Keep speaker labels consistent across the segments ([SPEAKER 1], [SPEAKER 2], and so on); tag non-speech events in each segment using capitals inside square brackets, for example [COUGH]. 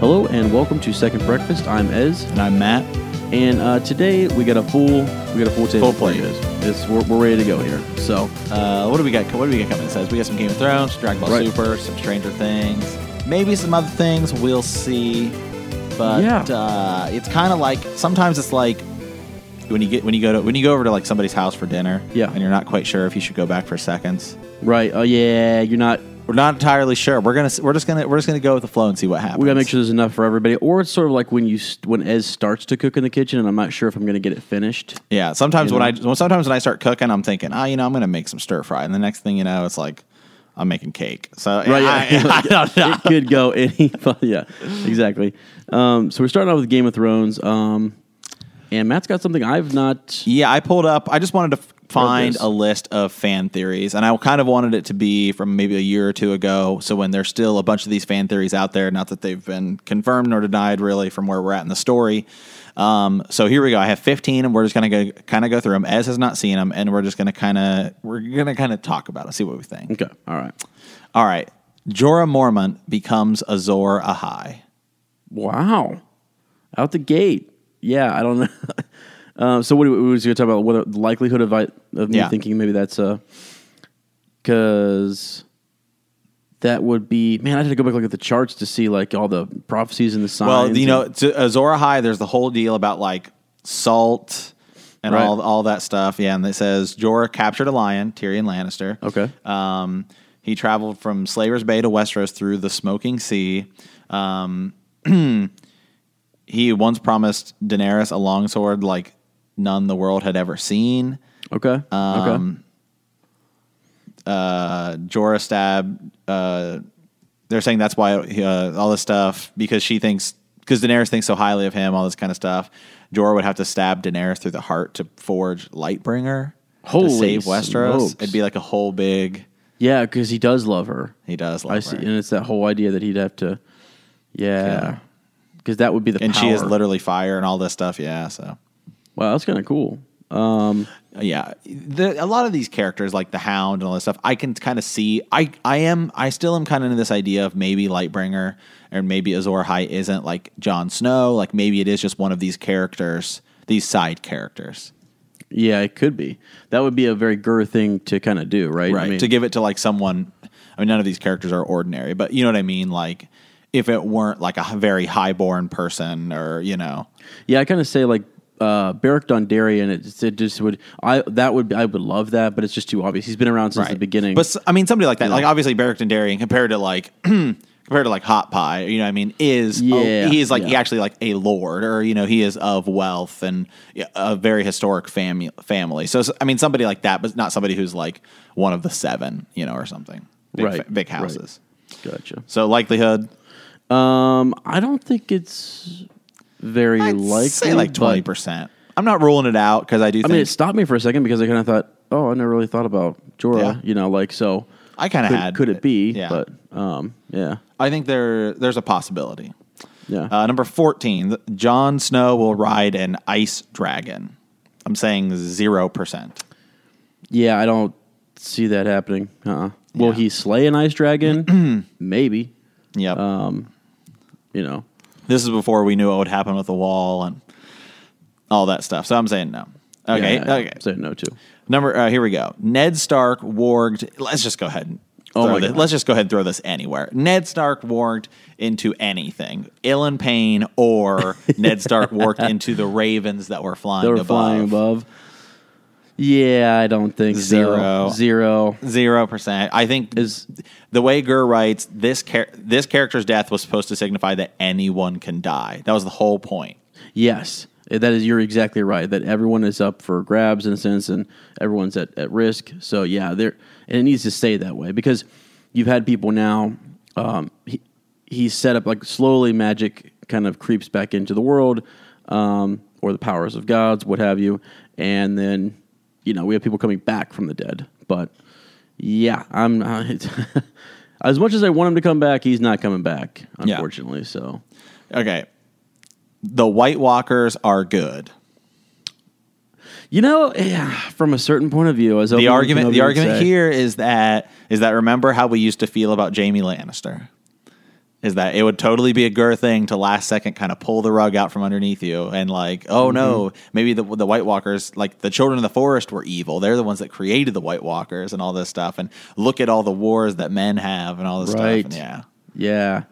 [SPEAKER 1] Hello and welcome to Second Breakfast. I'm Ez,
[SPEAKER 2] And I'm Matt.
[SPEAKER 1] and uh, today we got a full we got a full table.
[SPEAKER 2] Full plate.
[SPEAKER 1] It is. It's, we're, we're ready to go here. So
[SPEAKER 2] Uh, what do we got? What do we got coming? It says we got some Game of Thrones, Dragon Ball
[SPEAKER 1] Right.
[SPEAKER 2] Super, some Stranger Things, maybe some other things. We'll see. But
[SPEAKER 1] Yeah.
[SPEAKER 2] uh, it's kind of like sometimes it's like when you get when you go to when you go over to like somebody's house for dinner,
[SPEAKER 1] Yeah.
[SPEAKER 2] and you're not quite sure if you should go back for seconds.
[SPEAKER 1] right, oh yeah, you're not.
[SPEAKER 2] We're not entirely sure. We're gonna we're just gonna we're just gonna go with the flow and see what happens.
[SPEAKER 1] We gotta make sure there's enough for everybody. Or it's sort of like when you st- when Ez starts to cook in the kitchen, and I'm not sure if I'm gonna get it finished.
[SPEAKER 2] Yeah, sometimes
[SPEAKER 1] You
[SPEAKER 2] when I
[SPEAKER 1] know?
[SPEAKER 2] well, sometimes when I start cooking, I'm thinking, oh, you know, I'm gonna make some stir fry, and the next thing you know, it's like I'm making cake. So
[SPEAKER 1] Right,
[SPEAKER 2] I, [LAUGHS]
[SPEAKER 1] yeah. [LAUGHS]
[SPEAKER 2] I don't know.
[SPEAKER 1] It could go any. yeah, exactly. Um, so we're starting off with Game of Thrones. Um, and Matt's got something I've not.
[SPEAKER 2] Yeah, I pulled up. I just wanted to f- find
[SPEAKER 1] this.
[SPEAKER 2] a list of fan theories, and I kind of wanted it to be from maybe a year or two ago. So when there's still a bunch of these fan theories out there, not that they've been confirmed nor denied, really, from where we're at in the story. Um, so here we go. I have 15, and we're just gonna go kind of go through them. Ez has not seen them, and we're just gonna kind of we're gonna kind of talk about them, see what we think.
[SPEAKER 1] Okay, all right.
[SPEAKER 2] All right, Jorah Mormont becomes Azor Ahai.
[SPEAKER 1] Wow. Out the gate. Yeah, I don't [LAUGHS] know. um, so what, do- what was you going to talk about? Whether the likelihood of, I, of me
[SPEAKER 2] Yeah.
[SPEAKER 1] thinking maybe that's uh Because that would be... Man, I had to go back and look at the charts to see like all the prophecies and the signs.
[SPEAKER 2] Well, you
[SPEAKER 1] and-
[SPEAKER 2] know, to Azor High, there's the whole deal about like salt and
[SPEAKER 1] Right.
[SPEAKER 2] all all that stuff. Yeah, and it says Jorah captured a lion, Tyrion Lannister.
[SPEAKER 1] Okay.
[SPEAKER 2] Um, he traveled from Slaver's Bay to Westeros through the Smoking Sea. Um, [CLEARS THROAT] he once promised Daenerys a longsword like none the world had ever seen.
[SPEAKER 1] Okay.
[SPEAKER 2] um,
[SPEAKER 1] okay.
[SPEAKER 2] Uh, Jorah stabbed. Uh, they're saying that's why uh, all this stuff because she thinks because Daenerys thinks so highly of him, all this kind of stuff. Jorah would have to stab Daenerys through the heart to forge Lightbringer
[SPEAKER 1] Holy
[SPEAKER 2] to save Westeros.
[SPEAKER 1] smokes.
[SPEAKER 2] It'd be like a whole big.
[SPEAKER 1] Yeah, because he does love her.
[SPEAKER 2] He does,
[SPEAKER 1] I
[SPEAKER 2] love
[SPEAKER 1] see.
[SPEAKER 2] her.
[SPEAKER 1] And it's that whole idea that he'd have to... Yeah. Because that would be the
[SPEAKER 2] and she is
[SPEAKER 1] power.
[SPEAKER 2] literally fire and all this stuff. Yeah, so
[SPEAKER 1] Wow, that's kind of cool. Um,
[SPEAKER 2] yeah, the, a lot of these characters like the Hound and all this stuff, I can kind of see. I I am I still am kind of in this idea of maybe Lightbringer and maybe Azor Ahai isn't like Jon Snow. Like maybe it is just one of these characters, these side characters,
[SPEAKER 1] Yeah, it could be. That would be a very Gur thing to kind of do, right? I mean,
[SPEAKER 2] to give it to like someone. I mean, none of these characters are ordinary, but you know what I mean. Like if it weren't like a very highborn person, or you know,
[SPEAKER 1] yeah, I kind of say like uh, Beric Dondarrion. It, it just would. I that would I would love that, but it's just too obvious. He's been around since the beginning.
[SPEAKER 2] But s- I mean, somebody like that, like obviously Barrick and Darien, compared to like [CLEARS THROAT] compared to like Hot Pie, you know, what I mean, is oh,
[SPEAKER 1] Yeah,
[SPEAKER 2] he is like he
[SPEAKER 1] yeah.
[SPEAKER 2] actually like a lord, or you know, he is of wealth and yeah, a very historic family. Family. So s- I mean, somebody like that, but not somebody who's like one of the seven, you know, or something. Big,
[SPEAKER 1] Right,
[SPEAKER 2] fa- big
[SPEAKER 1] right.
[SPEAKER 2] houses.
[SPEAKER 1] gotcha.
[SPEAKER 2] So likelihood,
[SPEAKER 1] Um, I don't think it's very
[SPEAKER 2] I'd
[SPEAKER 1] likely.
[SPEAKER 2] say like
[SPEAKER 1] but-
[SPEAKER 2] twenty percent. I'm not ruling it out because I do.
[SPEAKER 1] I
[SPEAKER 2] think,
[SPEAKER 1] mean, it stopped me for a second because I kind of thought, oh, I never really thought about Jorah.
[SPEAKER 2] Yeah.
[SPEAKER 1] You know, like so.
[SPEAKER 2] I kind of
[SPEAKER 1] Could,
[SPEAKER 2] had.
[SPEAKER 1] could it be?
[SPEAKER 2] Yeah.
[SPEAKER 1] But um, yeah,
[SPEAKER 2] I think there there's a possibility.
[SPEAKER 1] yeah.
[SPEAKER 2] Uh, number 14, th- Jon Snow will ride an ice dragon. I'm saying 0%.
[SPEAKER 1] Yeah, I don't see that happening. Uh-uh. Will
[SPEAKER 2] Yeah.
[SPEAKER 1] he slay an ice
[SPEAKER 2] [CLEARS THROAT]
[SPEAKER 1] dragon? Maybe.
[SPEAKER 2] Yep.
[SPEAKER 1] Oh. You know.
[SPEAKER 2] this is before we knew what would happen with the wall and all that stuff. So I'm saying no. Okay.
[SPEAKER 1] Yeah, yeah,
[SPEAKER 2] okay.
[SPEAKER 1] I'm saying no to.
[SPEAKER 2] Number uh, here we go. Ned Stark warged. Let's just go ahead. And
[SPEAKER 1] Oh
[SPEAKER 2] throw
[SPEAKER 1] my
[SPEAKER 2] thi-
[SPEAKER 1] God.
[SPEAKER 2] Let's just go ahead and throw this anywhere. Ned Stark warged into anything. Ilan Payne
[SPEAKER 1] [LAUGHS]
[SPEAKER 2] or Ned Stark warged into the ravens that were flying
[SPEAKER 1] They were
[SPEAKER 2] above.
[SPEAKER 1] flying above. Yeah, I don't think
[SPEAKER 2] Zero.
[SPEAKER 1] so. Zero.
[SPEAKER 2] Zero percent. I think
[SPEAKER 1] Is-
[SPEAKER 2] is the way Gurr writes this. Char- this character's death was supposed to signify that anyone can die. That was the whole point.
[SPEAKER 1] Yes. eh, That is you're exactly right. That everyone is up for grabs in a sense and everyone's at, at risk. So yeah, there and it needs to stay that way because you've had people now um he, he's set up like slowly magic kind of creeps back into the world, um, or the powers of gods, what have you. And then, you know, we have people coming back from the dead. But yeah, I'm [LAUGHS] as much as I want him to come back, he's not coming back,
[SPEAKER 2] Yeah.
[SPEAKER 1] unfortunately. So
[SPEAKER 2] Okay, the White Walkers are good.
[SPEAKER 1] You know, yeah, from a certain point of view, as
[SPEAKER 2] The argument. The argument here is that is that remember how we used to feel about Jamie Lannister. is that it would totally be a Gurr thing to last second kind of pull the rug out from underneath you and like, oh no,
[SPEAKER 1] Mm-hmm.
[SPEAKER 2] maybe the the White Walkers, like the Children of the Forest, were evil. They're the ones that created the White Walkers and all this stuff. And look at all the wars that men have and all this
[SPEAKER 1] Right.
[SPEAKER 2] stuff. And yeah,
[SPEAKER 1] Yeah,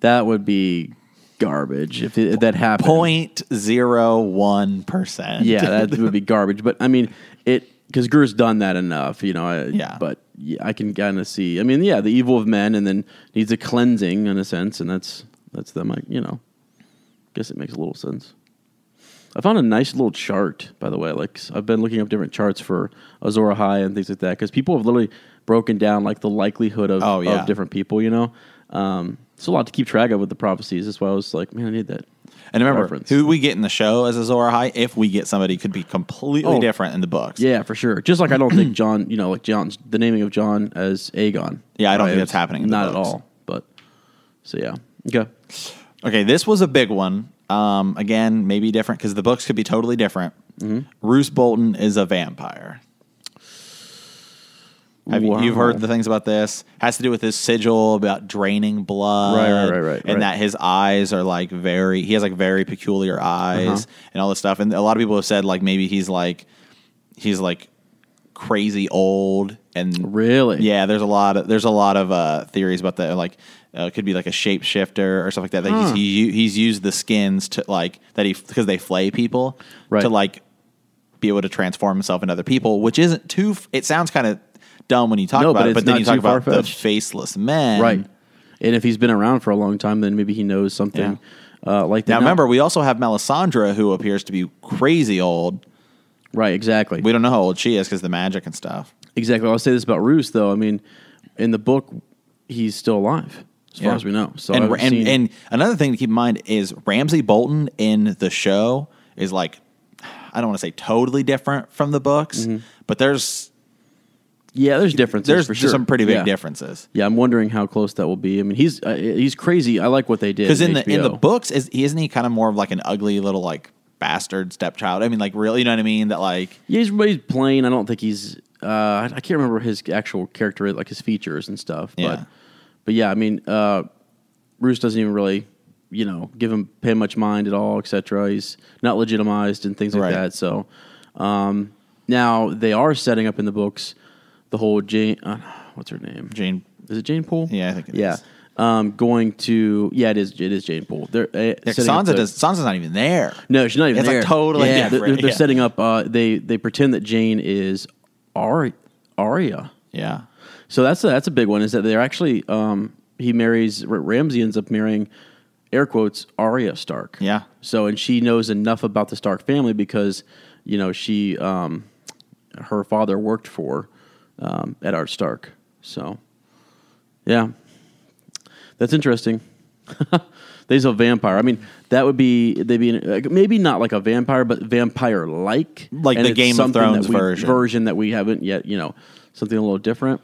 [SPEAKER 1] that would be garbage if, it, if that happened.
[SPEAKER 2] point zero one [LAUGHS] percent.
[SPEAKER 1] Yeah, that would be garbage. But I mean, it because Gur's done that enough, you know. I,
[SPEAKER 2] Yeah.
[SPEAKER 1] But yeah, I can kind of see. I mean, yeah, the evil of men, and then needs a cleansing in a sense, and that's that's them. Like you know, guess it makes a little sense. I found a nice little chart, by the way. Like I've been looking up different charts for Azora High and things like that, because people have literally broken down like the likelihood of,
[SPEAKER 2] Oh, yeah.
[SPEAKER 1] of different people. You know, um, it's a lot to keep track of with the prophecies. That's why I was like, man, I need that.
[SPEAKER 2] And remember,
[SPEAKER 1] Reference.
[SPEAKER 2] who we get in the show as Azor High, if we get somebody, could be completely
[SPEAKER 1] Oh.
[SPEAKER 2] different in the books.
[SPEAKER 1] Yeah, for sure. Just like I don't
[SPEAKER 2] [CLEARS THROAT]
[SPEAKER 1] think John, you know, like John's the naming of John as Aegon.
[SPEAKER 2] Yeah, I don't think
[SPEAKER 1] It's
[SPEAKER 2] that's happening in the
[SPEAKER 1] not
[SPEAKER 2] books.
[SPEAKER 1] at all. But so yeah, okay,
[SPEAKER 2] Okay, this was a big one. Um, again, maybe different because the books could be totally different.
[SPEAKER 1] Mm-hmm.
[SPEAKER 2] Roose Bolton is a vampire. Have
[SPEAKER 1] Wow.
[SPEAKER 2] you, you've heard the things about this? Has to do with his sigil about draining blood,
[SPEAKER 1] Right, right, right, right,
[SPEAKER 2] and
[SPEAKER 1] right.
[SPEAKER 2] that his eyes are like very. He has like very peculiar eyes
[SPEAKER 1] Uh-huh.
[SPEAKER 2] and all this stuff. And a lot of people have said like maybe he's like he's like crazy old and
[SPEAKER 1] really?
[SPEAKER 2] yeah, there's a lot of there's a lot of uh, theories about that. Like, uh, it could be like a shapeshifter or stuff like that. That he's
[SPEAKER 1] Huh.
[SPEAKER 2] he, he's used the skins to like that he because they flay people
[SPEAKER 1] Right.
[SPEAKER 2] to like be able to transform himself into other people, which isn't too. f- It sounds kind of dumb when you talk
[SPEAKER 1] No,
[SPEAKER 2] about
[SPEAKER 1] but
[SPEAKER 2] it,
[SPEAKER 1] it's
[SPEAKER 2] but then
[SPEAKER 1] not
[SPEAKER 2] you talk
[SPEAKER 1] too
[SPEAKER 2] about the
[SPEAKER 1] far-fetched.
[SPEAKER 2] faceless men,
[SPEAKER 1] right. And if he's been around for a long time, then maybe he knows something uh, like that.
[SPEAKER 2] Now remember, we also have Melisandre, who appears to be crazy old.
[SPEAKER 1] right? Exactly.
[SPEAKER 2] We don't know how old she is because the magic and stuff.
[SPEAKER 1] Exactly. I'll say this about Roos, though. I mean, in the book, he's still alive, as far
[SPEAKER 2] Yeah.
[SPEAKER 1] as we know. So
[SPEAKER 2] and,
[SPEAKER 1] I've
[SPEAKER 2] and,
[SPEAKER 1] seen-
[SPEAKER 2] and another thing to keep in mind is Ramsey Bolton in the show is like I don't want to say totally different from the books, but there's
[SPEAKER 1] yeah, there's differences.
[SPEAKER 2] there's
[SPEAKER 1] Mm-hmm. for sure.
[SPEAKER 2] some pretty big
[SPEAKER 1] Yeah.
[SPEAKER 2] differences.
[SPEAKER 1] Yeah, I'm wondering how close that will be. I mean, he's uh, he's crazy. I like what they did
[SPEAKER 2] Because in the in the
[SPEAKER 1] HBO.
[SPEAKER 2] books is he isn't he kind of more of like an ugly little like bastard stepchild? I mean like really, you know what I mean? That like
[SPEAKER 1] Yeah, he's, but he's plain. I don't think he's. Uh, I I can't remember his actual character, like his features and stuff.
[SPEAKER 2] Yeah.
[SPEAKER 1] But, but yeah, I mean, uh, Bruce doesn't even really, you know, give him pay much mind at all, etc. He's not legitimized and things like
[SPEAKER 2] Right.
[SPEAKER 1] that. So, um, now they are setting up in the books the whole Jane. Uh, what's her name?
[SPEAKER 2] Jane
[SPEAKER 1] Is it Jane Poole?
[SPEAKER 2] Yeah, I think it
[SPEAKER 1] yeah.
[SPEAKER 2] is.
[SPEAKER 1] Um, going to yeah, it is. It is Jane Poole. They're uh,
[SPEAKER 2] like,
[SPEAKER 1] setting up
[SPEAKER 2] Sansa
[SPEAKER 1] the-
[SPEAKER 2] does, Sansa's not even there.
[SPEAKER 1] no, she's not even
[SPEAKER 2] It's, like,
[SPEAKER 1] there.
[SPEAKER 2] totally
[SPEAKER 1] yeah, they're- They're,
[SPEAKER 2] different,
[SPEAKER 1] they're
[SPEAKER 2] yeah.
[SPEAKER 1] setting up. Uh, they they pretend that Jane is Ari- Arya.
[SPEAKER 2] Yeah.
[SPEAKER 1] So that's a, that's a big one. Is that they're actually um, he marries Ramsey ends up marrying air quotes Arya Stark.
[SPEAKER 2] Yeah.
[SPEAKER 1] So and she knows enough about the Stark family because you know she um, her father worked for um, Eddard Stark. So yeah, that's interesting. [LAUGHS] There's a vampire. I mean, that would be they'd be like, maybe not like a vampire, but vampire like,
[SPEAKER 2] Like the Game of Thrones version.
[SPEAKER 1] version that we haven't yet. You know, something a little different.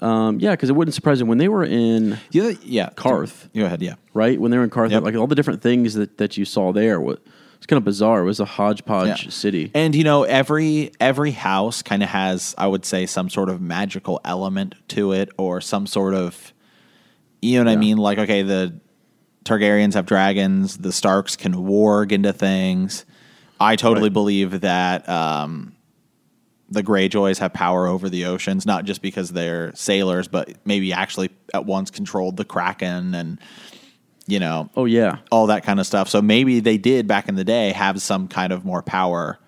[SPEAKER 1] Um, yeah, because it wouldn't surprise me when they were in
[SPEAKER 2] The other- yeah.
[SPEAKER 1] Karth.
[SPEAKER 2] Go ahead, yeah.
[SPEAKER 1] right when they were in Carthage,
[SPEAKER 2] Yep.
[SPEAKER 1] like all the different things that, that you saw there. What it's kind of bizarre. It was a hodgepodge
[SPEAKER 2] Yeah.
[SPEAKER 1] city.
[SPEAKER 2] And you know, every every house kind of has, I would say, some sort of magical element to it, or some sort of, you know what I
[SPEAKER 1] Yeah.
[SPEAKER 2] mean? Like, okay, the Targaryens have dragons. The Starks can warg into things. I totally
[SPEAKER 1] Right.
[SPEAKER 2] believe that um, the Greyjoys have power over the oceans, not just because they're sailors, but maybe actually at once controlled the Kraken and you know
[SPEAKER 1] oh yeah,
[SPEAKER 2] all that kind of stuff. So maybe they did back in the day have some kind of more power.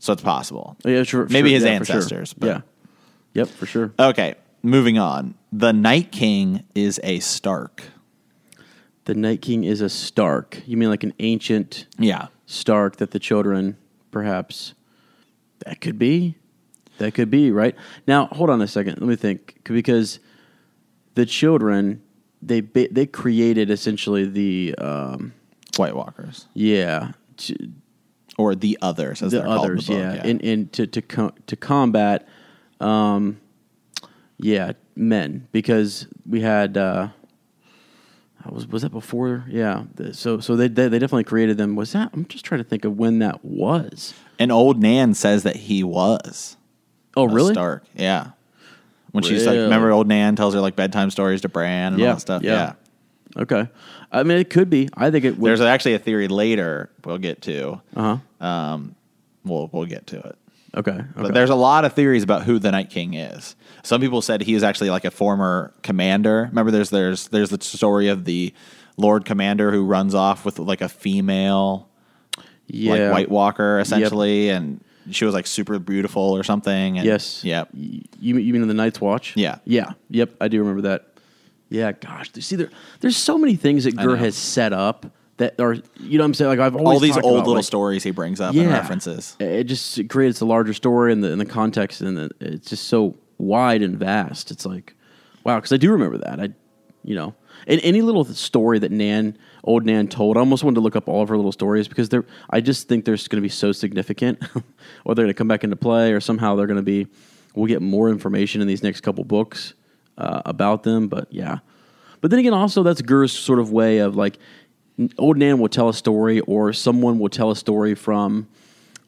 [SPEAKER 2] So it's possible.
[SPEAKER 1] Oh, yeah, sure.
[SPEAKER 2] Maybe
[SPEAKER 1] sure,
[SPEAKER 2] his
[SPEAKER 1] yeah, for sure.
[SPEAKER 2] ancestors. but-
[SPEAKER 1] Yeah, yep, for sure.
[SPEAKER 2] Okay, moving on. The Night King is a Stark.
[SPEAKER 1] The Night King is a Stark. You mean like an ancient
[SPEAKER 2] Yeah.
[SPEAKER 1] Stark that the children perhaps that could be. That could be, right? Now, hold on a second. Let me think C- because the children they ba- they created essentially the um
[SPEAKER 2] White Walkers.
[SPEAKER 1] yeah, t-
[SPEAKER 2] Or the others, as
[SPEAKER 1] the
[SPEAKER 2] they're called. in
[SPEAKER 1] others,
[SPEAKER 2] the book,
[SPEAKER 1] yeah. and and to to co- to combat, um, yeah, men because we had uh, I was was that before? Yeah, The- so so they, they they definitely created them. Was that? I'm just trying to think of when that was.
[SPEAKER 2] and old Nan says that he was
[SPEAKER 1] Oh,
[SPEAKER 2] a
[SPEAKER 1] really?
[SPEAKER 2] Stark. Yeah. when she's like,
[SPEAKER 1] Really?
[SPEAKER 2] remember old Nan tells her like bedtime stories to Bran and all
[SPEAKER 1] Yeah,
[SPEAKER 2] that stuff.
[SPEAKER 1] yeah.
[SPEAKER 2] yeah.
[SPEAKER 1] Okay. I mean, it could be. I think it would.
[SPEAKER 2] There's actually a theory later we'll get to.
[SPEAKER 1] uh
[SPEAKER 2] Um, we'll we'll get to it.
[SPEAKER 1] huh. Okay.
[SPEAKER 2] But
[SPEAKER 1] okay.
[SPEAKER 2] there's a lot of theories about who the Night King is. Some people said he was actually like a former commander. Remember, there's there's there's the story of the Lord Commander who runs off with like a female
[SPEAKER 1] yeah.
[SPEAKER 2] like White Walker essentially, and she was like super beautiful or something. And
[SPEAKER 1] Yes.
[SPEAKER 2] Yep.
[SPEAKER 1] Y- You you mean in the Night's Watch?
[SPEAKER 2] Yeah.
[SPEAKER 1] Yeah. Yep. I do remember that. Yeah. Gosh. See, there there's so many things that Gurr
[SPEAKER 2] know.
[SPEAKER 1] has set up that are you know what I'm saying like I've always
[SPEAKER 2] All these
[SPEAKER 1] talked
[SPEAKER 2] old
[SPEAKER 1] about,
[SPEAKER 2] little
[SPEAKER 1] like,
[SPEAKER 2] stories he brings up and references.
[SPEAKER 1] It it just it creates a larger story and the and the context and the, it's just so wide and vast. It's like wow, because I do remember that. I you know. And any little story that Nan, old Nan, told, I almost wanted to look up all of her little stories because they're. I just think they're going to be so significant, [LAUGHS] or they're going to come back into play, or somehow they're going to be. We'll get more information in these next couple books uh, about them, but yeah. But then again, also that's Gur's sort of way of like, n- old Nan will tell a story, or someone will tell a story from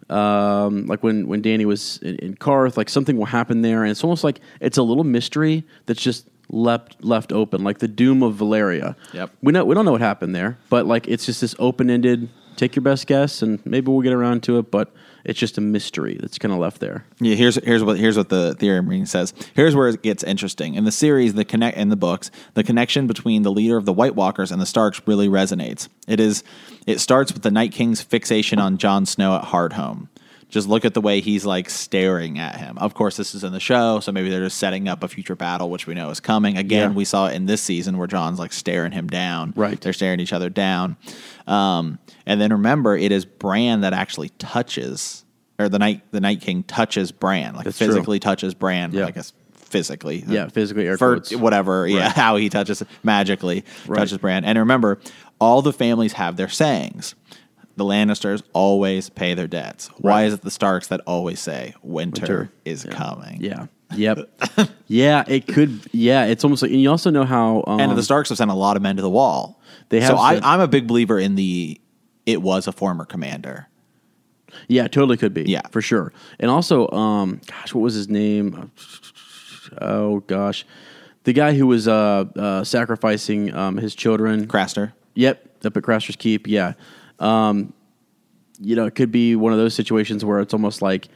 [SPEAKER 1] um, like when when Danny was in, in Karth, like something will happen there, and it's almost like it's a little mystery that's just left left open, like the doom of Valeria.
[SPEAKER 2] Yep.
[SPEAKER 1] We know we don't know what happened there, but like it's just this open ended. Take your best guess, and maybe we'll get around to it. But it's just a mystery that's kind of left there.
[SPEAKER 2] Yeah, here's here's what here's what the theorem reading says. Here's where it gets interesting. In the series, the connect in the books, the connection between the leader of the White Walkers and the Starks really resonates. It is it starts with the Night King's fixation on Jon Snow at Hardhome. Just look at the way he's like staring at him. Of course, this is in the show, so maybe they're just setting up a future battle, which we know is coming. Again,
[SPEAKER 1] Yeah.
[SPEAKER 2] we saw it in this season where Jon's like staring him down.
[SPEAKER 1] Right.
[SPEAKER 2] They're staring each other down. Um, and then remember, it is Bran that actually touches, or the Night the Night King touches Bran, like
[SPEAKER 1] That's true.
[SPEAKER 2] physically touches Bran.
[SPEAKER 1] Yeah.
[SPEAKER 2] I guess physically.
[SPEAKER 1] Yeah, physically, air
[SPEAKER 2] For
[SPEAKER 1] quotes.
[SPEAKER 2] whatever, yeah,
[SPEAKER 1] Right.
[SPEAKER 2] how he touches magically
[SPEAKER 1] Right.
[SPEAKER 2] touches Bran. And remember, all the families have their sayings. The Lannisters always pay their debts. Why
[SPEAKER 1] Right.
[SPEAKER 2] is it the Starks that always say winter,
[SPEAKER 1] Winter.
[SPEAKER 2] is coming?
[SPEAKER 1] Yeah. Yep. [LAUGHS] yeah. It could. Yeah. It's almost like, and you also know how. Um,
[SPEAKER 2] And the Starks have sent a lot of men to the wall.
[SPEAKER 1] They
[SPEAKER 2] so
[SPEAKER 1] have
[SPEAKER 2] I,
[SPEAKER 1] sent-
[SPEAKER 2] I'm a big believer in the it was a former commander.
[SPEAKER 1] Yeah, totally could be.
[SPEAKER 2] Yeah.
[SPEAKER 1] for sure. And also, um, gosh, what was his name? Oh gosh, the guy who was uh, uh, sacrificing um, his children.
[SPEAKER 2] Craster.
[SPEAKER 1] Yep, up at Craster's Keep. Yeah, um, you know, it could be one of those situations where it's almost like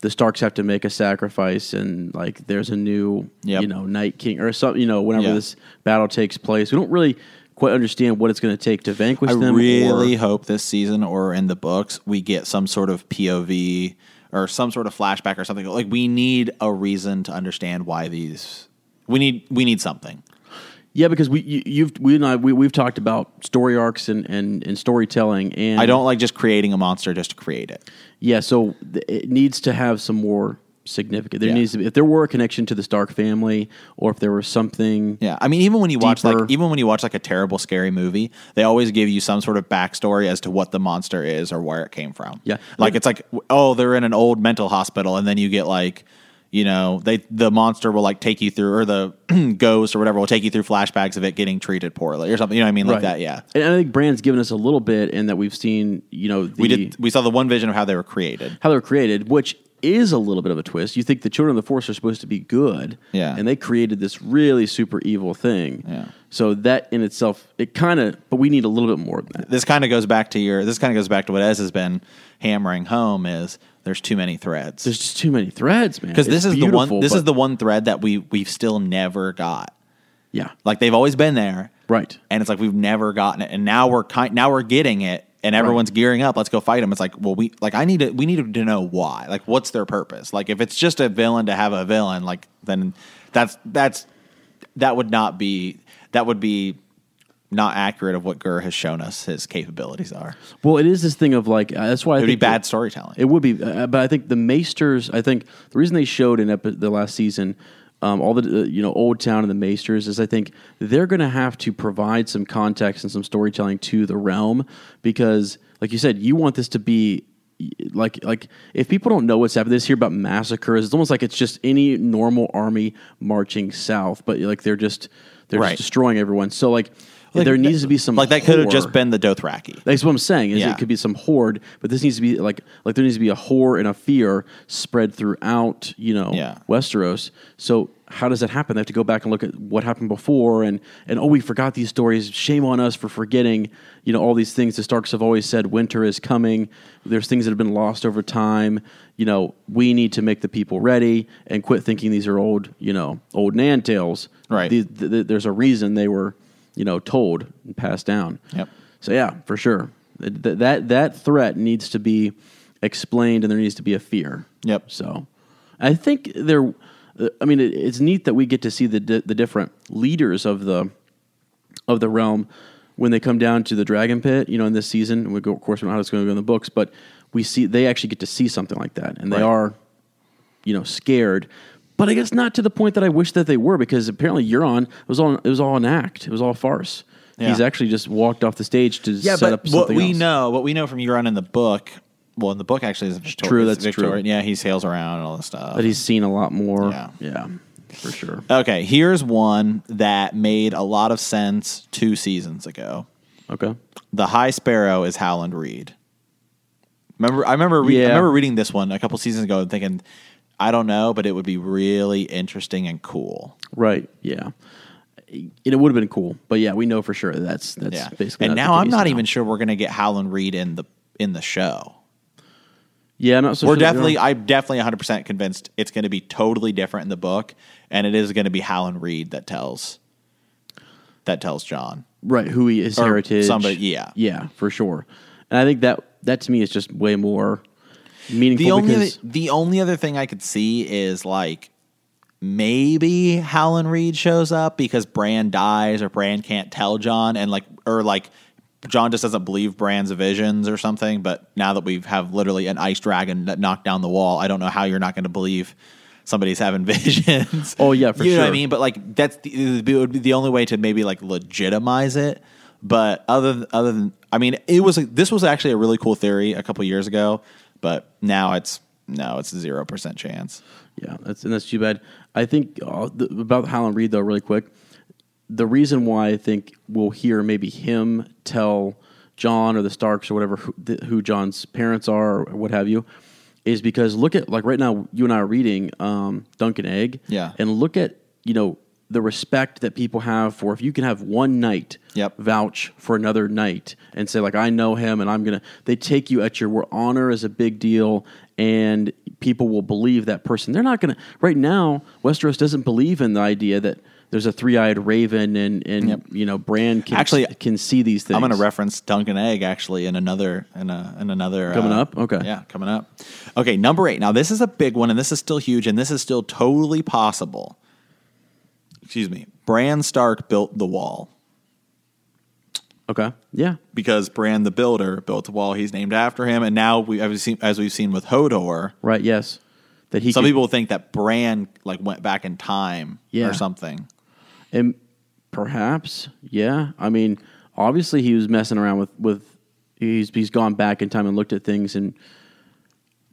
[SPEAKER 1] the Starks have to make a sacrifice, and like there's a new,
[SPEAKER 2] Yep.
[SPEAKER 1] you know, Night King or something. You know, whenever
[SPEAKER 2] Yeah.
[SPEAKER 1] this battle takes place, we don't really quite understand what it's going to take to vanquish
[SPEAKER 2] I
[SPEAKER 1] them. or-
[SPEAKER 2] really hope this season or in the books we get some sort of POV or some sort of flashback or something. Like we need a reason to understand why these we need we need something.
[SPEAKER 1] Yeah, because we you, you've we and I we, we've talked about story arcs and, and, and storytelling, and
[SPEAKER 2] I don't like just creating a monster just to create it.
[SPEAKER 1] Yeah, so th- it needs to have some more significant. There
[SPEAKER 2] Yeah.
[SPEAKER 1] needs to be if there were a connection to the Stark family, or if there was something.
[SPEAKER 2] Yeah, I mean, even when you watch
[SPEAKER 1] Deeper.
[SPEAKER 2] like even when you watch like a terrible scary movie, they always give you some sort of backstory as to what the monster is or where it came from.
[SPEAKER 1] Yeah.
[SPEAKER 2] like it's like oh, they're in an old mental hospital, and then you get like you know they the monster will like take you through or the [CLEARS THROAT] ghost or whatever will take you through flashbacks of it getting treated poorly or something. You know what I mean? Like
[SPEAKER 1] Right.
[SPEAKER 2] that. Yeah,
[SPEAKER 1] and I think Brand's given us a little bit, and that we've seen. You know, the,
[SPEAKER 2] we did. We saw the one vision of how they were created.
[SPEAKER 1] how they're created, which is a little bit of a twist. You think the children of the Force are supposed to be good,
[SPEAKER 2] Yeah.
[SPEAKER 1] and they created this really super evil thing.
[SPEAKER 2] Yeah.
[SPEAKER 1] So that in itself, it kind of, but we need a little bit more than that.
[SPEAKER 2] This kind of goes back to your. This kind of goes back to what Ez has been hammering home is there's too many threads.
[SPEAKER 1] There's just too many threads, man.
[SPEAKER 2] because this
[SPEAKER 1] It's
[SPEAKER 2] is the one
[SPEAKER 1] beautiful,
[SPEAKER 2] this is
[SPEAKER 1] but-
[SPEAKER 2] the one thread that we we've still never got
[SPEAKER 1] yeah,
[SPEAKER 2] like they've always been there
[SPEAKER 1] right.
[SPEAKER 2] and it's like we've never gotten it and now we're kind now we're getting it and everyone's gearing up let's go fight them it's like well we like i need to we need to know why like what's their purpose like if it's just a villain to have a villain like then that's that's that would not be that would be not accurate of what Gurr has shown us his capabilities are.
[SPEAKER 1] Well, it is this thing of like uh, that's why
[SPEAKER 2] It
[SPEAKER 1] I
[SPEAKER 2] would be
[SPEAKER 1] think that-
[SPEAKER 2] bad storytelling.
[SPEAKER 1] It would be, uh, but I think the Maesters. I think the reason they showed in epi- the last season, um, all the uh, you know Old Town and the Maesters is I think they're going to have to provide some context and some storytelling to the realm because, like you said, you want this to be y- like like if people don't know what's happening, they just hear about massacres. It's almost like it's just any normal army marching south, but like they're just they're
[SPEAKER 2] Right.
[SPEAKER 1] just destroying everyone. So like there needs to be some
[SPEAKER 2] like that could have
[SPEAKER 1] whore.
[SPEAKER 2] just been the Dothraki.
[SPEAKER 1] That's what I'm saying. Is
[SPEAKER 2] Yeah.
[SPEAKER 1] it could be some horde, but this needs to be like like there needs to be a horror and a fear spread throughout you know
[SPEAKER 2] Yeah.
[SPEAKER 1] Westeros. So how does that happen? They have to go back and look at what happened before and and oh we forgot these stories. Shame on us for forgetting you know all these things. The Starks have always said winter is coming. There's things that have been lost over time. You know we need to make the people ready and quit thinking these are old you know old nan tales.
[SPEAKER 2] Right.
[SPEAKER 1] The- the- the- there's a reason they were you know told and passed down.
[SPEAKER 2] Yep.
[SPEAKER 1] So yeah, for sure. Th- th- that that threat needs to be explained, and there needs to be a fear.
[SPEAKER 2] Yep.
[SPEAKER 1] So, I think there. I mean, it, it's neat that we get to see the di- the different leaders of the of the realm when they come down to the dragon pit. You know, in this season, we go, of course, we don't know how it's going to go in the books, but we see they actually get to see something like that, and they
[SPEAKER 2] Right.
[SPEAKER 1] are, you know, scared. But I guess not to the point that I wish that they were, because apparently Euron it was all it was all an act, it was all a farce. He's
[SPEAKER 2] Yeah.
[SPEAKER 1] actually just walked off the stage to set up
[SPEAKER 2] what
[SPEAKER 1] something
[SPEAKER 2] we
[SPEAKER 1] else.
[SPEAKER 2] know, what we know from Euron in the book, well, in the book actually is Victor-
[SPEAKER 1] True,
[SPEAKER 2] is
[SPEAKER 1] that's true.
[SPEAKER 2] Victorian. Yeah, he sails around and all this stuff.
[SPEAKER 1] that he's seen a lot more.
[SPEAKER 2] Yeah.
[SPEAKER 1] yeah for sure.
[SPEAKER 2] okay, here's one that made a lot of sense two seasons ago.
[SPEAKER 1] Okay.
[SPEAKER 2] The High Sparrow is Howland Reed. Remember, I remember, re- I
[SPEAKER 1] Yeah.
[SPEAKER 2] remember reading this one a couple seasons ago and thinking, I don't know, but it would be really interesting and cool.
[SPEAKER 1] Right. Yeah. It would have been cool, but yeah, we know for sure that that's that's
[SPEAKER 2] Yeah,
[SPEAKER 1] basically.
[SPEAKER 2] and
[SPEAKER 1] not the
[SPEAKER 2] now I'm
[SPEAKER 1] case
[SPEAKER 2] not even sure we're gonna get Howland Reed in the in the show.
[SPEAKER 1] Yeah, I'm not so
[SPEAKER 2] We're
[SPEAKER 1] sure that
[SPEAKER 2] definitely,
[SPEAKER 1] are.
[SPEAKER 2] I'm definitely 100 percent convinced it's going to be totally different in the book, and it is going to be Howland Reed that tells that tells John.
[SPEAKER 1] right who he is
[SPEAKER 2] Or
[SPEAKER 1] heritage.
[SPEAKER 2] somebody- yeah.
[SPEAKER 1] yeah, for sure. And I think that that to me is just way more meaningful.
[SPEAKER 2] The only
[SPEAKER 1] because,
[SPEAKER 2] the only other thing I could see is like maybe Howland Reed shows up because Bran dies or Bran can't tell John, and like or like. John just doesn't believe Bran's visions or something, but now that we have literally an ice dragon that knocked down the wall, I don't know how you're not going to believe somebody's having [LAUGHS] visions.
[SPEAKER 1] Oh, yeah, for
[SPEAKER 2] you know what I
[SPEAKER 1] sure.
[SPEAKER 2] mean. But like that's the, it would be the only way to maybe like legitimize it. But other th- other than I mean, it was this was actually a really cool theory a couple years ago, but now it's no, it's a zero percent chance.
[SPEAKER 1] Yeah, that's and that's too bad. I think uh, the, about Howland Reed though, really quick. The reason why I think we'll hear maybe him tell John or the Starks or whatever who, th- who John's parents are or what have you, is because look at like right now you and I are reading um, Duncan Egg,
[SPEAKER 2] Yeah.
[SPEAKER 1] and look at you know the respect that people have for if you can have one night
[SPEAKER 2] Yep.
[SPEAKER 1] vouch for another night and say like I know him and I'm gonna. They take you at your word. Honor is a big deal, and people will believe that person. They're not gonna right now. Westeros doesn't believe in the idea that there's a three eyed raven and and
[SPEAKER 2] Yep.
[SPEAKER 1] you know Bran can
[SPEAKER 2] Actually,
[SPEAKER 1] can see these things.
[SPEAKER 2] I'm going to reference Duncan Egg actually in another in a in another
[SPEAKER 1] Coming
[SPEAKER 2] uh,
[SPEAKER 1] up? Okay.
[SPEAKER 2] yeah coming up. Okay, number eight. Now this is a big one, and this is still huge, and this is still totally possible. Excuse me. Bran Stark built the wall
[SPEAKER 1] okay, yeah,
[SPEAKER 2] because Bran the Builder built the wall. He's named after him, and now we as we've seen, as we've seen with Hodor,
[SPEAKER 1] right, yes. That he
[SPEAKER 2] some
[SPEAKER 1] could-
[SPEAKER 2] people think that Bran like went back in time
[SPEAKER 1] Yeah.
[SPEAKER 2] or something.
[SPEAKER 1] And perhaps, yeah. I mean, obviously he was messing around with with he's he's gone back in time and looked at things and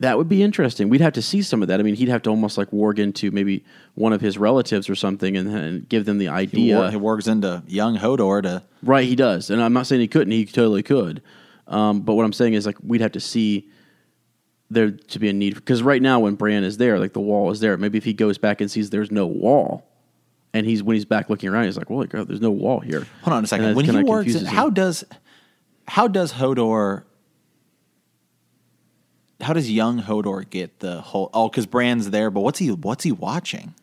[SPEAKER 1] that would be interesting. We'd have to see some of that. I mean, he'd have to almost like warg into maybe one of his relatives or something and, and give them the
[SPEAKER 2] He,
[SPEAKER 1] idea.
[SPEAKER 2] war, he wargs into young Hodor to
[SPEAKER 1] Right, he does, and I'm not saying he couldn't. He totally could. Um, but what I'm saying is like we'd have to see there to be a need because right now when Bran is there, like the wall is there. Maybe if he goes back and sees there's no wall, and he's when he's back looking around, he's like, "Well, God, there's no wall here."
[SPEAKER 2] Hold on a second.
[SPEAKER 1] And that
[SPEAKER 2] When he
[SPEAKER 1] kinda
[SPEAKER 2] wargs, in,
[SPEAKER 1] confuses him.
[SPEAKER 2] how does how does Hodor how does young Hodor get the whole? Oh, because Bran's there, but what's he what's he watching?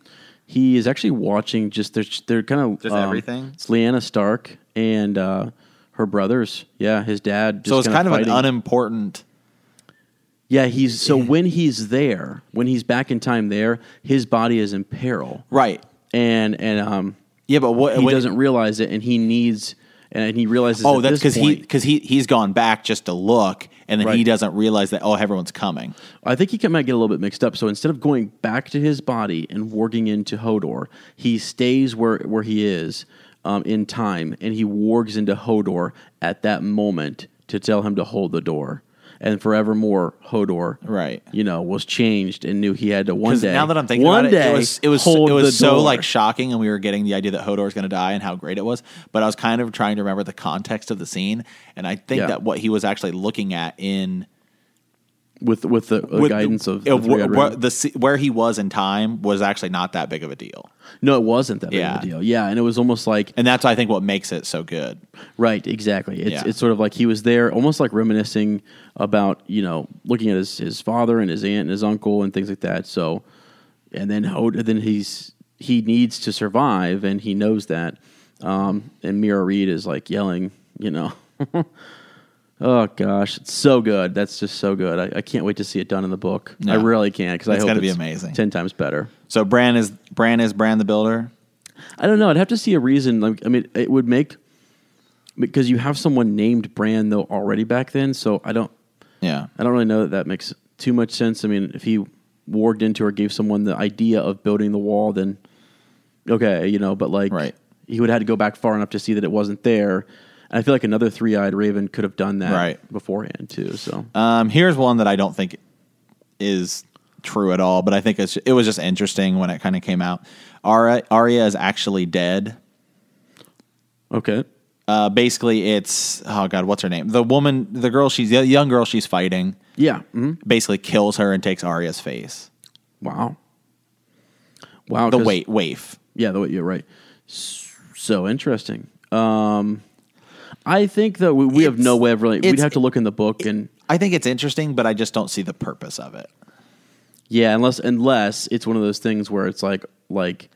[SPEAKER 1] he is actually watching just they're, they're kind of
[SPEAKER 2] Just everything?
[SPEAKER 1] It's Lyanna Stark and uh, her brothers. Yeah, his dad. Just
[SPEAKER 2] so it's
[SPEAKER 1] kinda
[SPEAKER 2] kind of an
[SPEAKER 1] fighting.
[SPEAKER 2] unimportant.
[SPEAKER 1] yeah. He's so when he's there, when he's back in time, there his body is in peril.
[SPEAKER 2] Right.
[SPEAKER 1] and and um
[SPEAKER 2] Yeah, but what
[SPEAKER 1] he
[SPEAKER 2] when-
[SPEAKER 1] doesn't realize it and he needs and he realizes
[SPEAKER 2] Oh,
[SPEAKER 1] at
[SPEAKER 2] that's
[SPEAKER 1] this
[SPEAKER 2] because he
[SPEAKER 1] point-
[SPEAKER 2] because he he's gone back just to look, and then he
[SPEAKER 1] Right.
[SPEAKER 2] doesn't realize that oh everyone's coming.
[SPEAKER 1] I think he might get a little bit mixed up. So instead of going back to his body and warging into Hodor, he stays where where he is um, in time, and he wargs into Hodor at that moment to tell him to hold the door. and forevermore Hodor,
[SPEAKER 2] Right.
[SPEAKER 1] You know, was changed and knew he had to one
[SPEAKER 2] 'Cause
[SPEAKER 1] day.
[SPEAKER 2] now that I'm thinking
[SPEAKER 1] one
[SPEAKER 2] about
[SPEAKER 1] day
[SPEAKER 2] it, it was it was
[SPEAKER 1] hold
[SPEAKER 2] it
[SPEAKER 1] the
[SPEAKER 2] was so
[SPEAKER 1] door.
[SPEAKER 2] like shocking, and we were getting the idea that Hodor is going to die and how great it was. But I was kind of trying to remember the context of the scene, and I think
[SPEAKER 1] Yeah.
[SPEAKER 2] that what he was actually looking at in
[SPEAKER 1] with with the, the
[SPEAKER 2] with
[SPEAKER 1] guidance of
[SPEAKER 2] uh,
[SPEAKER 1] the three eyed
[SPEAKER 2] wh- wh-
[SPEAKER 1] raven.
[SPEAKER 2] the se- where he was in time was actually not that big of a deal,
[SPEAKER 1] no, it wasn't that
[SPEAKER 2] Yeah.
[SPEAKER 1] big of a deal. Yeah, and it was almost like
[SPEAKER 2] and that's I think what makes it so good.
[SPEAKER 1] Right, exactly. It's
[SPEAKER 2] Yeah.
[SPEAKER 1] it's sort of like he was there, almost like reminiscing about you know looking at his, his father and his aunt and his uncle and things like that. So, and then Hodor, then he's he needs to survive, and he knows that. Um, and Mira Reed is like yelling, you know, [LAUGHS] oh gosh, it's so good. That's just so good. I, I can't wait to see it done in the book. I
[SPEAKER 2] Yeah.
[SPEAKER 1] really can because I
[SPEAKER 2] It's
[SPEAKER 1] hope
[SPEAKER 2] gotta
[SPEAKER 1] it's
[SPEAKER 2] be amazing.
[SPEAKER 1] ten times better.
[SPEAKER 2] So Bran is Bran is Bran the Builder.
[SPEAKER 1] I don't know. I'd have to see a reason. Like, I mean, it would make because you have someone named Brand though already back then. So I don't,
[SPEAKER 2] Yeah,
[SPEAKER 1] I don't really know that that makes too much sense. I mean, if he warged into or gave someone the idea of building the wall, then okay, you know. But like,
[SPEAKER 2] Right.
[SPEAKER 1] he would have had to go back far enough to see that it wasn't there. And I feel like another three-eyed raven could have done that
[SPEAKER 2] Right.
[SPEAKER 1] beforehand too. So
[SPEAKER 2] Um, here's one that I don't think is true at all, but I think it's, it was just interesting when it kind of came out. Arya, Arya is actually dead.
[SPEAKER 1] okay,
[SPEAKER 2] Uh, basically, it's oh god, what's her name? The woman, the girl, she's the young girl she's fighting.
[SPEAKER 1] yeah, mhm.
[SPEAKER 2] Basically, kills her and takes Arya's face.
[SPEAKER 1] wow, wow.
[SPEAKER 2] The
[SPEAKER 1] 'cause-
[SPEAKER 2] wait, waif.
[SPEAKER 1] Yeah, the way you're right. S- So interesting. Um, I think that we, we have no
[SPEAKER 2] It's-
[SPEAKER 1] way of really. We'd
[SPEAKER 2] it's-
[SPEAKER 1] have to look in the book and
[SPEAKER 2] I think it's interesting, but I just don't see the purpose of it.
[SPEAKER 1] yeah, unless unless it's one of those things where it's like like.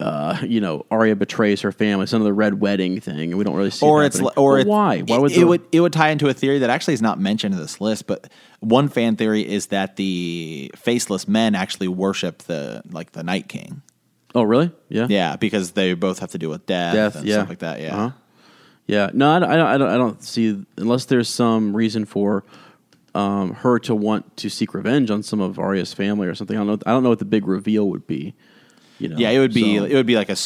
[SPEAKER 1] Uh, you know, Arya betrays her family. It's another red wedding thing, and we don't really see. it
[SPEAKER 2] or it's
[SPEAKER 1] happening.
[SPEAKER 2] li- or
[SPEAKER 1] But
[SPEAKER 2] it's,
[SPEAKER 1] why? Why
[SPEAKER 2] it,
[SPEAKER 1] would
[SPEAKER 2] it
[SPEAKER 1] the-
[SPEAKER 2] would it would tie into a theory that actually is not mentioned in this list, but one fan theory is that the faceless men actually worship the like the Night King.
[SPEAKER 1] Oh, really? Yeah.
[SPEAKER 2] Yeah, because they both have to do with death,
[SPEAKER 1] Death,
[SPEAKER 2] and
[SPEAKER 1] yeah.
[SPEAKER 2] stuff like that. Yeah,
[SPEAKER 1] Uh-huh. Yeah. No, I don't, I don't. I don't. I don't see unless there's some reason for um, her to want to seek revenge on some of Arya's family or something. I don't know. I don't know what the big reveal would be. You know.
[SPEAKER 2] yeah. It would be
[SPEAKER 1] So-
[SPEAKER 2] it would be like a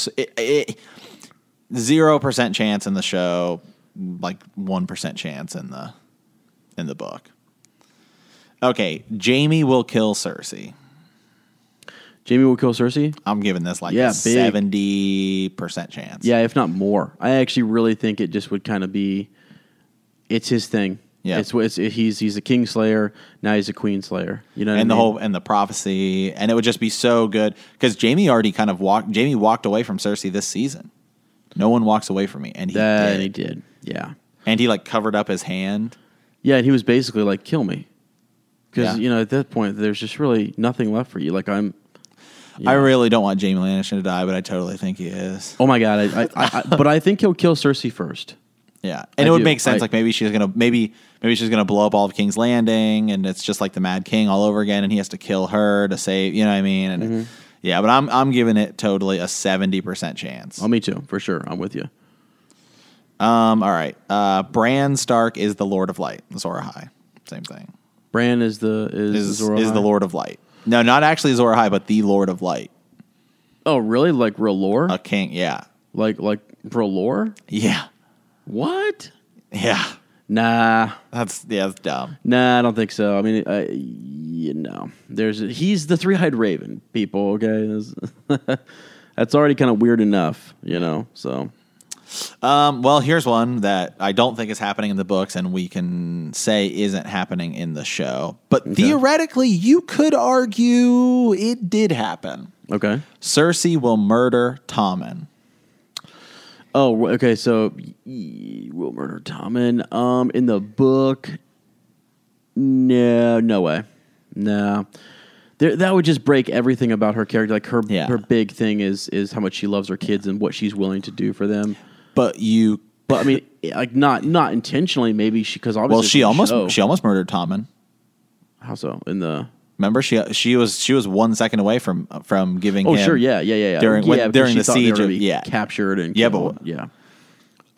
[SPEAKER 2] zero percent chance in the show, like one percent chance in the in the book. Okay, Jamie will kill Cersei.
[SPEAKER 1] Jamie will kill Cersei.
[SPEAKER 2] I'm giving this like
[SPEAKER 1] Yeah, big.
[SPEAKER 2] seventy percent chance.
[SPEAKER 1] Yeah, if not more. I actually really think it just would kind of be. It's his thing.
[SPEAKER 2] Yeah.
[SPEAKER 1] It's, it's he's he's a king slayer. Now he's a queen slayer. You know. what I
[SPEAKER 2] and the
[SPEAKER 1] mean?
[SPEAKER 2] whole and the prophecy, and it would just be so good because Jamie already kind of walked. Jamie walked away from Cersei this season. No one walks away from me, and he
[SPEAKER 1] that
[SPEAKER 2] did.
[SPEAKER 1] he did. Yeah.
[SPEAKER 2] And he like covered up his hand.
[SPEAKER 1] Yeah, and he was basically like, "Kill me," because
[SPEAKER 2] Yeah.
[SPEAKER 1] you know at that point there's just really nothing left for you. Like I'm.
[SPEAKER 2] I really don't want Jamie Lannister to die, but I totally think he is.
[SPEAKER 1] Oh my god! I, I, I, I but I think he'll kill Cersei first.
[SPEAKER 2] Yeah, and
[SPEAKER 1] I
[SPEAKER 2] it would
[SPEAKER 1] do.
[SPEAKER 2] make sense.
[SPEAKER 1] I-
[SPEAKER 2] like maybe she's gonna maybe maybe she's gonna blow up all of King's Landing, and it's just like the Mad King all over again, and he has to kill her to save. You know what I mean? And
[SPEAKER 1] Mm-hmm.
[SPEAKER 2] yeah, but I'm I'm giving it totally a seventy percent chance.
[SPEAKER 1] Oh, me too, for sure. I'm with you.
[SPEAKER 2] Um, all right. Uh, Bran Stark is the Lord of Light. Zora High, same thing.
[SPEAKER 1] Bran is the is
[SPEAKER 2] is
[SPEAKER 1] Zora
[SPEAKER 2] is
[SPEAKER 1] High.
[SPEAKER 2] the Lord of Light. No, not actually Zora High, but the Lord of Light,
[SPEAKER 1] Oh, really? Like real lore?
[SPEAKER 2] a king. Yeah,
[SPEAKER 1] like like real lore?
[SPEAKER 2] yeah,
[SPEAKER 1] What?
[SPEAKER 2] yeah.
[SPEAKER 1] Nah,
[SPEAKER 2] That's yeah, that's dumb.
[SPEAKER 1] nah. I don't think so. I mean, I, you know, there's he's the three eyed raven. People, okay, [LAUGHS] That's- that's already kind of weird enough, you know. So
[SPEAKER 2] Um, well, here's one that I don't think is happening in the books, and we can say isn't happening in the show. But theoretically, you could argue it did happen.
[SPEAKER 1] okay.
[SPEAKER 2] Cersei will murder Tommen.
[SPEAKER 1] Oh, wh- okay. So y- will murder Tommen. Um, in the book, no, no way, no. There, that would just break everything about her character. Like her,
[SPEAKER 2] Yeah.
[SPEAKER 1] her big thing is is how much she loves her kids and what she's willing to do for them.
[SPEAKER 2] But you,
[SPEAKER 1] But I mean, [LAUGHS] eh, like not not intentionally. Maybe she because obviously
[SPEAKER 2] well,
[SPEAKER 1] it's
[SPEAKER 2] she
[SPEAKER 1] a
[SPEAKER 2] almost
[SPEAKER 1] show.
[SPEAKER 2] she almost murdered Tommen.
[SPEAKER 1] how so in the
[SPEAKER 2] Remember, she she was she was one second away from from giving.
[SPEAKER 1] oh
[SPEAKER 2] him-
[SPEAKER 1] sure yeah yeah yeah yeah
[SPEAKER 2] During-
[SPEAKER 1] yeah,
[SPEAKER 2] when-
[SPEAKER 1] because
[SPEAKER 2] during
[SPEAKER 1] she
[SPEAKER 2] the
[SPEAKER 1] thought they were
[SPEAKER 2] siege
[SPEAKER 1] gonna
[SPEAKER 2] of-
[SPEAKER 1] be
[SPEAKER 2] yeah.
[SPEAKER 1] captured and
[SPEAKER 2] Yeah,
[SPEAKER 1] killed.
[SPEAKER 2] but-
[SPEAKER 1] yeah.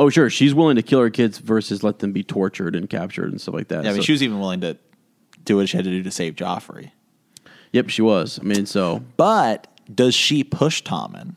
[SPEAKER 1] Oh sure, she's willing to kill her kids versus let them be tortured and captured and stuff like that.
[SPEAKER 2] Yeah, I mean,
[SPEAKER 1] So-
[SPEAKER 2] she was even willing to do what she had to do to save Joffrey.
[SPEAKER 1] yep, she was. I mean, so
[SPEAKER 2] But does she push Tommen?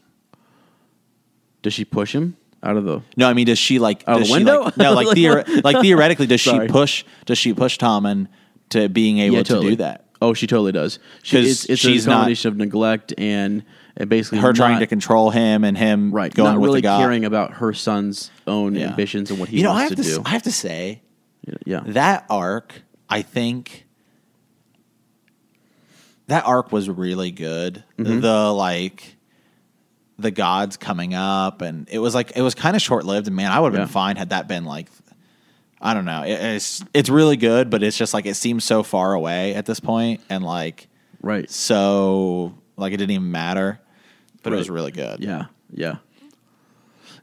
[SPEAKER 1] does she push him? out of the
[SPEAKER 2] No, I mean, does she like
[SPEAKER 1] Out Oh,
[SPEAKER 2] does
[SPEAKER 1] the
[SPEAKER 2] she,
[SPEAKER 1] window? [LAUGHS]
[SPEAKER 2] like- no, like theori- like theoretically, does she
[SPEAKER 1] Sorry.
[SPEAKER 2] push? Does she push Tommen to being able to do that?
[SPEAKER 1] Oh, she totally does. She,
[SPEAKER 2] 'Cause
[SPEAKER 1] it's, it's
[SPEAKER 2] she's
[SPEAKER 1] a
[SPEAKER 2] not-
[SPEAKER 1] combination of neglect and and basically
[SPEAKER 2] Her trying
[SPEAKER 1] not-
[SPEAKER 2] to control him and him
[SPEAKER 1] right,
[SPEAKER 2] going
[SPEAKER 1] not
[SPEAKER 2] with
[SPEAKER 1] really
[SPEAKER 2] the guy.
[SPEAKER 1] caring about her son's own
[SPEAKER 2] Yeah.
[SPEAKER 1] ambitions and what he
[SPEAKER 2] you know, I
[SPEAKER 1] wants
[SPEAKER 2] have
[SPEAKER 1] to,
[SPEAKER 2] to, s-
[SPEAKER 1] do.
[SPEAKER 2] I have to say
[SPEAKER 1] yeah,
[SPEAKER 2] that arc. I think that arc was really good.
[SPEAKER 1] Mm-hmm.
[SPEAKER 2] The like the gods coming up, and it was like it was kind of short lived. And man, I would have been
[SPEAKER 1] Yeah.
[SPEAKER 2] fine had that been like I don't know. It, it's it's really good, but it's just like it seems so far away at this point, and like
[SPEAKER 1] right.
[SPEAKER 2] so like it didn't even matter. But it was
[SPEAKER 1] Right.
[SPEAKER 2] really good.
[SPEAKER 1] Yeah, yeah.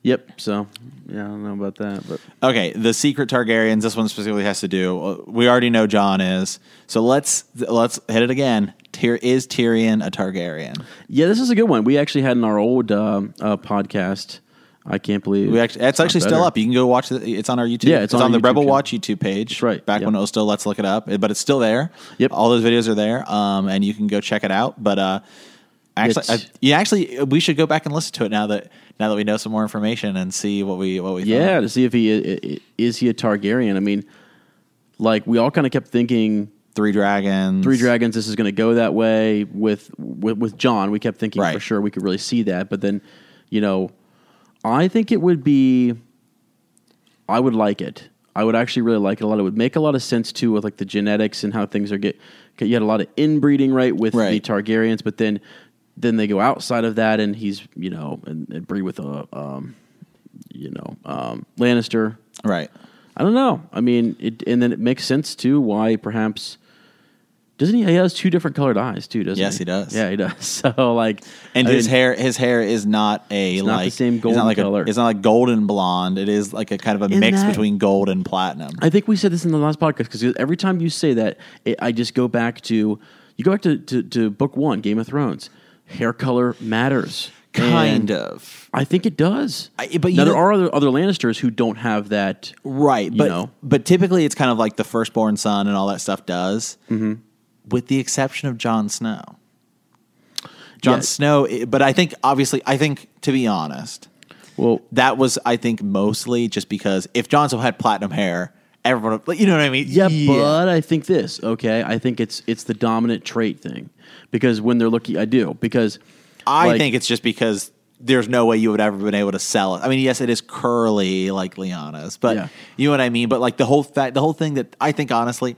[SPEAKER 1] Yep. So, yeah, I don't know about that, but
[SPEAKER 2] Okay, the secret Targaryens. This one specifically has to do. uh, We already know John is. So let's let's hit it again. Tyr- is Tyrion a Targaryen?
[SPEAKER 1] yeah, this is a good one. We actually had in our old uh, uh, podcast. I can't believe
[SPEAKER 2] We actually, it's
[SPEAKER 1] not
[SPEAKER 2] actually still
[SPEAKER 1] better.
[SPEAKER 2] up. You can go watch it. It's on our YouTube.
[SPEAKER 1] Yeah, it's on
[SPEAKER 2] on,
[SPEAKER 1] our
[SPEAKER 2] the
[SPEAKER 1] YouTube
[SPEAKER 2] Rebel
[SPEAKER 1] channel.
[SPEAKER 2] Watch YouTube page. That's
[SPEAKER 1] right,
[SPEAKER 2] Back when it
[SPEAKER 1] yep.
[SPEAKER 2] was still Let's Look It Up, but it's still there.
[SPEAKER 1] Yep.
[SPEAKER 2] All those videos are there, um, and you can go check it out. But uh, actually,
[SPEAKER 1] It's-
[SPEAKER 2] I, yeah, actually, we should go back and listen to it now that now that we know some more information and see what we what we.
[SPEAKER 1] Yeah,
[SPEAKER 2] thought.
[SPEAKER 1] to see if he i- i- is he a Targaryen. I mean, like we all kind of kept thinking
[SPEAKER 2] Three dragons.
[SPEAKER 1] Three Dragons. This is going to go that way with with, with John. We kept thinking for
[SPEAKER 2] Right.
[SPEAKER 1] sure we could really see that, but then you know, I think it would be. I would like it. I would actually really like it a lot. It would make a lot of sense too with like the genetics and how things are get. 'cause You had a lot of inbreeding, right, with the
[SPEAKER 2] Right.
[SPEAKER 1] Targaryens, but then then they go outside of that, and he's you know and, and breed with a um, you know um, Lannister.
[SPEAKER 2] Right.
[SPEAKER 1] I don't know. I mean, it, and then it makes sense too why perhaps doesn't he? He has two different colored eyes too, doesn't
[SPEAKER 2] Yes,
[SPEAKER 1] he?
[SPEAKER 2] he does.
[SPEAKER 1] Yeah, he does. [LAUGHS] So like,
[SPEAKER 2] And
[SPEAKER 1] I
[SPEAKER 2] his
[SPEAKER 1] mean,
[SPEAKER 2] hair, his hair is not a
[SPEAKER 1] not
[SPEAKER 2] like
[SPEAKER 1] the same
[SPEAKER 2] it's
[SPEAKER 1] golden
[SPEAKER 2] not like a-
[SPEAKER 1] color.
[SPEAKER 2] it's not like golden blonde. It is like a kind of a
[SPEAKER 1] Isn't
[SPEAKER 2] mix
[SPEAKER 1] that-
[SPEAKER 2] between gold and platinum.
[SPEAKER 1] I think we said this in the last podcast because every time you say that, it, I just go back to you go back to, to to book one, Game of Thrones. Hair color matters. And
[SPEAKER 2] of
[SPEAKER 1] I think it does.
[SPEAKER 2] I- but you
[SPEAKER 1] now
[SPEAKER 2] know-
[SPEAKER 1] there are other, other Lannisters who don't have that.
[SPEAKER 2] right,
[SPEAKER 1] you
[SPEAKER 2] but
[SPEAKER 1] know.
[SPEAKER 2] but typically it's kind of like the firstborn son and all that stuff does, mm-hmm. with the exception of Jon Snow. Jon
[SPEAKER 1] Yeah.
[SPEAKER 2] Snow, i- but I think obviously, I think to be honest,
[SPEAKER 1] Well,
[SPEAKER 2] that was I think mostly just because if Jon Snow had platinum hair, everyone, you know what I mean?
[SPEAKER 1] Yeah, but I think this. Okay, I think it's it's the dominant trait thing because when they're looking, I do because
[SPEAKER 2] I
[SPEAKER 1] like,
[SPEAKER 2] think it's just because there's no way you would ever been able to sell it. I mean, yes, it is curly like Liana's, but
[SPEAKER 1] Yeah.
[SPEAKER 2] you know what I mean. But like the whole fact, the whole thing that I think honestly,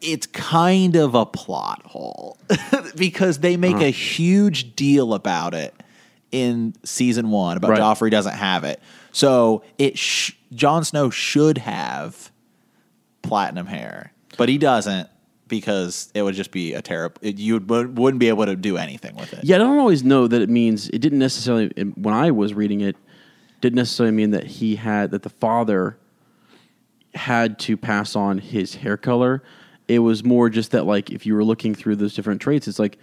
[SPEAKER 2] it's kind of a plot hole [LAUGHS] because they make
[SPEAKER 1] Uh-huh.
[SPEAKER 2] a huge deal about it in season one about
[SPEAKER 1] Right.
[SPEAKER 2] Joffrey doesn't have it, so it sh- Jon Snow should have platinum hair, but he doesn't because it would just be a terrible. You would, wouldn't be able to do anything with it.
[SPEAKER 1] yeah, I don't always know that it means. It didn't necessarily it- when I was reading it, didn't necessarily mean that he had that the father had to pass on his hair color. It was more just that like if you were looking through those different traits, it's like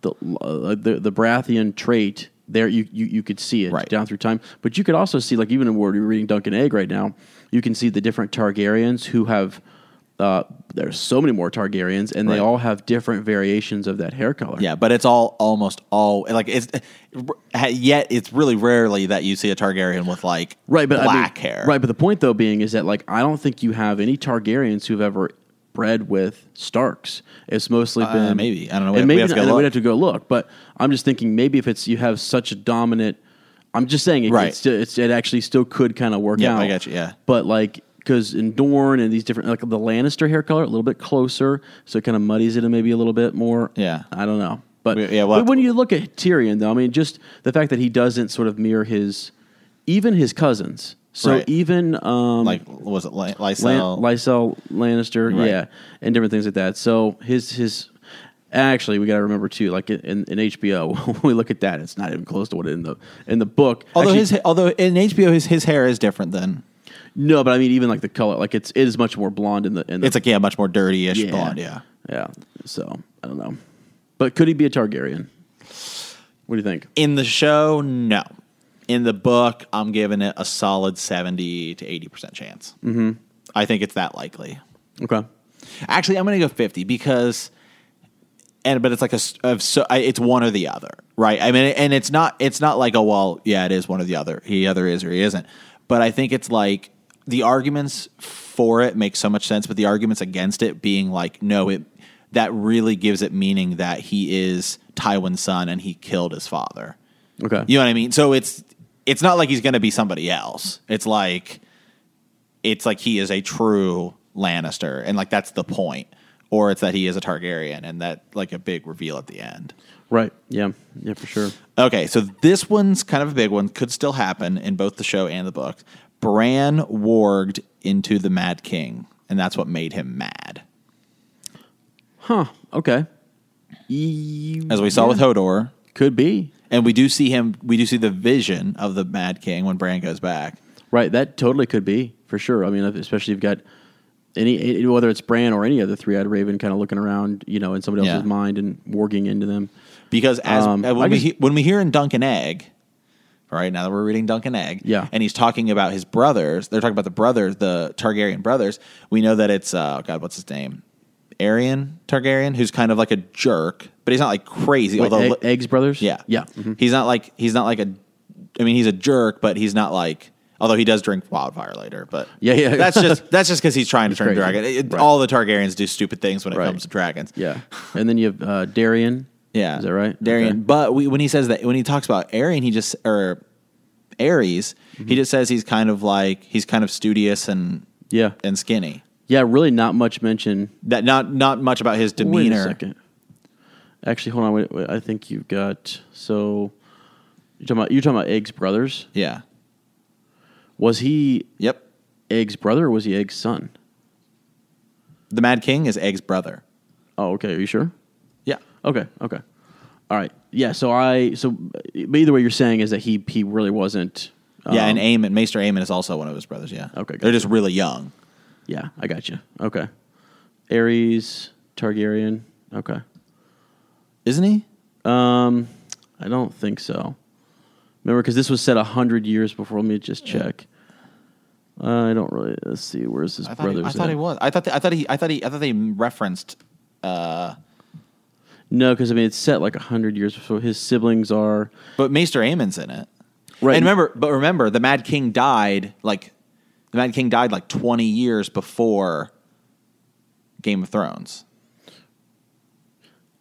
[SPEAKER 1] the uh, the, the Baratheon trait there you, you you could see it
[SPEAKER 2] Right.
[SPEAKER 1] down through time, but you could also see like even in where you're reading Duncan Egg right now, you can see the different Targaryens who have. Uh, there's so many more Targaryens, and they
[SPEAKER 2] Right.
[SPEAKER 1] all have different variations of that hair color.
[SPEAKER 2] Yeah, but it's all almost all like it's yet it's really rarely that you see a Targaryen with like
[SPEAKER 1] right, but I mean-
[SPEAKER 2] black hair.
[SPEAKER 1] Right, but the point though being is that like I don't think you have any Targaryens who've ever bred with Starks. It's mostly been
[SPEAKER 2] Uh, maybe. I don't
[SPEAKER 1] And
[SPEAKER 2] know. We- we
[SPEAKER 1] maybe
[SPEAKER 2] have to go
[SPEAKER 1] and
[SPEAKER 2] look.
[SPEAKER 1] we'd have to go look. But I'm just thinking maybe if it's you have such a dominant. I'm just saying it,
[SPEAKER 2] Right.
[SPEAKER 1] it's, it's, it actually still could kind of work
[SPEAKER 2] Yeah,
[SPEAKER 1] out.
[SPEAKER 2] I got you, yeah.
[SPEAKER 1] but like because in Dorne and these different like the Lannister hair color a little bit closer, so it kind of muddies it in maybe a little bit more.
[SPEAKER 2] Yeah.
[SPEAKER 1] I don't know. But
[SPEAKER 2] We- yeah, we'll have
[SPEAKER 1] when you look at Tyrion, though, I mean, just the fact that he doesn't sort of mirror his, even his cousins. So
[SPEAKER 2] Right.
[SPEAKER 1] even um,
[SPEAKER 2] Like was it Ly-
[SPEAKER 1] Lan-
[SPEAKER 2] Lysel?
[SPEAKER 1] Lysel Lannister,
[SPEAKER 2] Right.
[SPEAKER 1] yeah, and different things like that. So his his actually, we got to remember too, like in, in HBO, [LAUGHS] when we look at that, it's not even close to what in the in the book.
[SPEAKER 2] although
[SPEAKER 1] Actually,
[SPEAKER 2] his although in HBO his his hair is different than
[SPEAKER 1] no, but I mean, even like the color, like it's it is much more blonde in the in the
[SPEAKER 2] it's like yeah much more dirty ish blonde yeah.
[SPEAKER 1] yeah. So I don't know, but could he be a Targaryen? What do you think?
[SPEAKER 2] In the show, no. In the book, I'm giving it a solid 70 to 80% chance. Mm-hmm. I think it's that likely.
[SPEAKER 1] Okay,
[SPEAKER 2] Actually, I'm going to go 50 because and but it's like a s- of so I, it's one or the other, right? I mean, and it's not it's not like oh well, yeah, it is one or the other. He either is or he isn't. But I think it's like the arguments for it make so much sense, but the arguments against it being like no, it that really gives it meaning that he is Tywin's son and he killed his father.
[SPEAKER 1] Okay.
[SPEAKER 2] You know what I mean? So it's it's not like he's going to be somebody else. It's like it's like he is a true Lannister, and like that's the point. Or it's that he is a Targaryen, and that like a big reveal at the end.
[SPEAKER 1] Right. Yeah. Yeah, for sure.
[SPEAKER 2] Okay, so this one's kind of a big one. Could still happen in both the show and the book. Bran warged into the Mad King, and that's what made him mad.
[SPEAKER 1] Huh. Okay.
[SPEAKER 2] As we saw with Hodor,
[SPEAKER 1] Could be.
[SPEAKER 2] and we do see him. We do see the vision of the Mad King when Bran goes back.
[SPEAKER 1] Right. That totally could be for sure. I mean, if- especially if you've got any, whether it's Bran or any other three eyed raven kind of looking around, you know, in somebody else's
[SPEAKER 2] Yeah.
[SPEAKER 1] mind and warging into them.
[SPEAKER 2] Because as
[SPEAKER 1] Um,
[SPEAKER 2] uh,
[SPEAKER 1] I
[SPEAKER 2] when, we
[SPEAKER 1] guess-
[SPEAKER 2] he- when we hear in Duncan Egg, all right, now that we're reading Duncan Egg,
[SPEAKER 1] Yeah.
[SPEAKER 2] and he's talking about his brothers. They're talking about the brothers, the Targaryen brothers. We know that it's uh, God, what's his name, Arian Targaryen, who's kind of like a jerk, but he's not like crazy.
[SPEAKER 1] Wait,
[SPEAKER 2] although,
[SPEAKER 1] Egg- Eggs Brothers?
[SPEAKER 2] yeah,
[SPEAKER 1] Yeah. Mhm.
[SPEAKER 2] he's not like he's not like a. I mean, he's a jerk, but he's not like. Although he does drink wildfire later, but
[SPEAKER 1] Yeah, yeah.
[SPEAKER 2] that's just that's just because he's trying to turn
[SPEAKER 1] crazy.
[SPEAKER 2] dragon. It-
[SPEAKER 1] Right.
[SPEAKER 2] All the Targaryens do stupid things when it
[SPEAKER 1] Right.
[SPEAKER 2] comes to dragons.
[SPEAKER 1] Yeah. And then you have uh, Darian.
[SPEAKER 2] Yeah,
[SPEAKER 1] Is that right?
[SPEAKER 2] Darian?
[SPEAKER 1] Okay.
[SPEAKER 2] But we, when he says that, when he talks about Arian, he just or Aries,
[SPEAKER 1] Mm-hmm.
[SPEAKER 2] he just says he's kind of like he's kind of studious and
[SPEAKER 1] Yeah.
[SPEAKER 2] and skinny.
[SPEAKER 1] Yeah. Really not much mention.
[SPEAKER 2] That not not much about his demeanor.
[SPEAKER 1] Wait a second. Actually, hold on. Wait, wait, I think you've got. So you're talking about, you're talking about Eggs Brothers.
[SPEAKER 2] Yeah.
[SPEAKER 1] Was he
[SPEAKER 2] Yep.
[SPEAKER 1] Egg's brother or was he Egg's son?
[SPEAKER 2] The Mad King is Egg's brother.
[SPEAKER 1] Oh, okay. Are you sure?
[SPEAKER 2] Yeah.
[SPEAKER 1] Okay. Okay. All right. Yeah. So I. So, but either way, you're saying is that he he really wasn't.
[SPEAKER 2] yeah,
[SPEAKER 1] um,
[SPEAKER 2] and Aemon, Maester Aemon is also one of his brothers. Yeah.
[SPEAKER 1] Okay,
[SPEAKER 2] They're
[SPEAKER 1] gotcha.
[SPEAKER 2] just really young.
[SPEAKER 1] yeah. I got you. Okay. Aries Targaryen. Okay.
[SPEAKER 2] Isn't he?
[SPEAKER 1] Um, I don't think so. Remember, because this was said hundred years before. Let me just check. Uh, I don't really. Let's see. Where's his
[SPEAKER 2] I thought,
[SPEAKER 1] brother's?
[SPEAKER 2] he, I thought
[SPEAKER 1] at?
[SPEAKER 2] he was. I thought. th- I thought he. I thought he. I thought they referenced. Uh,
[SPEAKER 1] No, because I mean it's set like hundred years before. His siblings are.
[SPEAKER 2] But Maester Aemon's in it.
[SPEAKER 1] Right.
[SPEAKER 2] And remember, but remember, the Mad King died like the Mad King died like twenty years before Game of Thrones.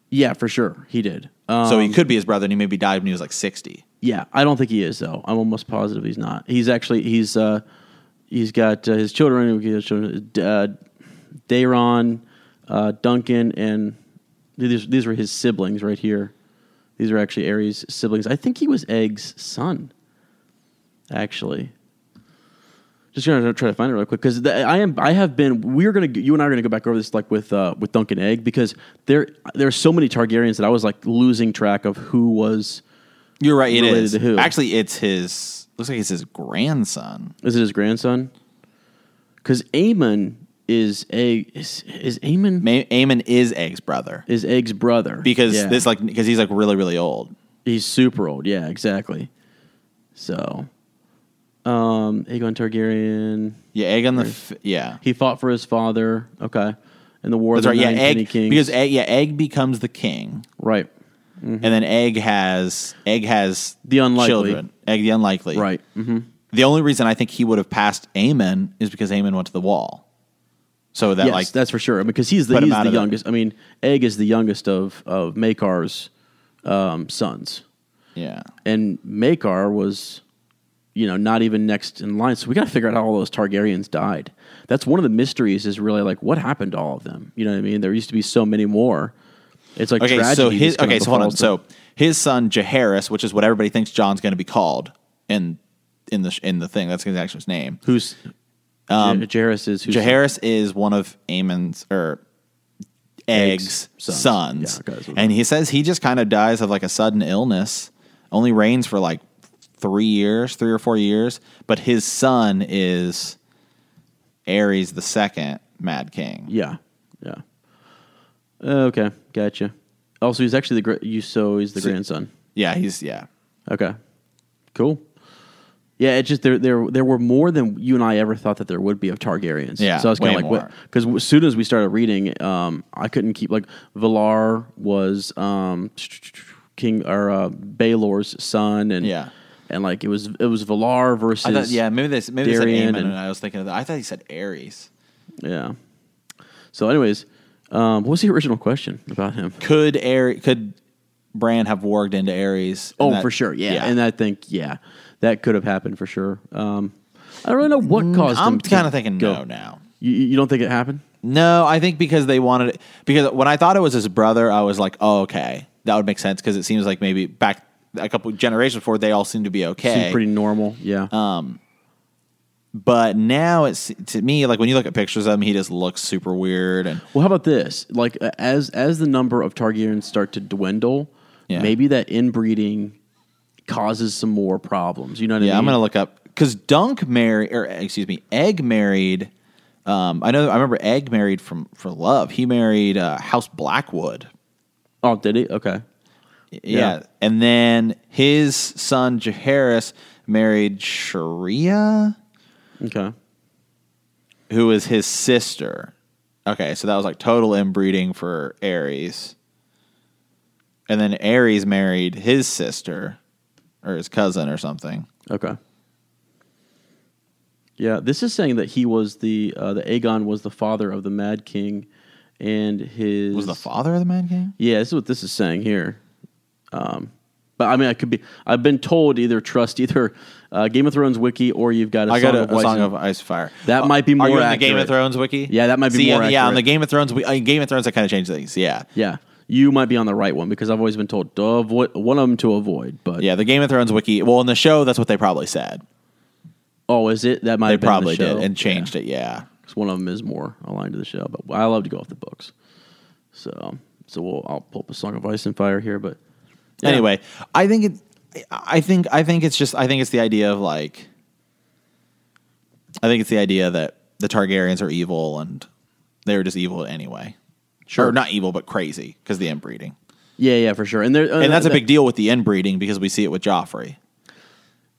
[SPEAKER 1] Yeah, for sure. He did. Um,
[SPEAKER 2] so he could be his brother, and he maybe died when he was like sixty.
[SPEAKER 1] Yeah, I don't think he is though. I'm almost positive he's not. He's actually he's uh he's got uh, his children. he has children, Uh, Dayron, uh, Duncan, and these these were his siblings right here. These are actually Ares' siblings. I think he was Egg's son. Actually, just gonna try to find it real quick because I am I have been we're gonna you and I are gonna go back over this like with uh, with Duncan Egg because there there are so many Targaryens that I was like losing track of who was.
[SPEAKER 2] You're right. It
[SPEAKER 1] Related
[SPEAKER 2] is
[SPEAKER 1] to who?
[SPEAKER 2] actually it's his. Looks like it's his grandson.
[SPEAKER 1] Is it his grandson? Because Aemon is a is, is Aemon
[SPEAKER 2] Ma- Aemon is Egg's brother
[SPEAKER 1] is Egg's brother
[SPEAKER 2] because
[SPEAKER 1] Yeah.
[SPEAKER 2] this like because he's like really really old.
[SPEAKER 1] he's super old. Yeah, exactly. So, um, Aegon Targaryen.
[SPEAKER 2] Yeah, Egg on the f- yeah.
[SPEAKER 1] He fought for his father. Okay, in the war.
[SPEAKER 2] That's
[SPEAKER 1] of
[SPEAKER 2] right.
[SPEAKER 1] the
[SPEAKER 2] Yeah,
[SPEAKER 1] Nine Penny
[SPEAKER 2] Egg
[SPEAKER 1] Kings.
[SPEAKER 2] because Egg, yeah Egg becomes the king.
[SPEAKER 1] right,
[SPEAKER 2] and then egg has egg has
[SPEAKER 1] The unlikely.
[SPEAKER 2] children egg the unlikely
[SPEAKER 1] right. hmm
[SPEAKER 2] the only reason i think he would have passed amen is because amen went to the wall so that
[SPEAKER 1] Yes,
[SPEAKER 2] like
[SPEAKER 1] that's for sure. Because he's the
[SPEAKER 2] Put him
[SPEAKER 1] he's
[SPEAKER 2] out
[SPEAKER 1] the
[SPEAKER 2] of it.
[SPEAKER 1] youngest. I mean, Egg is the youngest of of Makar's um, sons.
[SPEAKER 2] yeah
[SPEAKER 1] and Makar was, you know, not even next in line. So we got to figure out how all those Targaryens died. That's one of the mysteries. Is really like what happened to all of them. You know what I mean? There used to be so many more. It's like
[SPEAKER 2] okay
[SPEAKER 1] tragedy
[SPEAKER 2] so
[SPEAKER 1] just
[SPEAKER 2] his
[SPEAKER 1] kinda
[SPEAKER 2] okay so hold on
[SPEAKER 1] befalls them.
[SPEAKER 2] so his son jaharis which is what everybody thinks john's going to be called in in the sh- in the thing that's his actual name
[SPEAKER 1] who's um, Jairus is who's
[SPEAKER 2] jaharis is one of amen's or Egg's
[SPEAKER 1] Egg's
[SPEAKER 2] sons,
[SPEAKER 1] sons. Yeah, okay, that's what-
[SPEAKER 2] and he says he just kind of dies of like a sudden illness. Only reigns for like three years, three or four years. But his son is Ares the second Mad King.
[SPEAKER 1] yeah yeah. Okay, gotcha. Also, he's actually the gra- you. So he's the grandson.
[SPEAKER 2] Yeah, he's yeah.
[SPEAKER 1] Okay, cool. Yeah, it just there there there were more than you and I ever thought that there would be of Targaryens.
[SPEAKER 2] Yeah,
[SPEAKER 1] so I was kind
[SPEAKER 2] way
[SPEAKER 1] of like, what?
[SPEAKER 2] more.
[SPEAKER 1] Because as soon as we started reading, um, I couldn't keep like Valar was um, King or uh, Baelor's son, and
[SPEAKER 2] Yeah.
[SPEAKER 1] and like it was it was Valar versus
[SPEAKER 2] I thought, yeah, maybe they maybe they said
[SPEAKER 1] Darien
[SPEAKER 2] Aemon,
[SPEAKER 1] and-
[SPEAKER 2] and, I was thinking of that. I thought he said Ares.
[SPEAKER 1] yeah. So, anyways, um, what was the original question about him?
[SPEAKER 2] Could Ares, could Bran have warged into Ares?
[SPEAKER 1] Oh, for sure, yeah. and I think yeah, that could have happened for sure. Um, I don't really know what caused.
[SPEAKER 2] Mm, I'm
[SPEAKER 1] him to
[SPEAKER 2] kind of thinking
[SPEAKER 1] go.
[SPEAKER 2] no now.
[SPEAKER 1] You, you don't think it happened?
[SPEAKER 2] No, I think because they wanted it. Because when I thought it was his brother, I was like, oh, okay, that would make sense. Because it seems like maybe back a couple generations before, they all seemed to be okay.
[SPEAKER 1] Seemed pretty normal. Yeah.
[SPEAKER 2] Uh, but now it's to me like when you look at pictures of him, he just looks super weird. And
[SPEAKER 1] Well, how about this? Like uh, as as the number of Targaryens start to dwindle,
[SPEAKER 2] Yeah.
[SPEAKER 1] maybe that inbreeding causes some more problems. You know what
[SPEAKER 2] yeah,
[SPEAKER 1] I
[SPEAKER 2] I'm
[SPEAKER 1] mean?
[SPEAKER 2] gonna look up because Dunk married, or excuse me, Egg married. Um, I know I remember Egg married from for love. He married uh, House Blackwood.
[SPEAKER 1] Oh, did he? Okay.
[SPEAKER 2] Yeah.
[SPEAKER 1] Yeah.
[SPEAKER 2] and then his son Jaharis married Sharia.
[SPEAKER 1] Okay.
[SPEAKER 2] who is his sister. Okay, so that was like total inbreeding for Aries. And then Aries married his sister or his cousin or something.
[SPEAKER 1] Okay. Yeah, this is saying that he was the uh, the Aegon was the father of the Mad King, and his
[SPEAKER 2] Was the father of the Mad King?
[SPEAKER 1] Yeah, this is what this is saying here. Um, but I mean, I could be. I've been told either trust either uh, Game of Thrones wiki or you've got a
[SPEAKER 2] I
[SPEAKER 1] song
[SPEAKER 2] got a,
[SPEAKER 1] of
[SPEAKER 2] a
[SPEAKER 1] Ice
[SPEAKER 2] song
[SPEAKER 1] and-
[SPEAKER 2] of Ice and Fire. Uh,
[SPEAKER 1] That might be
[SPEAKER 2] Are you
[SPEAKER 1] more
[SPEAKER 2] on the Game of
[SPEAKER 1] accurate.
[SPEAKER 2] Thrones wiki?
[SPEAKER 1] Yeah, that might be
[SPEAKER 2] See,
[SPEAKER 1] more
[SPEAKER 2] on- Yeah, on
[SPEAKER 1] accurate.
[SPEAKER 2] the Game of Thrones, we, uh, Game of Thrones, I kind of changed things. Yeah,
[SPEAKER 1] Yeah, you might be on the right one because I've always been told to avoid one of them to avoid. But
[SPEAKER 2] yeah, the Game of Thrones wiki. Well, in the show, that's what they probably said.
[SPEAKER 1] oh, is it that might
[SPEAKER 2] They
[SPEAKER 1] have been
[SPEAKER 2] probably
[SPEAKER 1] the show.
[SPEAKER 2] did and changed it. Yeah,
[SPEAKER 1] 'Cause one of them is more aligned to the show. But I love to go off the books, so so we'll, I'll pull up a song of Ice and Fire here. But yeah.
[SPEAKER 2] Anyway, I think it. I think I think it's just I think it's the idea of like. I think it's the idea that the Targaryens are evil and they were just evil anyway. Sure, or not evil but crazy because the inbreeding,
[SPEAKER 1] yeah, yeah, for sure, and there uh,
[SPEAKER 2] and that's a big deal with the inbreeding because we see it with Joffrey.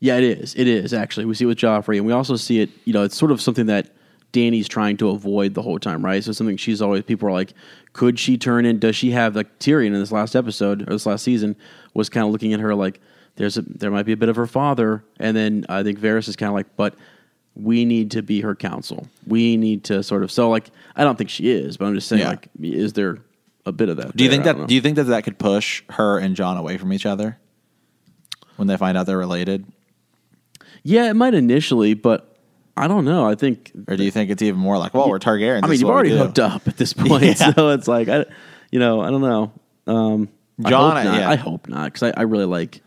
[SPEAKER 1] Yeah, it is. It is actually. We see it with Joffrey, and we also see it. You know, it's sort of something that Danny's trying to avoid the whole time, right? So something she's always people are like, could she turn in? Does she have like Tyrion in this last episode or this last season was kind of looking at her like there's a, there might be a bit of her father, and then I think Varys is kind of like, but we need to be her counsel. We need to sort of so like I don't think she is, but I'm just saying
[SPEAKER 2] Yeah.
[SPEAKER 1] like is there a bit of that?
[SPEAKER 2] Do you
[SPEAKER 1] there?
[SPEAKER 2] think
[SPEAKER 1] I don't
[SPEAKER 2] that?
[SPEAKER 1] know.
[SPEAKER 2] Do you think that that could push her and John away from each other when they find out they're related,
[SPEAKER 1] yeah, it might initially, but. I don't know. I think
[SPEAKER 2] or do you think it's even more like, well, we're Targaryens?
[SPEAKER 1] I mean,
[SPEAKER 2] this is
[SPEAKER 1] you've
[SPEAKER 2] what we
[SPEAKER 1] already
[SPEAKER 2] do.
[SPEAKER 1] hooked up
[SPEAKER 2] [LAUGHS]
[SPEAKER 1] at this point,
[SPEAKER 2] Yeah.
[SPEAKER 1] so it's like I, you know, I don't know. Um,
[SPEAKER 2] John,
[SPEAKER 1] I hope not.
[SPEAKER 2] yeah.
[SPEAKER 1] I hope not because I, I really like,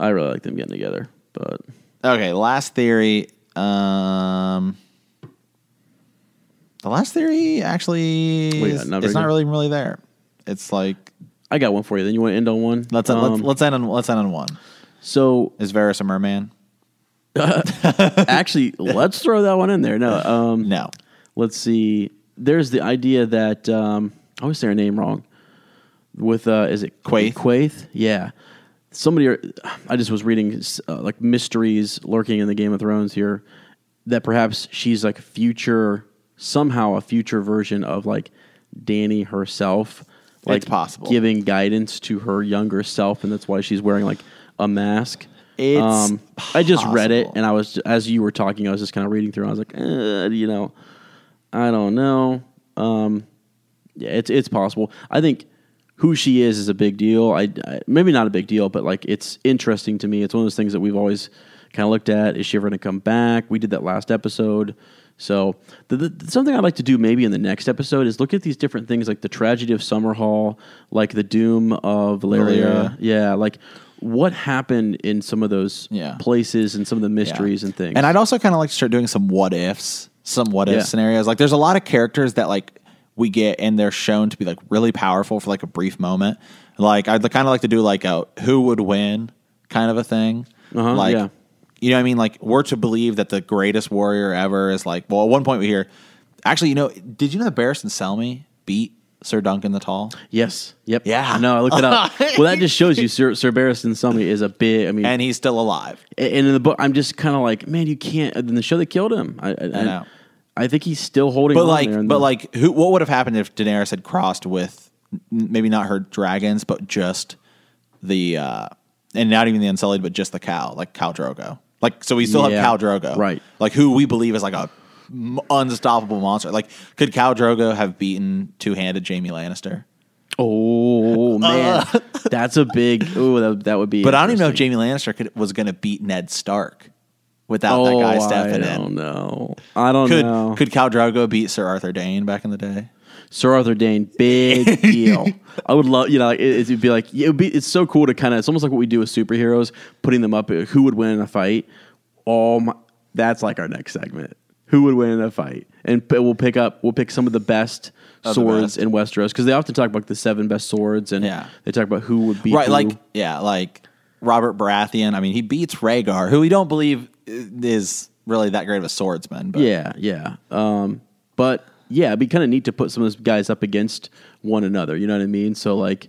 [SPEAKER 1] I really like them getting together. But
[SPEAKER 2] Okay, last theory. Um, the last theory actually,
[SPEAKER 1] Wait,
[SPEAKER 2] is,
[SPEAKER 1] not very
[SPEAKER 2] it's not
[SPEAKER 1] good.
[SPEAKER 2] really really there. It's like
[SPEAKER 1] I got one for you. Then you want to end on one?
[SPEAKER 2] let's
[SPEAKER 1] Um,
[SPEAKER 2] let's let's end on let's end on one.
[SPEAKER 1] so [LAUGHS]
[SPEAKER 2] Is Varys a merman?
[SPEAKER 1] actually, let's throw that one in there. No, um,
[SPEAKER 2] No.
[SPEAKER 1] let's see. There's the idea that um, I always say her name wrong. With uh, is it
[SPEAKER 2] Quaithe?
[SPEAKER 1] Quaithe, yeah. Somebody, I just was reading uh, like mysteries lurking in the Game of Thrones here. That perhaps she's like future, somehow a future version of like Danny herself. Like
[SPEAKER 2] possible.
[SPEAKER 1] giving guidance to her younger self, and that's why she's wearing like a mask.
[SPEAKER 2] It's
[SPEAKER 1] Um, I just read it,
[SPEAKER 2] possible.
[SPEAKER 1] and I was as you were talking, I was just kind of reading through. And I was like, eh, you know, I don't know. Um, yeah, it's it's possible. I think who she is is a big deal. I, I- maybe not a big deal, but like it's interesting to me. It's one of those things that we've always kind of looked at. Is she ever going to come back? We did that last episode. So the, the, something I'd like to do maybe in the next episode is look at these different things like the tragedy of Summer Hall, like the doom of Valeria.
[SPEAKER 2] Valeria.
[SPEAKER 1] Yeah, like what happened in some of those
[SPEAKER 2] Yeah.
[SPEAKER 1] places and some of the
[SPEAKER 2] Yeah.
[SPEAKER 1] mysteries and things.
[SPEAKER 2] And I'd also kind of like to start doing some what ifs, some what if
[SPEAKER 1] Yeah.
[SPEAKER 2] scenarios. Like there's a lot of characters that like we get and they're shown to be like really powerful for like a brief moment. Like I'd kind of like to do like a who would win kind of a thing.
[SPEAKER 1] Uh-huh,
[SPEAKER 2] like
[SPEAKER 1] yeah.
[SPEAKER 2] you know what I mean? Like we're to believe that the greatest warrior ever is like well at one point we hear actually you know did you know that Barris and Selmy beat Sir Duncan the Tall?
[SPEAKER 1] Yes. Yep.
[SPEAKER 2] Yeah.
[SPEAKER 1] I know. I looked it
[SPEAKER 2] [LAUGHS]
[SPEAKER 1] up. well, that just shows you Sir Sir Barristan Selmy is a big. I mean,
[SPEAKER 2] And he's still alive.
[SPEAKER 1] and in the book, I'm just kind of like, man, you can't. In the show, they killed him. I, I, I
[SPEAKER 2] know.
[SPEAKER 1] I think he's still holding.
[SPEAKER 2] But
[SPEAKER 1] on
[SPEAKER 2] like,
[SPEAKER 1] there in
[SPEAKER 2] but
[SPEAKER 1] the-
[SPEAKER 2] like, who? What would have happened if Daenerys had crossed with n- maybe not her dragons, but just the uh and not even the Unsullied, but just the cow, like Cal Drogo. Like, so we still
[SPEAKER 1] Yeah.
[SPEAKER 2] have Cal Drogo,
[SPEAKER 1] Right.
[SPEAKER 2] Like, who we believe is like a m- unstoppable monster. Like, could Cal Drogo have beaten two handed Jamie Lannister?
[SPEAKER 1] oh man,
[SPEAKER 2] [LAUGHS]
[SPEAKER 1] that's a big. Oh, that, that would be.
[SPEAKER 2] But I don't even know if
[SPEAKER 1] interesting.
[SPEAKER 2] Jamie Lannister could, was going to beat Ned Stark without that
[SPEAKER 1] oh,
[SPEAKER 2] guy stepping
[SPEAKER 1] I don't
[SPEAKER 2] in.
[SPEAKER 1] know. I don't
[SPEAKER 2] Could
[SPEAKER 1] know.
[SPEAKER 2] could Cal Drogo beat Sir Arthur Dane back in the day?
[SPEAKER 1] Sir Arthur Dane,
[SPEAKER 2] [LAUGHS]
[SPEAKER 1] big deal. I would love, you know, like, it, it'd be like it would be. It's so cool to kind of. It's almost like what we do with superheroes, putting them up. uh, Who would win in a fight? All my, that's like our next segment. Who would win in a fight? And p- we'll pick up. We'll pick some of the best
[SPEAKER 2] Of the
[SPEAKER 1] swords
[SPEAKER 2] best.
[SPEAKER 1] in Westeros because they often talk about the seven best swords, and
[SPEAKER 2] Yeah.
[SPEAKER 1] they talk about who would be
[SPEAKER 2] right
[SPEAKER 1] who.
[SPEAKER 2] like yeah like robert baratheon i mean he beats rhaegar who we don't believe is really that great of a swordsman but
[SPEAKER 1] Yeah, yeah. Um, but yeah, it'd be kind of neat to put some of those guys up against one another. You know what I mean? So like,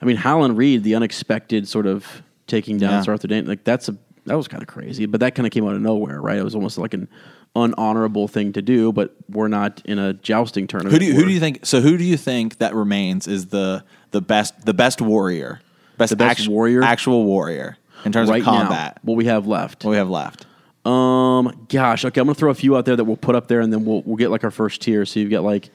[SPEAKER 1] I mean, Howland Reed, the unexpected sort of taking down
[SPEAKER 2] Yeah.
[SPEAKER 1] Sir Arthur Dane, like that's a that was kind of crazy, but that kind of came out of nowhere, right? It was almost like an unhonorable thing to do, but we're not in a jousting tournament.
[SPEAKER 2] who do you, who
[SPEAKER 1] We're-
[SPEAKER 2] do you think so who do you think that remains is the the best the best warrior best,
[SPEAKER 1] best warrior?
[SPEAKER 2] actual warrior in terms
[SPEAKER 1] right
[SPEAKER 2] of combat
[SPEAKER 1] now?
[SPEAKER 2] Oh,
[SPEAKER 1] What we have left?
[SPEAKER 2] what we have left
[SPEAKER 1] Um, gosh, okay, I'm gonna throw a few out there that we'll put up there, and then we'll we'll get like our first tier. So you've got like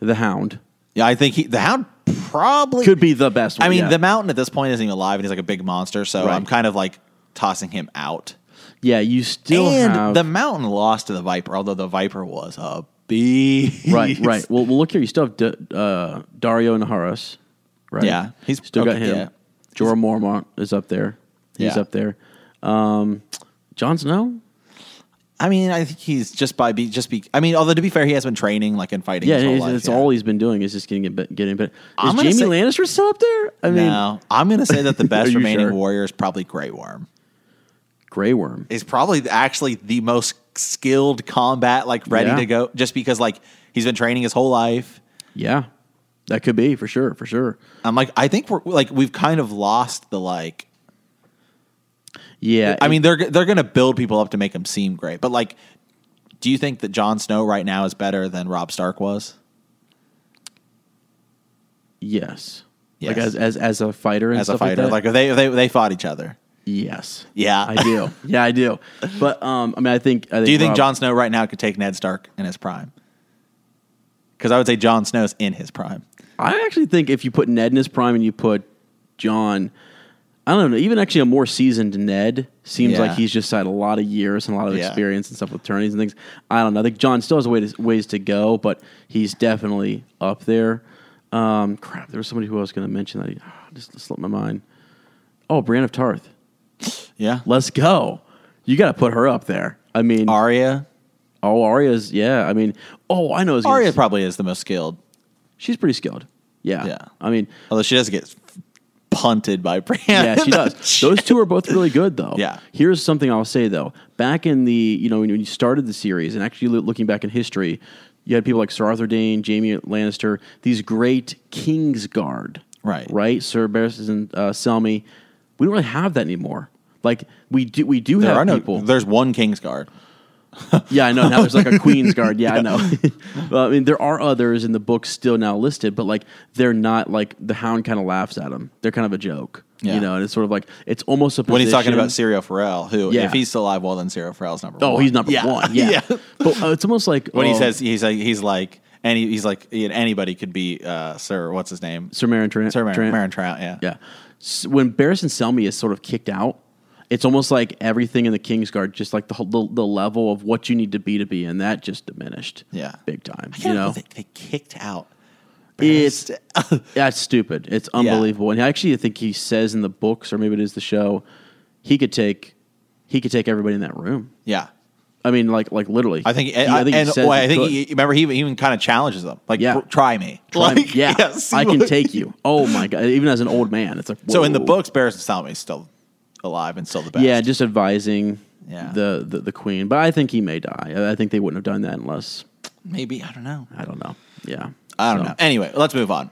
[SPEAKER 1] the Hound
[SPEAKER 2] yeah i think he the hound probably
[SPEAKER 1] could be the best. one,
[SPEAKER 2] i mean
[SPEAKER 1] yeah.
[SPEAKER 2] the mountain at this point isn't even alive and he's like a big monster so
[SPEAKER 1] Right.
[SPEAKER 2] i'm kind of like tossing him out
[SPEAKER 1] yeah, you still
[SPEAKER 2] and
[SPEAKER 1] have
[SPEAKER 2] the mountain lost to the viper although the viper was a beast [LAUGHS]
[SPEAKER 1] Right, right. Well, well, look here. You still have D- uh, Dario Naharis, right?
[SPEAKER 2] Yeah, he's-
[SPEAKER 1] still got
[SPEAKER 2] okay,
[SPEAKER 1] him.
[SPEAKER 2] yeah.
[SPEAKER 1] Jorah Mormont is up there. He's
[SPEAKER 2] Yeah.
[SPEAKER 1] up there. Um, Jon Snow.
[SPEAKER 2] I mean, I think he's just by be just be. I mean, although to be fair, he has been training like in fighting.
[SPEAKER 1] Yeah,
[SPEAKER 2] his whole
[SPEAKER 1] it's,
[SPEAKER 2] life,
[SPEAKER 1] it's
[SPEAKER 2] yeah.
[SPEAKER 1] all he's been doing is just getting it, getting better. Is
[SPEAKER 2] I'm gonna
[SPEAKER 1] Jamie
[SPEAKER 2] say-
[SPEAKER 1] Lannister still up there? I mean,
[SPEAKER 2] no, I'm gonna
[SPEAKER 1] [LAUGHS]
[SPEAKER 2] say that the
[SPEAKER 1] Are
[SPEAKER 2] best
[SPEAKER 1] you
[SPEAKER 2] remaining
[SPEAKER 1] sure?
[SPEAKER 2] warrior is probably Grey Worm.
[SPEAKER 1] Grey Worm.
[SPEAKER 2] Is probably actually the most skilled combat, like ready
[SPEAKER 1] Yeah.
[SPEAKER 2] to go, just because like he's been training his whole life.
[SPEAKER 1] Yeah, that could be for sure, for sure.
[SPEAKER 2] I'm like, I think we're like we've kind of lost the like.
[SPEAKER 1] Yeah,
[SPEAKER 2] I mean, they're they're gonna build people up to make them seem great, but like, do you think that Jon Snow right now is better than Rob Stark was?
[SPEAKER 1] yes. Like
[SPEAKER 2] Yes.
[SPEAKER 1] as as as a fighter and
[SPEAKER 2] As a
[SPEAKER 1] stuff
[SPEAKER 2] fighter,
[SPEAKER 1] like, that?
[SPEAKER 2] like, if they if they they fought each other.
[SPEAKER 1] yes,
[SPEAKER 2] Yeah.
[SPEAKER 1] I do. Yeah, I
[SPEAKER 2] [LAUGHS]
[SPEAKER 1] do. But um, I mean, I think. I think
[SPEAKER 2] Do you think
[SPEAKER 1] Rob-
[SPEAKER 2] Jon Snow right now could take Ned Stark in his prime? Because I would say Jon Snow's in his prime.
[SPEAKER 1] I actually think if you put Ned in his prime and you put John, I don't know, even actually a more seasoned Ned seems
[SPEAKER 2] Yeah.
[SPEAKER 1] like he's just had a lot of years and a lot of
[SPEAKER 2] Yeah.
[SPEAKER 1] experience and stuff with attorneys and things. I don't know. I think John still has ways, ways to go, but he's definitely up there. Um, crap, there was somebody who I was going to mention that he, ah, just slipped my mind. Oh, Brienne of Tarth.
[SPEAKER 2] Yeah,
[SPEAKER 1] Let's go. You got to put her up there. I mean,
[SPEAKER 2] Arya.
[SPEAKER 1] oh, Arya's, yeah. I mean, oh, I know. I was gonna
[SPEAKER 2] Arya
[SPEAKER 1] say-
[SPEAKER 2] probably is the most skilled,
[SPEAKER 1] She's pretty skilled. Yeah.
[SPEAKER 2] Yeah.
[SPEAKER 1] I mean,
[SPEAKER 2] although she does get punted by Bran.
[SPEAKER 1] yeah,
[SPEAKER 2] [LAUGHS]
[SPEAKER 1] she does. Those two are both really good, though.
[SPEAKER 2] Yeah.
[SPEAKER 1] Here's something I'll say though. Back in the you know when you started the series, and actually loo- looking back in history, you had people like Sir Arthur Dane, Jamie Lannister, these great Kingsguard.
[SPEAKER 2] Right.
[SPEAKER 1] Right. Sir Barristan and uh, Selmy. We don't really have that anymore. Like we do, we do
[SPEAKER 2] There
[SPEAKER 1] have
[SPEAKER 2] are no.
[SPEAKER 1] people.
[SPEAKER 2] There's one Kingsguard.
[SPEAKER 1] Yeah, I know. Now there's like a
[SPEAKER 2] [LAUGHS]
[SPEAKER 1] Queen's Guard. Yeah, I know. [LAUGHS] well, I mean, there are others in the book still now listed, but like they're not like the Hound kind of laughs at them. They're kind of a joke,
[SPEAKER 2] Yeah.
[SPEAKER 1] you know. And it's sort of like it's almost a position.
[SPEAKER 2] When he's talking about Cyril Farrell, who
[SPEAKER 1] Yeah.
[SPEAKER 2] if he's still alive, well then Cyril Farrell's number one.
[SPEAKER 1] oh, he's number
[SPEAKER 2] [LAUGHS]
[SPEAKER 1] one. Yeah, but uh, it's almost like
[SPEAKER 2] When he
[SPEAKER 1] oh,
[SPEAKER 2] says he's like he's like and he, he's like yeah, anybody could be uh, Sir. What's his name?
[SPEAKER 1] Sir Marin Trant,
[SPEAKER 2] Sir Mar-
[SPEAKER 1] Trant-
[SPEAKER 2] Marin Trout. Yeah.
[SPEAKER 1] yeah. S- when Barris and Selmy is sort of kicked out, it's almost like everything in the King's Guard, just like the whole, the, the level of what you need to be to be, and that just diminished.
[SPEAKER 2] Yeah.
[SPEAKER 1] big time.
[SPEAKER 2] I can't
[SPEAKER 1] You know,
[SPEAKER 2] believe they, they kicked out.
[SPEAKER 1] It's that's stupid. It's unbelievable. And actually, I think he says in the books, or maybe it is the show, he could take he could take everybody in that room.
[SPEAKER 2] Yeah.
[SPEAKER 1] I mean, like like literally.
[SPEAKER 2] I think,
[SPEAKER 1] He-
[SPEAKER 2] I,
[SPEAKER 1] he
[SPEAKER 2] and
[SPEAKER 1] says
[SPEAKER 2] well,
[SPEAKER 1] he
[SPEAKER 2] I think
[SPEAKER 1] could.
[SPEAKER 2] he, remember he even, even kind of challenges them, like
[SPEAKER 1] Yeah.
[SPEAKER 2] "Bro, try me, [LAUGHS]
[SPEAKER 1] Try me. [LAUGHS]
[SPEAKER 2] Like,
[SPEAKER 1] yeah,
[SPEAKER 2] see
[SPEAKER 1] I can
[SPEAKER 2] what-
[SPEAKER 1] take you. Oh my god! Even as an old man, it's like
[SPEAKER 2] So in the
[SPEAKER 1] whoa.
[SPEAKER 2] books, Barris Salome is still alive and still the best.
[SPEAKER 1] yeah, just advising
[SPEAKER 2] Yeah.
[SPEAKER 1] the, the the queen. But I think he may die. I think they wouldn't have done that unless
[SPEAKER 2] maybe I don't know.
[SPEAKER 1] I don't know. Yeah,
[SPEAKER 2] I don't
[SPEAKER 1] So.
[SPEAKER 2] know. Anyway, let's move on.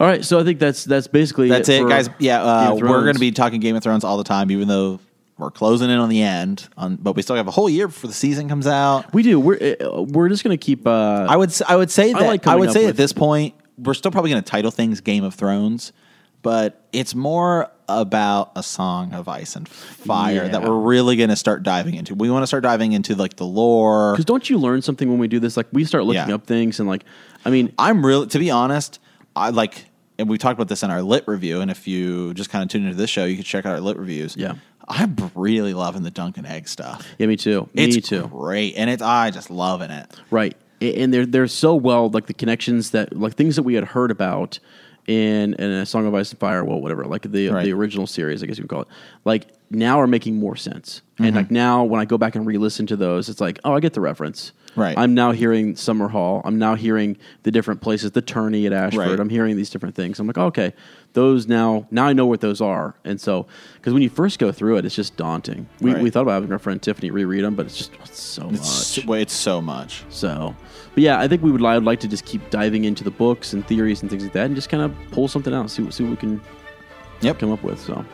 [SPEAKER 1] All right, so I think that's that's basically
[SPEAKER 2] That's it,
[SPEAKER 1] for
[SPEAKER 2] guys. Yeah,
[SPEAKER 1] Game
[SPEAKER 2] uh,
[SPEAKER 1] of
[SPEAKER 2] we're
[SPEAKER 1] Thrones.
[SPEAKER 2] going to be talking Game of Thrones all the time, even though we're closing in on the end. On, but we still have a whole year before the season comes out.
[SPEAKER 1] We do. We're uh, we're just gonna keep. Uh,
[SPEAKER 2] I would s- I would say that I,
[SPEAKER 1] like coming
[SPEAKER 2] would
[SPEAKER 1] up
[SPEAKER 2] say at
[SPEAKER 1] with-
[SPEAKER 2] this point we're still probably going to title things Game of Thrones, but it's more about a song of ice and fire
[SPEAKER 1] Yeah.
[SPEAKER 2] that we're really going to start diving into. We want to start diving into like the lore.
[SPEAKER 1] Because don't you learn something when we do this? Like we start looking
[SPEAKER 2] Yeah.
[SPEAKER 1] up things and like, I mean,
[SPEAKER 2] I'm really to be honest, I like and we talked about this in our lit review and if you just kind of tune into this show, you can check out our lit reviews.
[SPEAKER 1] Yeah.
[SPEAKER 2] I'm really loving the Dunkin' Egg stuff.
[SPEAKER 1] yeah, me too,
[SPEAKER 2] It's
[SPEAKER 1] me too,
[SPEAKER 2] great. And it's I just loving it.
[SPEAKER 1] right? A- And they're they're so well like the connections that like things that we had heard about in in a Song of Ice and Fire, well, whatever, like the
[SPEAKER 2] Right.
[SPEAKER 1] the original series, I guess you would call it. Like now are making more sense.
[SPEAKER 2] Mm-hmm.
[SPEAKER 1] And like now, when I go back and re-listen to those, it's like, oh, I get the reference.
[SPEAKER 2] Right.
[SPEAKER 1] I'm now hearing Summer Hall. I'm now hearing the different places, the tourney at Ashford.
[SPEAKER 2] Right.
[SPEAKER 1] I'm hearing these different things. I'm like, oh, okay, those now. Now I know what those are. And so, because when you first go through it, it's just daunting. We,
[SPEAKER 2] Right.
[SPEAKER 1] we thought about having our friend Tiffany reread them, but it's just it's so much.
[SPEAKER 2] It's, it's so much.
[SPEAKER 1] So, but yeah, I think we would. I would like to just keep diving into the books and theories and things like that, and just kind of pull something out, see what see what we can
[SPEAKER 2] Yep.
[SPEAKER 1] come up with. So,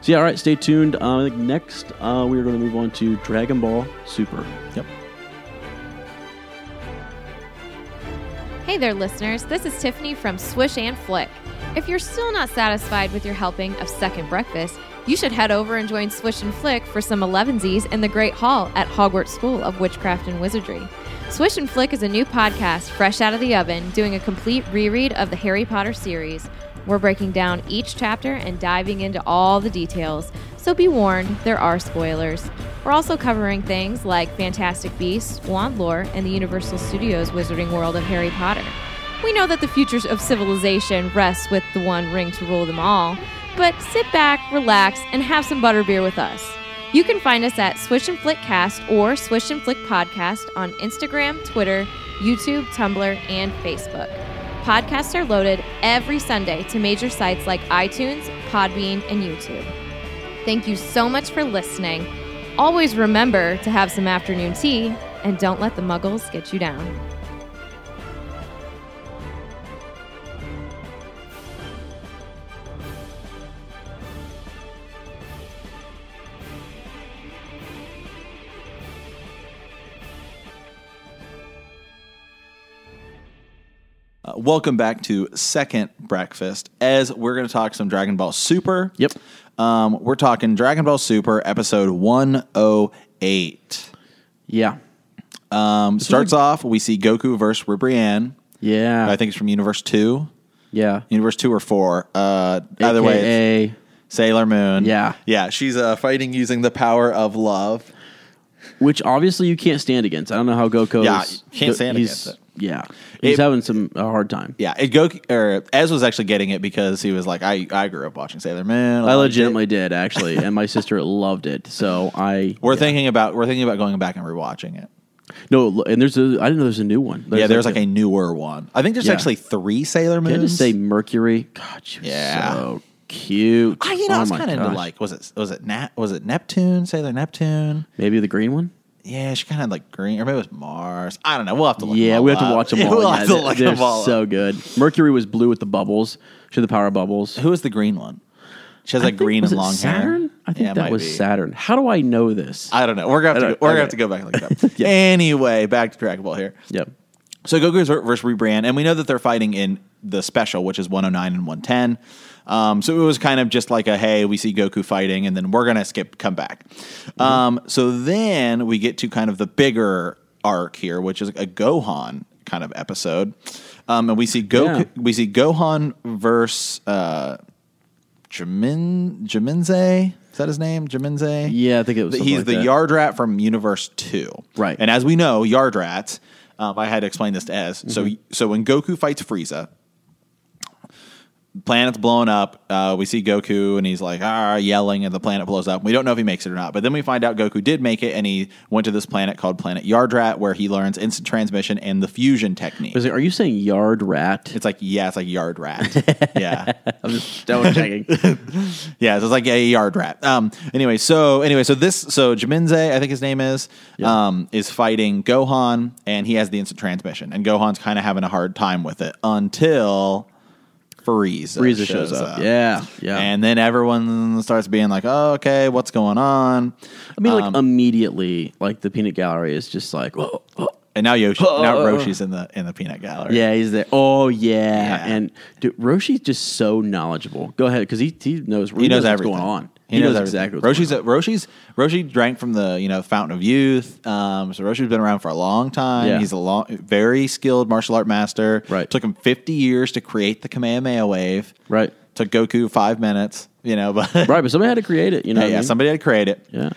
[SPEAKER 1] so yeah, all right, stay tuned. Uh, I think next, uh, we are going to move on to Dragon Ball Super.
[SPEAKER 2] Yep.
[SPEAKER 3] Hey there, listeners. This is Tiffany from Swish and Flick. If you're still not satisfied with your helping of Second Breakfast, you should head over and join Swish and Flick for some 11sies in the Great Hall at Hogwarts School of Witchcraft and Wizardry. Swish and Flick is a new podcast fresh out of the oven doing a complete reread of the Harry Potter series. We're breaking down each chapter and diving into all the details, so be warned, there are spoilers. We're also covering things like Fantastic Beasts, Wand Lore, and the Universal Studios Wizarding World of Harry Potter. We know that the futures of civilization rests with the one ring to rule them all, but sit back, relax, and have some butterbeer with us. You can find us at Swish and Flick Cast or Swish and Flick Podcast on Instagram, Twitter, YouTube, Tumblr, and Facebook. Podcasts are loaded every Sunday to major sites like iTunes, Podbean, and YouTube. Thank you so much for listening. Always remember to have some afternoon tea and don't let the muggles get you down.
[SPEAKER 2] Uh, welcome back to Second Breakfast. As we're going to talk some Dragon Ball Super.
[SPEAKER 1] Yep.
[SPEAKER 2] Um, we're talking Dragon Ball Super episode 108.
[SPEAKER 1] Yeah,
[SPEAKER 2] Um, starts off, we see Goku versus Ribrianne.
[SPEAKER 1] yeah,
[SPEAKER 2] I think it's from Universe 2.
[SPEAKER 1] yeah.
[SPEAKER 2] Universe 2 or 4. Uh, either way, it's
[SPEAKER 1] AKA,
[SPEAKER 2] Sailor Moon.
[SPEAKER 1] Yeah.
[SPEAKER 2] Yeah. She's uh, fighting using the power of love.
[SPEAKER 1] which obviously you can't stand against. I don't know how Goku.
[SPEAKER 2] Yeah,
[SPEAKER 1] is-
[SPEAKER 2] you can't stand
[SPEAKER 1] he's-
[SPEAKER 2] against it.
[SPEAKER 1] Yeah, he's
[SPEAKER 2] It-
[SPEAKER 1] having some a hard time.
[SPEAKER 2] Yeah. It Goku, or Ez was actually getting it because he was like, I, I grew up watching Sailor Moon.
[SPEAKER 1] I
[SPEAKER 2] liked it.
[SPEAKER 1] legitimately did actually, and my sister [LAUGHS] loved it. So I
[SPEAKER 2] We're thinking about we're thinking about going back and rewatching it.
[SPEAKER 1] no, lo- and there's a I didn't know there's a new one.
[SPEAKER 2] yeah, there's like, a, newer one. I think there's
[SPEAKER 1] Yeah.
[SPEAKER 2] actually three Sailor Moons.
[SPEAKER 1] Can I just say Mercury? God, she was
[SPEAKER 2] Yeah.
[SPEAKER 1] so cute.
[SPEAKER 2] I, you know,
[SPEAKER 1] Oh
[SPEAKER 2] I was
[SPEAKER 1] my
[SPEAKER 2] kind of into
[SPEAKER 1] gosh.
[SPEAKER 2] like was it was it Nat was it Neptune Sailor Neptune?
[SPEAKER 1] maybe the green one.
[SPEAKER 2] Yeah, she kind of like green, or maybe it was Mars. I don't know. We'll have to look.
[SPEAKER 1] Yeah,
[SPEAKER 2] them
[SPEAKER 1] we
[SPEAKER 2] all
[SPEAKER 1] have to
[SPEAKER 2] up. [LAUGHS]
[SPEAKER 1] watch them all.
[SPEAKER 2] We'll
[SPEAKER 1] yeah,
[SPEAKER 2] have to
[SPEAKER 1] they're-
[SPEAKER 2] look
[SPEAKER 1] they're
[SPEAKER 2] them all.
[SPEAKER 1] so
[SPEAKER 2] up.
[SPEAKER 1] good. Mercury was blue with the bubbles. Show the power bubbles.
[SPEAKER 2] Who is the green one? She has
[SPEAKER 1] I
[SPEAKER 2] like
[SPEAKER 1] think-
[SPEAKER 2] green
[SPEAKER 1] was
[SPEAKER 2] and
[SPEAKER 1] it
[SPEAKER 2] long
[SPEAKER 1] Saturn?
[SPEAKER 2] hair.
[SPEAKER 1] I think
[SPEAKER 2] Yeah, it
[SPEAKER 1] that
[SPEAKER 2] might
[SPEAKER 1] was
[SPEAKER 2] be.
[SPEAKER 1] Saturn. How do I know this?
[SPEAKER 2] I don't know. We're gonna have
[SPEAKER 1] I
[SPEAKER 2] to
[SPEAKER 1] don't-
[SPEAKER 2] go, we're
[SPEAKER 1] okay.
[SPEAKER 2] gonna have to go back and look it
[SPEAKER 1] [LAUGHS]
[SPEAKER 2] up. Anyway, back to Dragon Ball here.
[SPEAKER 1] yep.
[SPEAKER 2] So Goku's versus Rebrand, and we know that they're fighting in the special, which is 109 and 110. Um, so it was kind of just like a hey, we see Goku fighting, and then we're gonna skip, come back. Um, so then we get to kind of the bigger arc here, which is a Gohan kind of episode, um, and we see Goku,
[SPEAKER 1] Yeah.
[SPEAKER 2] we see Gohan versus uh, Jimin Jiminze. Is that his name? Jiminze.
[SPEAKER 1] Yeah, I think it was.
[SPEAKER 2] But
[SPEAKER 1] something
[SPEAKER 2] he's
[SPEAKER 1] like
[SPEAKER 2] the
[SPEAKER 1] that.
[SPEAKER 2] Yardrat from Universe Two,
[SPEAKER 1] Right.
[SPEAKER 2] And as we know, Yardrats.
[SPEAKER 1] Mm-hmm.
[SPEAKER 2] Um, I had to explain this to Ez. So, so when Goku fights Frieza, planet's blown up. Uh, we see Goku and he's like ah yelling, and the planet blows up. We don't know if he makes it or not, but then we find out Goku did make it, and he went to this planet called Planet Yardrat, where he learns instant transmission and the fusion technique.
[SPEAKER 1] I was like, are you saying yard rat?
[SPEAKER 2] [LAUGHS] It's like yeah, it's like
[SPEAKER 1] [LAUGHS]
[SPEAKER 2] yard rat. yeah,
[SPEAKER 1] I'm just double checking.
[SPEAKER 2] yeah, so it's like a yard rat. Um. Anyway, so anyway, so this so Jiminze, I think his name is, um, is fighting Gohan, and he has the instant transmission, and Gohan's kind of having a hard time with it until
[SPEAKER 1] [LAUGHS]
[SPEAKER 2] Frieza,
[SPEAKER 1] Frieza shows up. Yeah, yeah.
[SPEAKER 2] And then everyone starts being like, oh, "Okay, what's going on?"
[SPEAKER 1] I mean, like
[SPEAKER 2] um,
[SPEAKER 1] immediately, like the peanut gallery is just like, whoa, whoa.
[SPEAKER 2] And now Yoshi, now Roshi's in the in the peanut gallery.
[SPEAKER 1] yeah, he's there. Oh yeah,
[SPEAKER 2] Yeah.
[SPEAKER 1] and dude, Roshi's just so knowledgeable. Go ahead, because he he knows he,
[SPEAKER 2] he,
[SPEAKER 1] knows,
[SPEAKER 2] knows, everything
[SPEAKER 1] what's going on.
[SPEAKER 2] He, knows, everything.
[SPEAKER 1] exactly. What's
[SPEAKER 2] Roshi's
[SPEAKER 1] going on.
[SPEAKER 2] Roshi's Roshi drank from the you know fountain of youth. Um, so Roshi's been around for a long time.
[SPEAKER 1] Yeah.
[SPEAKER 2] He's a long, very skilled martial art master.
[SPEAKER 1] Right.
[SPEAKER 2] Took him fifty years to create the Kamehameha wave.
[SPEAKER 1] Right.
[SPEAKER 2] Took Goku five minutes. You know, [LAUGHS] but
[SPEAKER 1] right, but somebody had to create it. You know,
[SPEAKER 2] yeah,
[SPEAKER 1] what I mean?
[SPEAKER 2] somebody had to create it.
[SPEAKER 1] Yeah.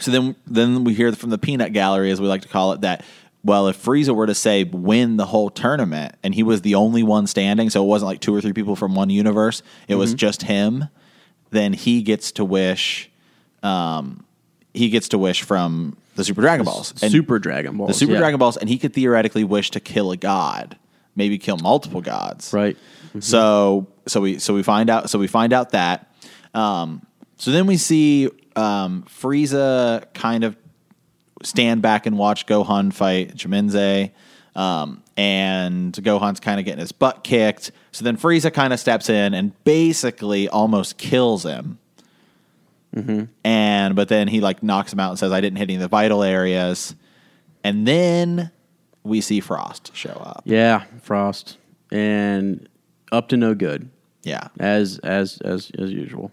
[SPEAKER 2] So then, then we hear from the peanut gallery, as we like to call it, that well, if Frieza were to say win the whole tournament, and he was the only one standing, so it wasn't like two or three people from one universe, it was
[SPEAKER 1] Mm-hmm.
[SPEAKER 2] just him, then he gets to wish, um, he gets to wish from the Super Dragon Balls, And-
[SPEAKER 1] Super Dragon Balls.
[SPEAKER 2] the Super
[SPEAKER 1] yeah.
[SPEAKER 2] Dragon Balls, and he could theoretically wish to kill a god, maybe kill multiple gods,
[SPEAKER 1] Right.
[SPEAKER 2] so so we so we find out so we find out that. Um, so then we see um, Frieza kind of stand back and watch Gohan fight Jiminze. Um, and Gohan's kind of getting his butt kicked. So then Frieza kind of steps in and basically almost kills him. And but then he like knocks him out and says, "I didn't hit any of the vital areas." And then we see Frost show up.
[SPEAKER 1] Yeah, Frost and up to no good
[SPEAKER 2] Yeah.
[SPEAKER 1] as as as as usual.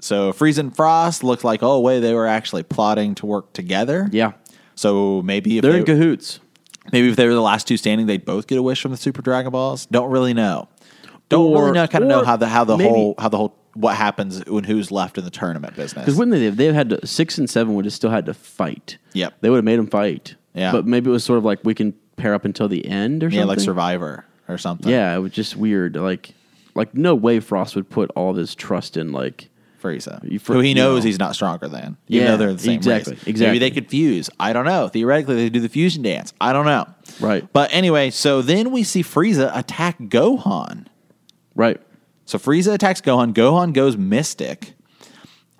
[SPEAKER 2] So Frieza and Frost looked like oh wait they were actually plotting to work together.
[SPEAKER 1] Yeah,
[SPEAKER 2] So maybe if
[SPEAKER 1] they're
[SPEAKER 2] they,
[SPEAKER 1] in cahoots.
[SPEAKER 2] maybe if they were the last two standing, they'd both get a wish from the Super Dragon Balls. Don't really know. Don't
[SPEAKER 1] Or-
[SPEAKER 2] really know. Kind of know
[SPEAKER 1] or
[SPEAKER 2] how the how the
[SPEAKER 1] maybe-
[SPEAKER 2] whole how the whole what happens and who's left in the tournament business.
[SPEAKER 1] Because wouldn't they? have- They had to six and seven would have still had to fight.
[SPEAKER 2] Yep.
[SPEAKER 1] they would have made them fight.
[SPEAKER 2] Yeah.
[SPEAKER 1] but maybe it was sort of like we can pair up until the end or
[SPEAKER 2] yeah,
[SPEAKER 1] something.
[SPEAKER 2] like Survivor or something.
[SPEAKER 1] Yeah, it was just weird. Like, like no way Frost would put all this trust in like.
[SPEAKER 2] Frieza,
[SPEAKER 1] You fr-
[SPEAKER 2] who he
[SPEAKER 1] you
[SPEAKER 2] knows
[SPEAKER 1] know.
[SPEAKER 2] he's not stronger than. Even
[SPEAKER 1] Yeah,
[SPEAKER 2] though they're the same
[SPEAKER 1] exactly,
[SPEAKER 2] race. Maybe
[SPEAKER 1] exactly.
[SPEAKER 2] they could fuse. I don't know. Theoretically, they do the fusion dance. I don't know.
[SPEAKER 1] Right.
[SPEAKER 2] But anyway, so then we see Frieza attack Gohan.
[SPEAKER 1] Right.
[SPEAKER 2] So Frieza attacks Gohan. Gohan goes Mystic,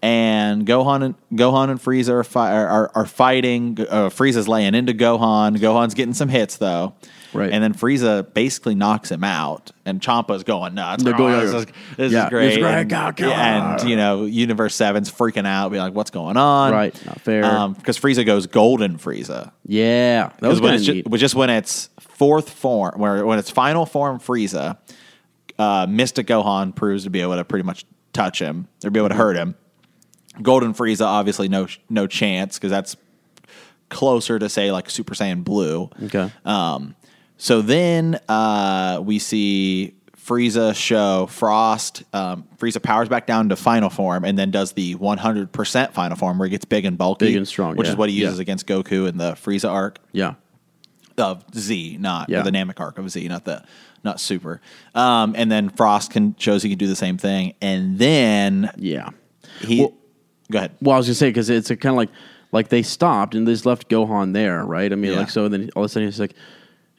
[SPEAKER 2] and Gohan and Gohan and Frieza are fi- are, are, are fighting. Uh, Frieza's laying into Gohan. Gohan's getting some hits though,
[SPEAKER 1] Right.
[SPEAKER 2] And then Frieza basically knocks him out, and Champa's going nuts.
[SPEAKER 1] They're
[SPEAKER 2] "Oh,
[SPEAKER 1] going,
[SPEAKER 2] this is, this
[SPEAKER 1] yeah,
[SPEAKER 2] is great.
[SPEAKER 1] it's great,
[SPEAKER 2] And,
[SPEAKER 1] go, go.
[SPEAKER 2] yeah, and, you know, Universe Seven's freaking out, being like, "What's going on?"
[SPEAKER 1] Right, not fair.
[SPEAKER 2] Because Frieza goes Golden Frieza.
[SPEAKER 1] Yeah, that was
[SPEAKER 2] Because when
[SPEAKER 1] kind
[SPEAKER 2] it's
[SPEAKER 1] of
[SPEAKER 2] ju-
[SPEAKER 1] neat.
[SPEAKER 2] was just when it's fourth form, where when it's final form Frieza, uh, Mystic Gohan proves to be able to pretty much touch him or be able
[SPEAKER 1] Mm-hmm.
[SPEAKER 2] to hurt him. Golden Frieza obviously no no chance because that's closer to say like Super Saiyan Blue.
[SPEAKER 1] okay.
[SPEAKER 2] Um, so then uh, we see Frieza show Frost. Um, Frieza powers back down to final form and then does the 100% final form where he gets big and bulky.
[SPEAKER 1] Big and strong,
[SPEAKER 2] Which
[SPEAKER 1] yeah.
[SPEAKER 2] is what he
[SPEAKER 1] Yeah.
[SPEAKER 2] uses against Goku in the Frieza arc
[SPEAKER 1] yeah.
[SPEAKER 2] of Z, not
[SPEAKER 1] Yeah.
[SPEAKER 2] or the Namek arc of Z, not the not Super. Um, and then Frost can shows he can do the same thing. And then
[SPEAKER 1] Yeah.
[SPEAKER 2] he.
[SPEAKER 1] Well-
[SPEAKER 2] go ahead.
[SPEAKER 1] Well, I was gonna say because it's kind of like like they stopped and they just left Gohan there, right? I mean,
[SPEAKER 2] Yeah.
[SPEAKER 1] like so. Then all of a sudden he's like,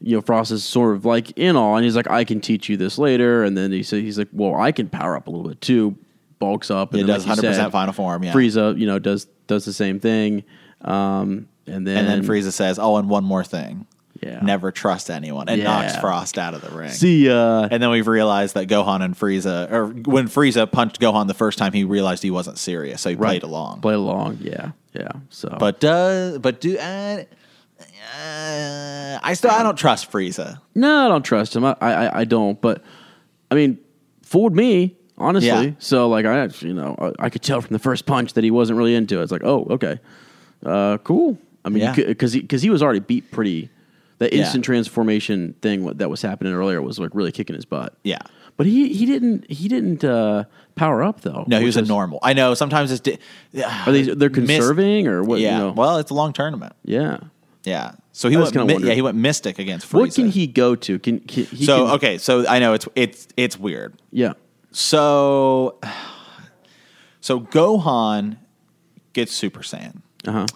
[SPEAKER 1] you know, Frost is sort of like in all, and he's like, I can teach you this later. And then he said, he's like, well, I can power up a little bit too. Bulks up and
[SPEAKER 2] It
[SPEAKER 1] then,
[SPEAKER 2] does
[SPEAKER 1] like you
[SPEAKER 2] 100%
[SPEAKER 1] said,
[SPEAKER 2] final form, yeah.
[SPEAKER 1] Frieza, you know, does does the same thing, um, and then
[SPEAKER 2] And then Frieza says, "Oh, and one more thing."
[SPEAKER 1] Yeah.
[SPEAKER 2] Never trust anyone, and
[SPEAKER 1] Yeah.
[SPEAKER 2] knocks Frost out of the ring.
[SPEAKER 1] See ya.
[SPEAKER 2] And then we've realized that Gohan and Frieza, or when Frieza punched Gohan the first time, he realized he wasn't serious, so he played along.
[SPEAKER 1] Played along. Yeah. Yeah. So,
[SPEAKER 2] but does but do uh, uh, I still I don't trust Frieza.
[SPEAKER 1] No, I don't trust him. I, I, I don't. But I mean, fooled me honestly.
[SPEAKER 2] Yeah.
[SPEAKER 1] So like, I you know, I, I could tell from the first punch that he wasn't really into it. It's like, oh, okay, uh, cool. I mean,
[SPEAKER 2] Yeah.
[SPEAKER 1] because he because he was already beat pretty. The
[SPEAKER 2] Yeah.
[SPEAKER 1] instant transformation thing that was happening earlier was like really kicking his butt.
[SPEAKER 2] Yeah.
[SPEAKER 1] But he he didn't he didn't uh, power up though.
[SPEAKER 2] No, he
[SPEAKER 1] which
[SPEAKER 2] was a
[SPEAKER 1] is-
[SPEAKER 2] normal. I know. Sometimes it's di-
[SPEAKER 1] Are they they're conserving or what?
[SPEAKER 2] yeah.
[SPEAKER 1] You know?
[SPEAKER 2] Well, it's a long tournament.
[SPEAKER 1] yeah.
[SPEAKER 2] Yeah. So he
[SPEAKER 1] I was
[SPEAKER 2] went,
[SPEAKER 1] kinda
[SPEAKER 2] mi-
[SPEAKER 1] wondering.
[SPEAKER 2] yeah, he went mystic against Frieza.
[SPEAKER 1] What can he go to? Can, can he
[SPEAKER 2] So
[SPEAKER 1] can-
[SPEAKER 2] okay, so I know it's it's it's weird.
[SPEAKER 1] Yeah.
[SPEAKER 2] So [SIGHS] so Gohan gets Super Saiyan.
[SPEAKER 1] Uh huh.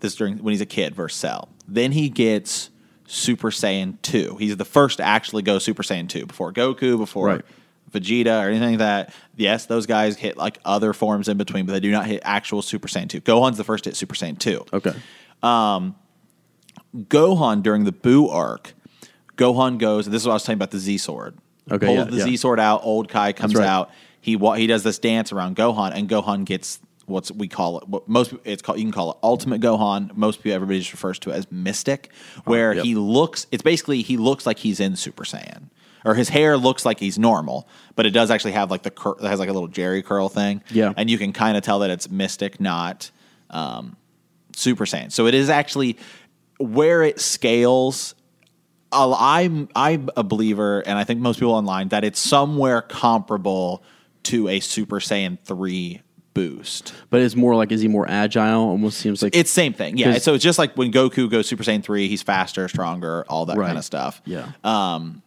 [SPEAKER 2] This during when he's a kid versus Cell. Then he gets Super Saiyan 2. He's the first to actually go Super Saiyan 2 before Goku, before
[SPEAKER 1] Right.
[SPEAKER 2] Vegeta or anything like that. Yes, those guys hit like other forms in between, but they do not hit actual Super Saiyan 2. Gohan's the first to hit Super Saiyan 2.
[SPEAKER 1] Okay.
[SPEAKER 2] Gohan during the Boo arc, Gohan goes. This is what I was talking about the Z sword.
[SPEAKER 1] Okay,
[SPEAKER 2] pulls
[SPEAKER 1] yeah,
[SPEAKER 2] the
[SPEAKER 1] yeah.
[SPEAKER 2] Z sword out. Old Kai comes
[SPEAKER 1] right.
[SPEAKER 2] out. He wa- he does this dance around Gohan, and Gohan gets what's we call it. What most it's called. You can call it Ultimate Gohan. Most people everybody just refers to it as Mystic, where
[SPEAKER 1] Oh, yep.
[SPEAKER 2] he looks. It's basically he looks like he's in Super Saiyan. Or his hair looks like he's normal, but it does actually have like the cur- it has like a little Jerry curl thing.
[SPEAKER 1] Yeah.
[SPEAKER 2] and you can kind of tell that it's mystic, not um, Super Saiyan. So it is actually where it scales. I'll- I'm I'm a believer, and I think most people online that it's somewhere comparable to a Super Saiyan three boost.
[SPEAKER 1] But it's more like is he more agile? Almost seems like
[SPEAKER 2] It's same thing, yeah.
[SPEAKER 1] 'Cause-
[SPEAKER 2] So it's just like when Goku goes Super Saiyan three, he's faster, stronger, all that kind
[SPEAKER 1] Right.
[SPEAKER 2] of stuff.
[SPEAKER 1] Yeah. Um.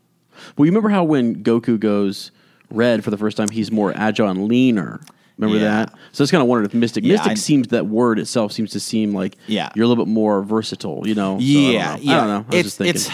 [SPEAKER 1] Well, you remember how when Goku goes red for the first time, he's more agile and leaner. Remember
[SPEAKER 2] Yeah.
[SPEAKER 1] that? So it's kind of wondered if Mystic
[SPEAKER 2] Yeah,
[SPEAKER 1] Mystic
[SPEAKER 2] I-
[SPEAKER 1] seems that word itself seems to seem like
[SPEAKER 2] Yeah.
[SPEAKER 1] you're a little bit more versatile. You know? So
[SPEAKER 2] yeah,
[SPEAKER 1] I don't know.
[SPEAKER 2] yeah.
[SPEAKER 1] I don't know. I was
[SPEAKER 2] it's,
[SPEAKER 1] just thinking.
[SPEAKER 2] it's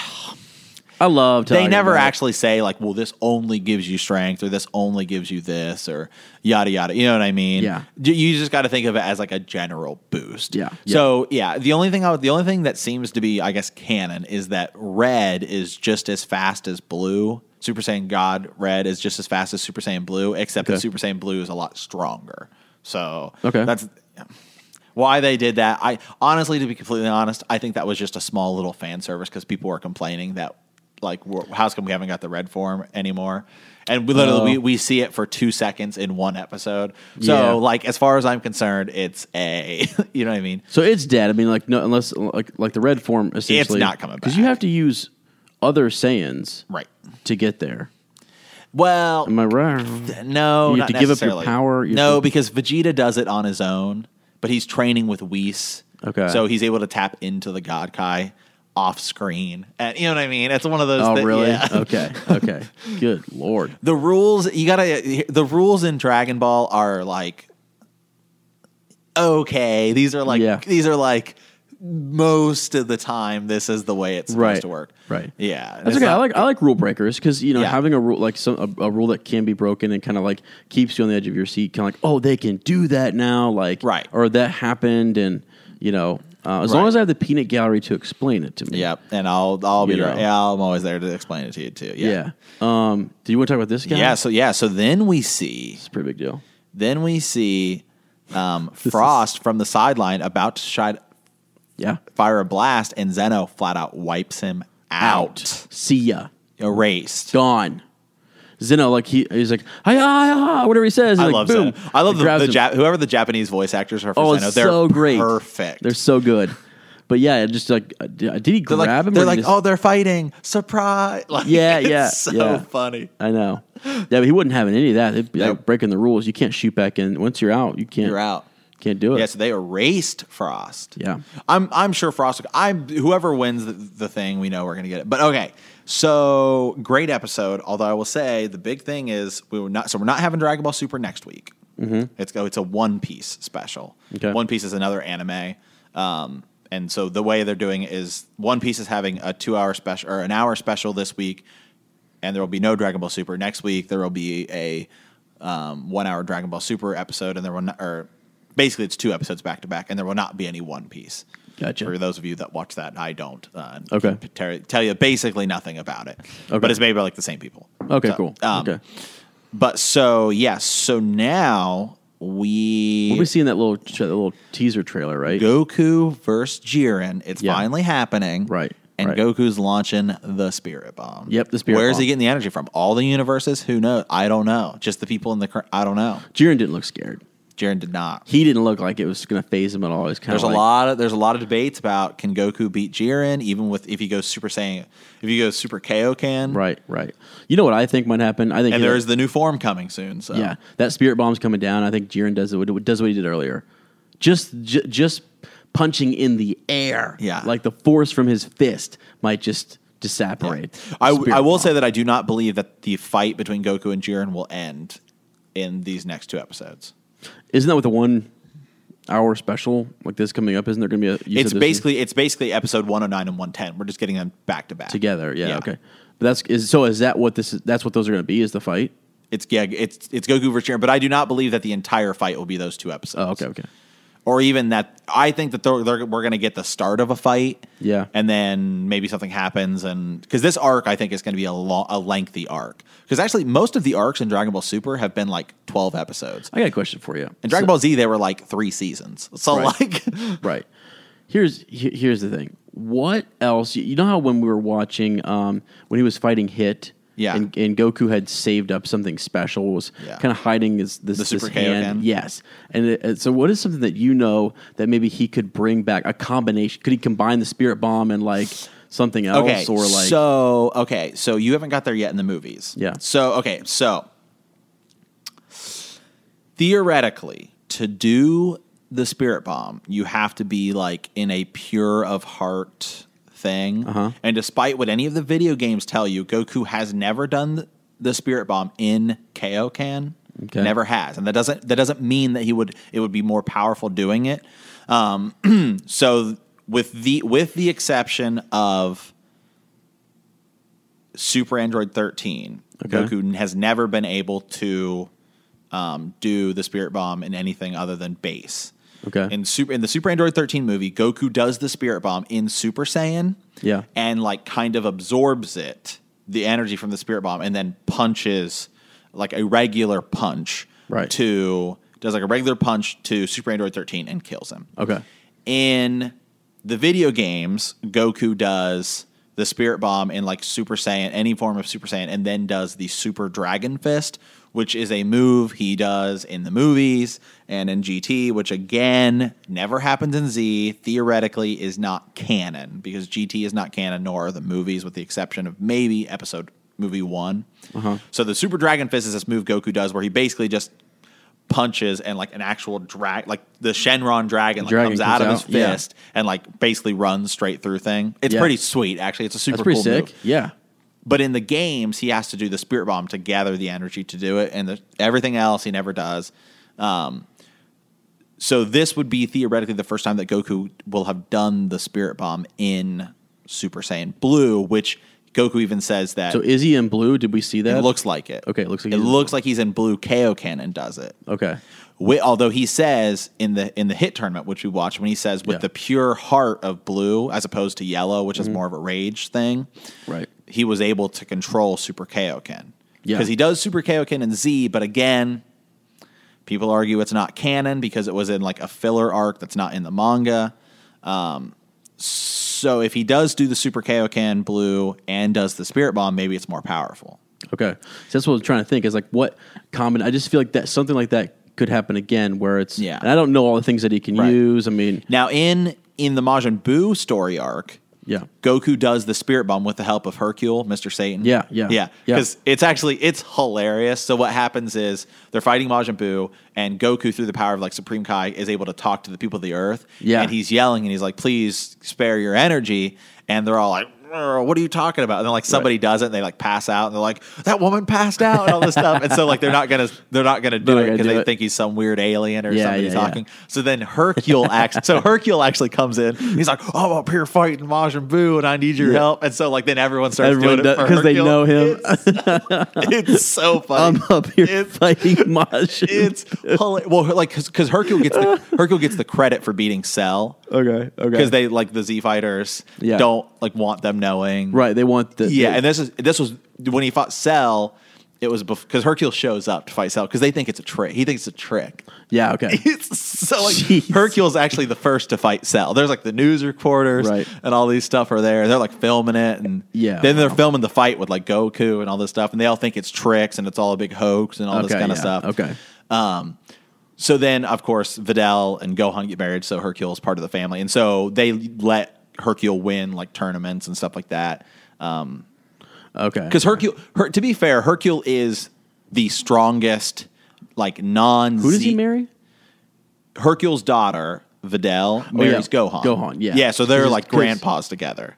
[SPEAKER 1] I love.
[SPEAKER 2] they
[SPEAKER 1] talking
[SPEAKER 2] never
[SPEAKER 1] about it.
[SPEAKER 2] actually say like, well, this only gives you strength, or this only gives you this, or yada yada. You know what I mean?
[SPEAKER 1] Yeah.
[SPEAKER 2] You- You just got to think of it as like a general boost.
[SPEAKER 1] Yeah.
[SPEAKER 2] So yeah, the only thing I would, the only thing that seems to be, I guess, canon is that red is just as fast as blue. Super Saiyan God Red is just as fast as Super Saiyan Blue, except that
[SPEAKER 1] Okay.
[SPEAKER 2] Super Saiyan Blue is a lot stronger. So
[SPEAKER 1] Okay.
[SPEAKER 2] that's why they did that. I honestly, to be completely honest, I think that was just a small little fan service because people were complaining that like we're- how's come we haven't got the red form anymore, and we literally
[SPEAKER 1] Oh.
[SPEAKER 2] we, we see it for two seconds in one episode. So
[SPEAKER 1] Yeah.
[SPEAKER 2] like as far as I'm concerned, it's a [LAUGHS] you know what I mean.
[SPEAKER 1] So it's dead. I mean, like no, unless like like the red form essentially.
[SPEAKER 2] not coming
[SPEAKER 1] because you
[SPEAKER 2] back.
[SPEAKER 1] have to use other Saiyans
[SPEAKER 2] Right.
[SPEAKER 1] to get there.
[SPEAKER 2] Well,
[SPEAKER 1] Am I right?
[SPEAKER 2] no,
[SPEAKER 1] Um, You
[SPEAKER 2] not
[SPEAKER 1] have to give up your
[SPEAKER 2] necessarily.
[SPEAKER 1] power, you
[SPEAKER 2] no,
[SPEAKER 1] have to-
[SPEAKER 2] because Vegeta does it on his own, but he's training with Whis.
[SPEAKER 1] Okay.
[SPEAKER 2] so he's able to tap into the God Kai off screen, and you know what I mean. It's one of those.
[SPEAKER 1] Oh,
[SPEAKER 2] that-
[SPEAKER 1] really?
[SPEAKER 2] yeah. [LAUGHS]
[SPEAKER 1] Okay. Okay. Good lord.
[SPEAKER 2] the rules you gotta the rules in dragon ball are like okay these are like
[SPEAKER 1] Yeah.
[SPEAKER 2] these are like most of the time this is the way it's supposed
[SPEAKER 1] Right.
[SPEAKER 2] to work
[SPEAKER 1] Right.
[SPEAKER 2] yeah
[SPEAKER 1] That's
[SPEAKER 2] It's
[SPEAKER 1] okay. I
[SPEAKER 2] not-
[SPEAKER 1] like I like rule breakers because you know
[SPEAKER 2] Yeah.
[SPEAKER 1] having a rule like some a, a rule that can be broken and kind of like keeps you on the edge of your seat. Kind of like oh they can do that now like
[SPEAKER 2] Right.
[SPEAKER 1] or that happened and you know uh, as long
[SPEAKER 2] Right.
[SPEAKER 1] as I have the peanut gallery to explain it to me.
[SPEAKER 2] yep and i'll i'll be
[SPEAKER 1] You
[SPEAKER 2] right
[SPEAKER 1] know.
[SPEAKER 2] yeah i'm always there to explain it to you too yeah
[SPEAKER 1] Yeah. Um. Do you want to talk about this guy?
[SPEAKER 2] yeah so yeah so then we see
[SPEAKER 1] It's a pretty big deal.
[SPEAKER 2] then we see um frost from the sideline about to shine,
[SPEAKER 1] Yeah.
[SPEAKER 2] fire a blast and zeno flat out wipes him out.
[SPEAKER 1] See ya.
[SPEAKER 2] erased
[SPEAKER 1] Gone. Zeno like he he's like hi hi hi whatever he says.
[SPEAKER 2] I
[SPEAKER 1] like,
[SPEAKER 2] love
[SPEAKER 1] boom.
[SPEAKER 2] Zeno. I love
[SPEAKER 1] He
[SPEAKER 2] the,
[SPEAKER 1] grabs
[SPEAKER 2] the
[SPEAKER 1] him.
[SPEAKER 2] Jap- whoever the Japanese voice actors are for
[SPEAKER 1] Oh,
[SPEAKER 2] Zeno.
[SPEAKER 1] it's
[SPEAKER 2] They're
[SPEAKER 1] so great.
[SPEAKER 2] perfect.
[SPEAKER 1] They're so good. But yeah, just like uh, did did he
[SPEAKER 2] They're
[SPEAKER 1] grab
[SPEAKER 2] like
[SPEAKER 1] him? or
[SPEAKER 2] they're
[SPEAKER 1] he
[SPEAKER 2] like
[SPEAKER 1] just-
[SPEAKER 2] oh they're fighting surprise. [LAUGHS] Like,
[SPEAKER 1] Yeah,
[SPEAKER 2] it's
[SPEAKER 1] yeah,
[SPEAKER 2] so
[SPEAKER 1] yeah.
[SPEAKER 2] funny.
[SPEAKER 1] I know. Yeah, but he wouldn't have any of that. It'd be like
[SPEAKER 2] oh. Nope.
[SPEAKER 1] breaking the rules. You can't shoot back in. Once you're out, you can't.
[SPEAKER 2] You're out.
[SPEAKER 1] Can't do it.
[SPEAKER 2] Yeah, so they erased Frost.
[SPEAKER 1] Yeah.
[SPEAKER 2] I'm I'm sure Frost. I'm whoever wins the, the thing, we know we're gonna get it. But okay, so great episode. Although I will say the big thing is we were not. So we're not having Dragon Ball Super next week. Mm-hmm. It's oh, it's a One Piece special.
[SPEAKER 1] Okay.
[SPEAKER 2] One Piece is another anime. Um, and so the way they're doing it is One Piece is having a two hour special or an hour special this week, and there will be no Dragon Ball Super next week. There will be a um, one hour Dragon Ball Super episode, and there will not, or basically it's two episodes back to back, and there will not be any One Piece.
[SPEAKER 1] Gotcha.
[SPEAKER 2] For those of you that watch that, I don't. Uh,
[SPEAKER 1] Okay.
[SPEAKER 2] can Tell, tell you basically nothing about it,
[SPEAKER 1] Okay.
[SPEAKER 2] but it's maybe like the same people.
[SPEAKER 1] Okay,
[SPEAKER 2] So,
[SPEAKER 1] cool.
[SPEAKER 2] um,
[SPEAKER 1] okay.
[SPEAKER 2] But so yes, so now
[SPEAKER 1] We'll be seeing that little that little teaser trailer, right?
[SPEAKER 2] Goku versus Jiren. It's
[SPEAKER 1] Yeah.
[SPEAKER 2] finally happening.
[SPEAKER 1] Right,
[SPEAKER 2] And
[SPEAKER 1] right.
[SPEAKER 2] Goku's launching the spirit bomb.
[SPEAKER 1] Yep, the spirit
[SPEAKER 2] Where's he
[SPEAKER 1] bomb.
[SPEAKER 2] getting the energy from? All the universes? Who knows? I don't know. Just the people in the current. I don't know.
[SPEAKER 1] Jiren didn't look scared.
[SPEAKER 2] Jiren did not.
[SPEAKER 1] He didn't look like it was going to phase him at all. It's kind of
[SPEAKER 2] There's a lot of there's a lot of debates about can Goku beat Jiren even with if he goes Super Saiyan if he goes Super Kaioken.
[SPEAKER 1] Right, right. You know what I think might happen? I think
[SPEAKER 2] And
[SPEAKER 1] that-
[SPEAKER 2] there is the new form coming soon. So
[SPEAKER 1] yeah, that spirit bomb's coming down. I think Jiren does it. Does what he did earlier. Just, j- just punching in the air.
[SPEAKER 2] Yeah.
[SPEAKER 1] Like the force from his fist might just disapparate.
[SPEAKER 2] I, w-
[SPEAKER 1] Spirit
[SPEAKER 2] I will
[SPEAKER 1] Bomb.
[SPEAKER 2] say that I do not believe that the fight between Goku and Jiren will end in these next two episodes.
[SPEAKER 1] Isn't that what the one hour special like this coming up? Isn't there going to be a. you said this
[SPEAKER 2] it's
[SPEAKER 1] is
[SPEAKER 2] basically it's basically episode 109 and 110. We're just getting them back to back
[SPEAKER 1] Together. Yeah, Okay. But that's is, so. Is that what this is? That's what those are going to be? Is the fight?
[SPEAKER 2] It's yeah, it's it's Goku versus Jiren, but I do not believe that the entire fight will be those two episodes.
[SPEAKER 1] Oh, okay, okay.
[SPEAKER 2] Or even that I think that they're, they're, we're going to get the start of a fight.
[SPEAKER 1] Yeah.
[SPEAKER 2] And then maybe something happens and because this arc I think is going to be a long, a lengthy arc. Because actually most of the arcs in Dragon Ball Super have been like 12 episodes.
[SPEAKER 1] I got a question for you.
[SPEAKER 2] In Dragon
[SPEAKER 1] So-
[SPEAKER 2] Ball Z, they were like three seasons. So
[SPEAKER 1] Right.
[SPEAKER 2] like,
[SPEAKER 1] Right. Here's he- here's the thing. What else? You know how when we were watching um, when he was fighting Hit,
[SPEAKER 2] Yeah.
[SPEAKER 1] and, and Goku had saved up something special was
[SPEAKER 2] Yeah.
[SPEAKER 1] kind of hiding his this,
[SPEAKER 2] The
[SPEAKER 1] this
[SPEAKER 2] Super KO
[SPEAKER 1] hand.
[SPEAKER 2] can?
[SPEAKER 1] Yes. And it, and so, what is something that you know that maybe he could bring back a combination? Could he combine the Spirit Bomb and like something else,
[SPEAKER 2] okay,
[SPEAKER 1] or like
[SPEAKER 2] so okay, so you haven't got there yet in the movies.
[SPEAKER 1] Yeah.
[SPEAKER 2] So okay, so theoretically, to do the spirit bomb, you have to be like in a pure of heart thing.
[SPEAKER 1] Uh-huh.
[SPEAKER 2] And despite what any of the video games tell you, Goku has never done th- the spirit bomb in KO can.
[SPEAKER 1] Okay.
[SPEAKER 2] Never has, and that doesn't that doesn't mean that he would it would be more powerful doing it. Um, so with the with the exception of Super Android 13,
[SPEAKER 1] Okay.
[SPEAKER 2] Goku has never been able to um, do the Spirit Bomb in anything other than base.
[SPEAKER 1] okay,
[SPEAKER 2] In super in the Super Android 13 movie, Goku does the Spirit Bomb in Super Saiyan,
[SPEAKER 1] Yeah.
[SPEAKER 2] and like kind of absorbs it, the energy from the Spirit Bomb, and then punches like a regular punch
[SPEAKER 1] Right.
[SPEAKER 2] to does like a regular punch to Super Android 13 and kills him
[SPEAKER 1] okay,
[SPEAKER 2] in the video games, Goku does the Spirit Bomb in like Super Saiyan, any form of Super Saiyan, and then does the Super Dragon Fist, which is a move he does in the movies and in GT, which again never happens in Z, theoretically is not canon because GT is not canon, nor are the movies, with the exception of maybe episode movie one. So the Super Dragon Fist is this move Goku does where he basically just punches and like an actual drag, like the Shenron dragon, like
[SPEAKER 1] Dragon
[SPEAKER 2] comes, out of
[SPEAKER 1] comes
[SPEAKER 2] his
[SPEAKER 1] out, yeah.
[SPEAKER 2] fist and like basically runs straight through thing. It's
[SPEAKER 1] Yeah.
[SPEAKER 2] pretty sweet, actually. It's a super
[SPEAKER 1] that's pretty
[SPEAKER 2] cool
[SPEAKER 1] sick.
[SPEAKER 2] move.
[SPEAKER 1] Yeah,
[SPEAKER 2] But in the games, he has to do the spirit bomb to gather the energy to do it, and the, everything else he never does. Um, so this would be theoretically the first time that Goku will have done the spirit bomb in Super Saiyan Blue, which Goku even says that
[SPEAKER 1] so is he in blue? Did we see that?
[SPEAKER 2] it looks like it.
[SPEAKER 1] Okay, it looks like
[SPEAKER 2] it
[SPEAKER 1] he's in
[SPEAKER 2] looks like he's in blue. Kaioken and does it.
[SPEAKER 1] okay,
[SPEAKER 2] Wi although he says in the in the hit tournament, which we watched, when he says with
[SPEAKER 1] Yeah. Mm-hmm.
[SPEAKER 2] the pure heart of blue as opposed to yellow, which is more of a rage thing,
[SPEAKER 1] right.
[SPEAKER 2] he was able to control Super Kaioken
[SPEAKER 1] Yeah.
[SPEAKER 2] because he does Super Kaioken and Z, but again, people argue it's not canon because it was in like a filler arc that's not in the manga. Um, so if he does do the Super Kaioken blue and does the Spirit Bomb, maybe it's more powerful.
[SPEAKER 1] Okay, so that's what I'm trying to think. Is like what common? I just feel like that something like that could happen again, where it's
[SPEAKER 2] Yeah.
[SPEAKER 1] And I don't know all the things that he can
[SPEAKER 2] Right.
[SPEAKER 1] use. I mean,
[SPEAKER 2] Now in in the Majin Buu story arc,
[SPEAKER 1] yeah,
[SPEAKER 2] Goku does the spirit bomb with the help of Hercule, Mr. Satan.
[SPEAKER 1] Yeah, yeah,
[SPEAKER 2] Yeah.
[SPEAKER 1] yeah.
[SPEAKER 2] Because it's actually it's hilarious. So what happens is they're fighting Majin Buu, and Goku, through the power of like Supreme Kai, is able to talk to the people of the earth.
[SPEAKER 1] Yeah.
[SPEAKER 2] And he's yelling and he's like, please spare your energy. And they're all like, "Ugh, what are you talking about? And then like somebody does it and they like pass out and they're like, that woman passed out and all this stuff. And so like they're not gonna they're not gonna do
[SPEAKER 1] not
[SPEAKER 2] it
[SPEAKER 1] gonna
[SPEAKER 2] because
[SPEAKER 1] do
[SPEAKER 2] they
[SPEAKER 1] it.
[SPEAKER 2] think he's some weird alien or
[SPEAKER 1] Yeah,
[SPEAKER 2] somebody
[SPEAKER 1] yeah, yeah.
[SPEAKER 2] talking. So then
[SPEAKER 1] [LAUGHS]
[SPEAKER 2] Hercule acts. so Hercule actually comes in. He's like, "Oh, "I'm up here fighting Majin Buu, and I need your help." And so like then everyone starts
[SPEAKER 1] Everyone
[SPEAKER 2] doing it
[SPEAKER 1] does-
[SPEAKER 2] because
[SPEAKER 1] 'cause they know him. Um,
[SPEAKER 2] It's, [LAUGHS]
[SPEAKER 1] [LAUGHS]
[SPEAKER 2] it's so funny.
[SPEAKER 1] I'm up here [LAUGHS]
[SPEAKER 2] It's,
[SPEAKER 1] fighting Majin.
[SPEAKER 2] it's hila- well, like because Hercule
[SPEAKER 1] [LAUGHS]
[SPEAKER 2] gets the Hercule gets the credit for beating Cell
[SPEAKER 1] okay, okay,
[SPEAKER 2] because they like the Z fighters
[SPEAKER 1] Yeah.
[SPEAKER 2] don't like want them knowing
[SPEAKER 1] right. They want the
[SPEAKER 2] yeah, and this is this was when he fought Cell. It was because Hercule shows up to fight Cell because they think it's a trick. He thinks it's a trick.
[SPEAKER 1] yeah.
[SPEAKER 2] [LAUGHS]
[SPEAKER 1] Okay,
[SPEAKER 2] It's so like
[SPEAKER 1] Jeez.
[SPEAKER 2] Hercule's actually the first to fight Cell. There's like the news reporters
[SPEAKER 1] Right.
[SPEAKER 2] and all these stuff are there. They're like filming it and
[SPEAKER 1] Yeah,
[SPEAKER 2] Then they're
[SPEAKER 1] wow.
[SPEAKER 2] filming the fight with like Goku and all this stuff, and they all think it's tricks and it's all a big hoax and all this
[SPEAKER 1] Okay,
[SPEAKER 2] kind of
[SPEAKER 1] yeah,
[SPEAKER 2] stuff.
[SPEAKER 1] okay.
[SPEAKER 2] Um, so then of course Videl and Gohan get married, so Hercule's part of the family, and so they let Hercule win like tournaments and stuff like that. Um,
[SPEAKER 1] okay.
[SPEAKER 2] because Hercule, her, to be fair, Hercule is the strongest, like non.
[SPEAKER 1] who does he marry?
[SPEAKER 2] Hercule's daughter Videl marries
[SPEAKER 1] Oh, yeah.
[SPEAKER 2] Gohan.
[SPEAKER 1] Gohan, yeah.
[SPEAKER 2] Yeah, so they're
[SPEAKER 1] 'Cause-
[SPEAKER 2] like
[SPEAKER 1] 'cause-
[SPEAKER 2] grandpas together.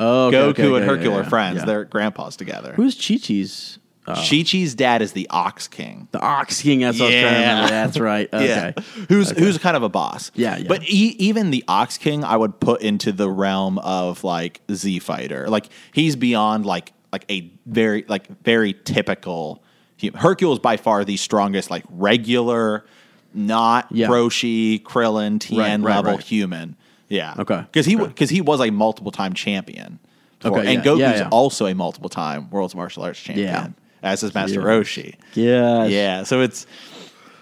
[SPEAKER 1] Oh, okay,
[SPEAKER 2] Goku
[SPEAKER 1] okay, okay,
[SPEAKER 2] and Hercule
[SPEAKER 1] yeah,
[SPEAKER 2] are
[SPEAKER 1] yeah,
[SPEAKER 2] friends.
[SPEAKER 1] yeah.
[SPEAKER 2] They're grandpas together.
[SPEAKER 1] who's Chi Chi's? Uh,
[SPEAKER 2] Chi Chi's dad is the Ox King.
[SPEAKER 1] the Ox King. That's what I was trying to
[SPEAKER 2] [LAUGHS] Yeah.
[SPEAKER 1] remember. That's right. Okay.
[SPEAKER 2] Yeah. Who's who's kind of a boss.
[SPEAKER 1] Yeah, yeah.
[SPEAKER 2] But e- even the Ox King, I would put into the realm of like Z Fighter. Like he's beyond like like a very like very typical. hu- Hercule is by far the strongest like regular, not
[SPEAKER 1] Yeah.
[SPEAKER 2] Roshi, Krillin, Tien
[SPEAKER 1] Right, right,
[SPEAKER 2] level
[SPEAKER 1] right.
[SPEAKER 2] human. Yeah.
[SPEAKER 1] Okay.
[SPEAKER 2] Because he
[SPEAKER 1] Okay.
[SPEAKER 2] because he was a multiple time champion. before.
[SPEAKER 1] Okay,
[SPEAKER 2] and
[SPEAKER 1] yeah,
[SPEAKER 2] Goku's
[SPEAKER 1] yeah, yeah.
[SPEAKER 2] also a multiple time world's martial arts champion. As is Master
[SPEAKER 1] Yeah.
[SPEAKER 2] Roshi.
[SPEAKER 1] Yeah.
[SPEAKER 2] Yeah, so it's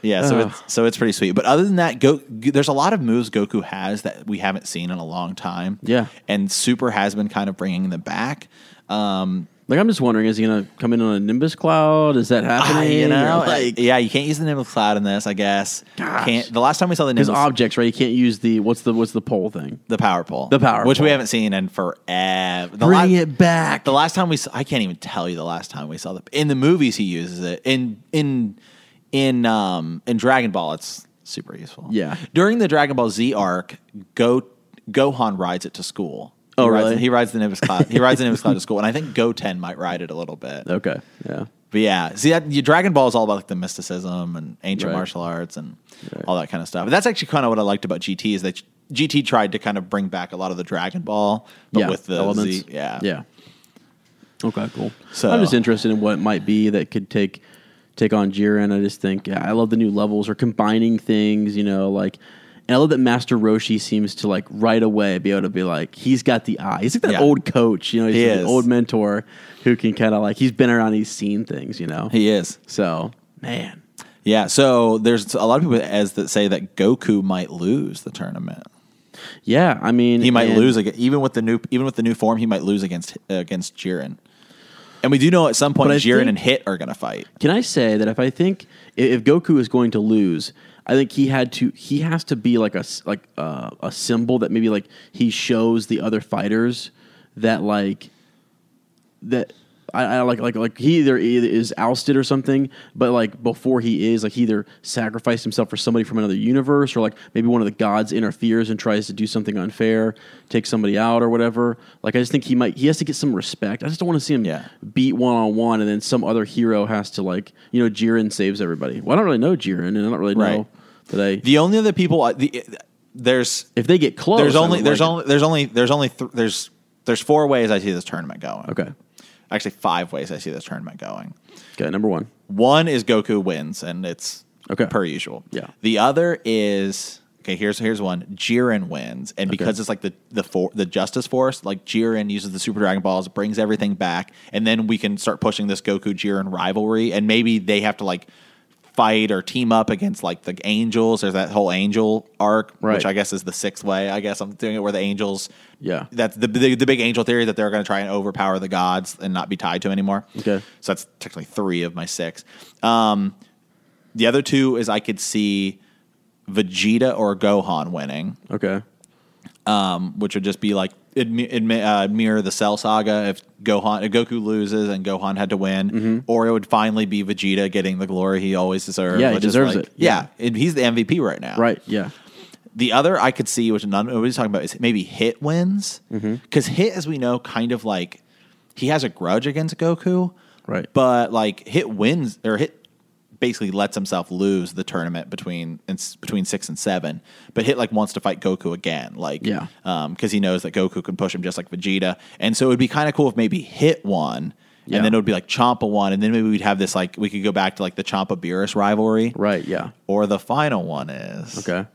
[SPEAKER 2] yeah, so
[SPEAKER 1] Ugh.
[SPEAKER 2] it's so it's pretty sweet. But other than that, go there's a lot of moves Goku has that we haven't seen in a long time.
[SPEAKER 1] Yeah.
[SPEAKER 2] and Super has been kind of bringing them back. Um,
[SPEAKER 1] Like I'm just wondering, is he gonna come in on a Nimbus cloud? Is that
[SPEAKER 2] I-
[SPEAKER 1] happening?
[SPEAKER 2] Ah, you know, uh,
[SPEAKER 1] Or, like
[SPEAKER 2] yeah, you can't use the Nimbus Cloud in this, I guess.
[SPEAKER 1] Gosh.
[SPEAKER 2] Can't the last time we saw the
[SPEAKER 1] his
[SPEAKER 2] Nimbus,
[SPEAKER 1] objects, right? He can't use the what's the what's the pole thing?
[SPEAKER 2] the Power Pole,
[SPEAKER 1] The Power
[SPEAKER 2] which we
[SPEAKER 1] Pole.
[SPEAKER 2] haven't seen in forever. The
[SPEAKER 1] Bring
[SPEAKER 2] la-
[SPEAKER 1] it back.
[SPEAKER 2] The last time we saw, I can't even tell you the last time we saw the in the movies he uses it in in in um in Dragon Ball it's super useful.
[SPEAKER 1] Yeah.
[SPEAKER 2] During the Dragon Ball Z arc, Go Gohan rides it to school.
[SPEAKER 1] Oh,
[SPEAKER 2] he rides,
[SPEAKER 1] really?
[SPEAKER 2] He rides the Nimbus Cloud. he rides the
[SPEAKER 1] [LAUGHS]
[SPEAKER 2] Nimbus Cloud to school, and I think Goten might ride it a little bit.
[SPEAKER 1] Okay. Yeah.
[SPEAKER 2] But yeah, see that your Dragon Ball is all about like the mysticism and ancient
[SPEAKER 1] Right.
[SPEAKER 2] martial arts and
[SPEAKER 1] Right.
[SPEAKER 2] all that kind of stuff. And that's actually kind of what I liked about GT is that GT tried to kind of bring back a lot of the Dragon Ball, but
[SPEAKER 1] yeah.
[SPEAKER 2] with the
[SPEAKER 1] elements.
[SPEAKER 2] Z, yeah,
[SPEAKER 1] Yeah. Okay. Cool.
[SPEAKER 2] So-
[SPEAKER 1] I'm just interested in what it might be that could take take on Jiren. I just think yeah, I love the new levels or combining things. You know, like. And I love that Master Roshi seems to like right away be able to be like he's got the eye. He's like that
[SPEAKER 2] Yeah.
[SPEAKER 1] old coach, you know. He's
[SPEAKER 2] He
[SPEAKER 1] like an
[SPEAKER 2] is.
[SPEAKER 1] old mentor who can kind of like he's been around, he's seen things, you know.
[SPEAKER 2] He is.
[SPEAKER 1] So man,
[SPEAKER 2] Yeah, so there's a lot of people as that say that Goku might lose the tournament.
[SPEAKER 1] yeah. I mean,
[SPEAKER 2] He might
[SPEAKER 1] and-
[SPEAKER 2] lose again, even with the new even with the new form. He might lose against against Jiren, and we do know at some point
[SPEAKER 1] But I
[SPEAKER 2] Jiren
[SPEAKER 1] think-
[SPEAKER 2] and Hit are going to fight.
[SPEAKER 1] Can I say that if I think i- if Goku is going to lose, I think he had to he has to be like a s- like uh, a symbol that maybe like he shows the other fighters that like that I, I like like like he either either is ousted or something, but like before he is like he either sacrificed himself for somebody from another universe or like maybe one of the gods interferes and tries to do something unfair, take somebody out or whatever. Like I just think he might he has to get some respect. I just don't want to see him
[SPEAKER 2] Yeah.
[SPEAKER 1] beat one on one and then some other hero has to like you know Jiren saves everybody. Well, I don't really know Jiren and I don't really
[SPEAKER 2] Right.
[SPEAKER 1] know that I
[SPEAKER 2] The only other people I- the, there's
[SPEAKER 1] if they get close.
[SPEAKER 2] there's
[SPEAKER 1] I
[SPEAKER 2] only
[SPEAKER 1] would
[SPEAKER 2] there's
[SPEAKER 1] Oh, like
[SPEAKER 2] only there's only there's only th- there's there's four ways I see this tournament going.
[SPEAKER 1] it. okay.
[SPEAKER 2] actually five ways I see this tournament going.
[SPEAKER 1] Okay, number one.
[SPEAKER 2] One is Goku wins, and it's
[SPEAKER 1] Okay.
[SPEAKER 2] per usual.
[SPEAKER 1] Yeah.
[SPEAKER 2] The other is okay. Here's here's one. Jiren wins, and because it's like the the for, the Justice Force, like Jiren uses the Super Dragon Balls, brings everything back, and then we can start pushing this Goku Jiren rivalry, and maybe they have to like fight or team up against like the angels. There's that whole angel arc,
[SPEAKER 1] Right.
[SPEAKER 2] which I guess is the sixth way. I guess I'm doing it where the angels.
[SPEAKER 1] Yeah.
[SPEAKER 2] That's the, the the big angel theory that they're going to try and overpower the gods and not be tied to anymore.
[SPEAKER 1] Okay.
[SPEAKER 2] So that's technically three of my six. Um, the other two is I could see Vegeta or Gohan winning,
[SPEAKER 1] Okay.
[SPEAKER 2] um, which would just be like it, mi- it mi- uh, mirror the Cell Saga if Gohan if Goku loses and Gohan had to win,
[SPEAKER 1] Mm-hmm.
[SPEAKER 2] or it would finally be Vegeta getting the glory he always deserved.
[SPEAKER 1] Yeah, he
[SPEAKER 2] which is
[SPEAKER 1] deserves
[SPEAKER 2] like-
[SPEAKER 1] it.
[SPEAKER 2] Yeah, it- he's the MVP right now.
[SPEAKER 1] Right. Yeah.
[SPEAKER 2] The other I could see, which none nobody's talking about, is maybe Hit wins
[SPEAKER 1] Mm-hmm.
[SPEAKER 2] because Hit, as we know, kind of like he has a grudge against Goku,
[SPEAKER 1] Right.
[SPEAKER 2] But like Hit wins or Hit basically lets himself lose the tournament between in, between six and seven. But Hit like wants to fight Goku again, like
[SPEAKER 1] Yeah.
[SPEAKER 2] because he knows that Goku can push him just like Vegeta, and so it would be kind of cool if maybe Hit won.
[SPEAKER 1] Yeah.
[SPEAKER 2] And then it would be like Champa won, and then maybe we'd have this like we could go back to like the Champa Beerus rivalry,
[SPEAKER 1] Right. Yeah.
[SPEAKER 2] Or the final one is
[SPEAKER 1] Okay.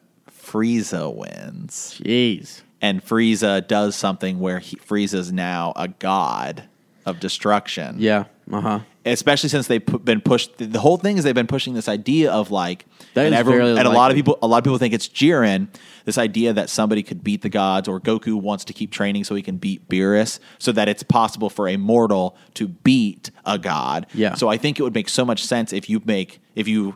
[SPEAKER 2] Frieza wins,
[SPEAKER 1] Jeez.
[SPEAKER 2] and Frieza does something where he, Frieza's now a god of destruction.
[SPEAKER 1] Yeah. Uh huh.
[SPEAKER 2] Especially since they've pu- been pushed. The whole thing is they've been pushing this idea of like,
[SPEAKER 1] That
[SPEAKER 2] and,
[SPEAKER 1] is
[SPEAKER 2] everyone,
[SPEAKER 1] very
[SPEAKER 2] and a lot of
[SPEAKER 1] likely.
[SPEAKER 2] people, a lot of people think it's Jiren. This idea that somebody could beat the gods, or Goku wants to keep training so he can beat Beerus, so that it's possible for a mortal to beat a god.
[SPEAKER 1] Yeah.
[SPEAKER 2] So I think it would make so much sense if you make if you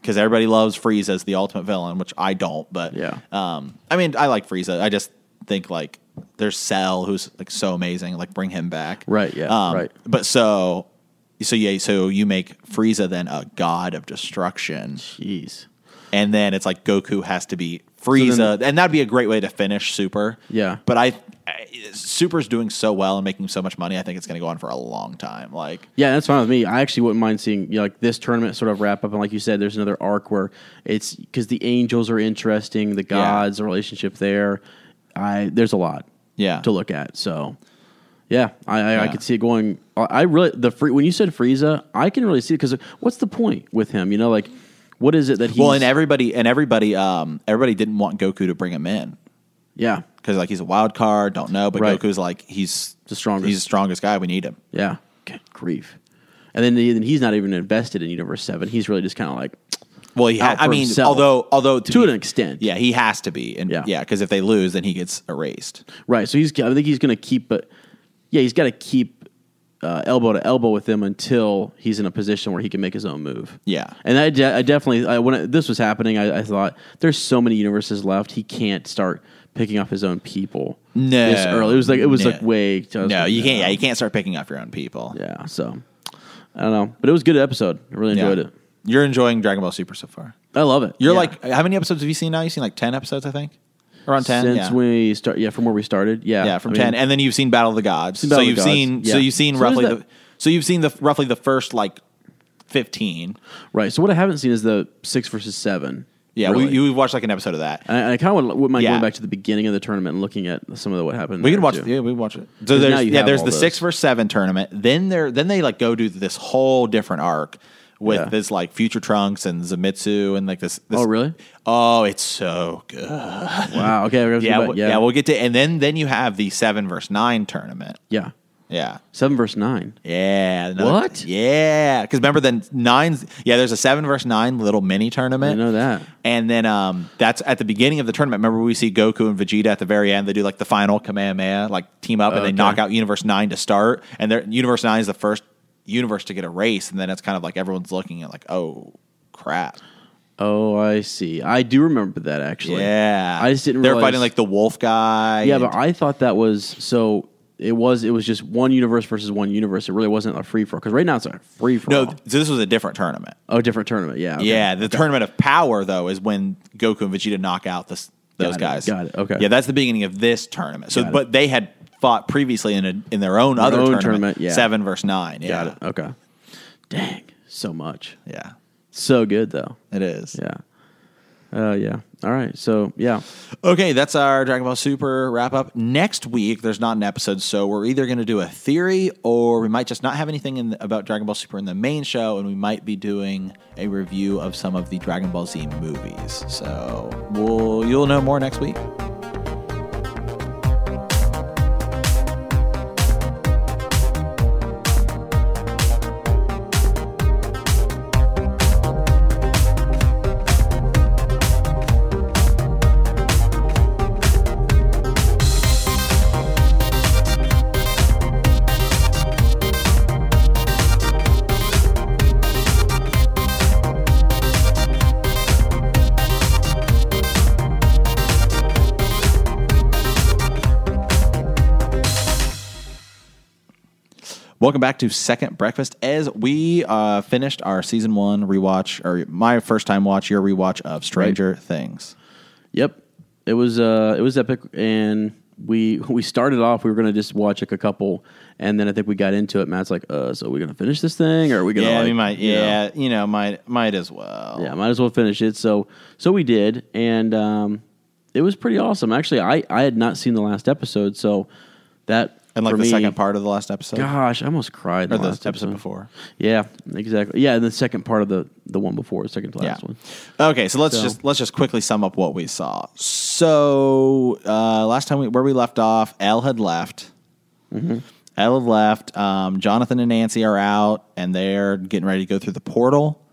[SPEAKER 2] because everybody loves Frieza as the ultimate villain, which I don't. But
[SPEAKER 1] Yeah.
[SPEAKER 2] um, I mean, I like Frieza. I just think like there's Cell, who's like so amazing. Like bring him back,
[SPEAKER 1] Right, yeah, right.
[SPEAKER 2] Um, But so, so yeah, so you make Frieza then a god of destruction,
[SPEAKER 1] Jeez.
[SPEAKER 2] and then it's like Goku has to be Frieza,
[SPEAKER 1] So then-
[SPEAKER 2] and that'd be a great way to finish Super.
[SPEAKER 1] Yeah.
[SPEAKER 2] but I, I Super's doing so well and making so much money. I think it's going to go on for a long time. Like
[SPEAKER 1] Yeah, that's fine with me. I actually wouldn't mind seeing you know, like this tournament sort of wrap up, and like you said, there's another arc where it's because the angels are interesting, the gods, the relationship there. I there's a lot,
[SPEAKER 2] Yeah.
[SPEAKER 1] to look at. So, yeah, I I, I
[SPEAKER 2] Yeah.
[SPEAKER 1] could see it going. I- I really the free when you said Frieza, I can really see it because what's the point with him? You know, like what is it that he's
[SPEAKER 2] well, and everybody and everybody um everybody didn't want Goku to bring him in
[SPEAKER 1] yeah
[SPEAKER 2] because like he's a wild card. Don't know, but
[SPEAKER 1] Right.
[SPEAKER 2] Goku's like he's
[SPEAKER 1] The strongest.
[SPEAKER 2] He's the strongest guy. We need him.
[SPEAKER 1] yeah Good grief, and then, the, then he's not even invested in Universe Seven. He's really just kind of like
[SPEAKER 2] Well, he ha-
[SPEAKER 1] out for
[SPEAKER 2] I mean,
[SPEAKER 1] himself.
[SPEAKER 2] although although
[SPEAKER 1] To an extent.
[SPEAKER 2] yeah, he has to be, and
[SPEAKER 1] Yeah.
[SPEAKER 2] yeah, because if they lose, then he gets erased.
[SPEAKER 1] Right. So he's. I think he's going to keep. But yeah, he's got to keep uh, elbow to elbow with them until he's in a position where he can make his own move.
[SPEAKER 2] Yeah.
[SPEAKER 1] And I, de- I definitely I, when it, this was happening, I, I thought there's so many universes left. He can't start picking up his own people.
[SPEAKER 2] No,
[SPEAKER 1] This early. It was like it was
[SPEAKER 2] No.
[SPEAKER 1] like way. I was
[SPEAKER 2] No,
[SPEAKER 1] like,
[SPEAKER 2] you can't. Yeah, you can't start picking up your own people.
[SPEAKER 1] Yeah. So I don't know, but it was a good episode. I really enjoyed it.
[SPEAKER 2] You're enjoying Dragon Ball Super so far.
[SPEAKER 1] I love it.
[SPEAKER 2] You're
[SPEAKER 1] Yeah.
[SPEAKER 2] like, how many episodes have you seen now? You've seen like ten episodes, I think, around ten.
[SPEAKER 1] since
[SPEAKER 2] yeah.
[SPEAKER 1] we start. Yeah, from where we started. Yeah.
[SPEAKER 2] yeah, from
[SPEAKER 1] I mean,
[SPEAKER 2] ten, and then you've seen Battle of the Gods.
[SPEAKER 1] Battle
[SPEAKER 2] so
[SPEAKER 1] of the
[SPEAKER 2] you've
[SPEAKER 1] Gods,
[SPEAKER 2] seen, so
[SPEAKER 1] yeah.
[SPEAKER 2] you've seen
[SPEAKER 1] So there's
[SPEAKER 2] roughly
[SPEAKER 1] that-
[SPEAKER 2] the, so you've seen the roughly the first like fifteen.
[SPEAKER 1] Right. So what I haven't seen is the six versus seven.
[SPEAKER 2] Yeah,
[SPEAKER 1] really.
[SPEAKER 2] we, you we've watched like an episode of that.
[SPEAKER 1] And I, kind of wouldn't mind
[SPEAKER 2] Yeah.
[SPEAKER 1] going back to the beginning of the tournament and looking at some of the, what happened.
[SPEAKER 2] We
[SPEAKER 1] there,
[SPEAKER 2] can watch.
[SPEAKER 1] too.
[SPEAKER 2] Yeah, we can watch it. So
[SPEAKER 1] Because now
[SPEAKER 2] there's
[SPEAKER 1] you
[SPEAKER 2] yeah,
[SPEAKER 1] have
[SPEAKER 2] there's
[SPEAKER 1] all
[SPEAKER 2] the
[SPEAKER 1] those.
[SPEAKER 2] six versus seven tournament. Then they're then they like go do this whole different arc with
[SPEAKER 1] Yeah.
[SPEAKER 2] this like future trunks and Zamitsu and like this, this.
[SPEAKER 1] Oh, really?
[SPEAKER 2] Oh, it's so good.
[SPEAKER 1] Wow. Okay. We're
[SPEAKER 2] Yeah,
[SPEAKER 1] yeah,
[SPEAKER 2] we'll-
[SPEAKER 1] yeah.
[SPEAKER 2] yeah, We'll get to and then then you have the seven versus nine tournament.
[SPEAKER 1] yeah.
[SPEAKER 2] Yeah.
[SPEAKER 1] Seven versus nine.
[SPEAKER 2] Yeah. another-
[SPEAKER 1] What?
[SPEAKER 2] Yeah, because remember then nines. Yeah, there's a seven versus nine little mini
[SPEAKER 1] I
[SPEAKER 2] tournament.
[SPEAKER 1] know that.
[SPEAKER 2] And then um, that's at the beginning of the tournament. Remember, we see Goku and Vegeta at the very end. They do like the final Kamehameha, like team up, and they
[SPEAKER 1] Okay.
[SPEAKER 2] knock out Universe Nine to start. And they're- Universe Nine is the first universe to get a race. And then it's kind of like everyone's looking at like, oh crap,
[SPEAKER 1] Oh, I see. I do remember that actually.
[SPEAKER 2] yeah.
[SPEAKER 1] I just didn't
[SPEAKER 2] They're
[SPEAKER 1] realize-
[SPEAKER 2] fighting like the Wolf guy.
[SPEAKER 1] Yeah,
[SPEAKER 2] and-
[SPEAKER 1] but I thought that was so. It was. It was just one universe versus one universe. It really wasn't a free for all. Because right now it's a free for
[SPEAKER 2] no,
[SPEAKER 1] all.
[SPEAKER 2] th- so this was a different tournament.
[SPEAKER 1] oh, different tournament. Yeah. okay.
[SPEAKER 2] Yeah, the tournament of power though is when Goku and Vegeta knock out this,
[SPEAKER 1] Got
[SPEAKER 2] those
[SPEAKER 1] it,
[SPEAKER 2] guys.
[SPEAKER 1] got it, okay.
[SPEAKER 2] Yeah, that's the beginning of this tournament. So,
[SPEAKER 1] Got it.
[SPEAKER 2] but they had fought previously in a, in their own other
[SPEAKER 1] own
[SPEAKER 2] tournament,
[SPEAKER 1] tournament, yeah.
[SPEAKER 2] seven versus nine. Yeah.
[SPEAKER 1] Got it. Okay. Dang. So much.
[SPEAKER 2] Yeah,
[SPEAKER 1] So good though.
[SPEAKER 2] it is.
[SPEAKER 1] Yeah. Uh, yeah. All right. So yeah.
[SPEAKER 2] Okay, that's our Dragon Ball Super wrap up. Next week, there's not an episode, so we're either going to do a theory or we might just not have anything in about Dragon Ball Super in the main show, and we might be doing a review of some of the Dragon Ball Z movies. So we'll you'll know more next week. Welcome back to Second Breakfast. As we uh, finished our season one rewatch, or my first time watch, your rewatch of Stranger Things.
[SPEAKER 1] Yep. It was uh it was epic and we [LAUGHS] we started off we were gonna just watch like a couple and then I think we got into it. Matt's like, uh, so are we gonna finish this thing or are we gonna like, you know?
[SPEAKER 2] you know, might might as well.
[SPEAKER 1] Yeah, might as well finish it. So so we did and um it was pretty awesome. Actually I, I had not seen the last episode, so that
[SPEAKER 2] And like
[SPEAKER 1] for
[SPEAKER 2] the
[SPEAKER 1] me-
[SPEAKER 2] second part of the last episode,
[SPEAKER 1] Gosh, I almost cried. in
[SPEAKER 2] or
[SPEAKER 1] the
[SPEAKER 2] the
[SPEAKER 1] last
[SPEAKER 2] episode, before.
[SPEAKER 1] Yeah, exactly. Yeah, and the second part of the the one before, second to last one.
[SPEAKER 2] Okay, so let's
[SPEAKER 1] So-
[SPEAKER 2] just let's just quickly sum up what we saw. So uh, last time we where we left off, Elle had left.
[SPEAKER 1] Mm-hmm.
[SPEAKER 2] Elle had left. Um, Jonathan and Nancy are out, and they're getting ready to go through the portal.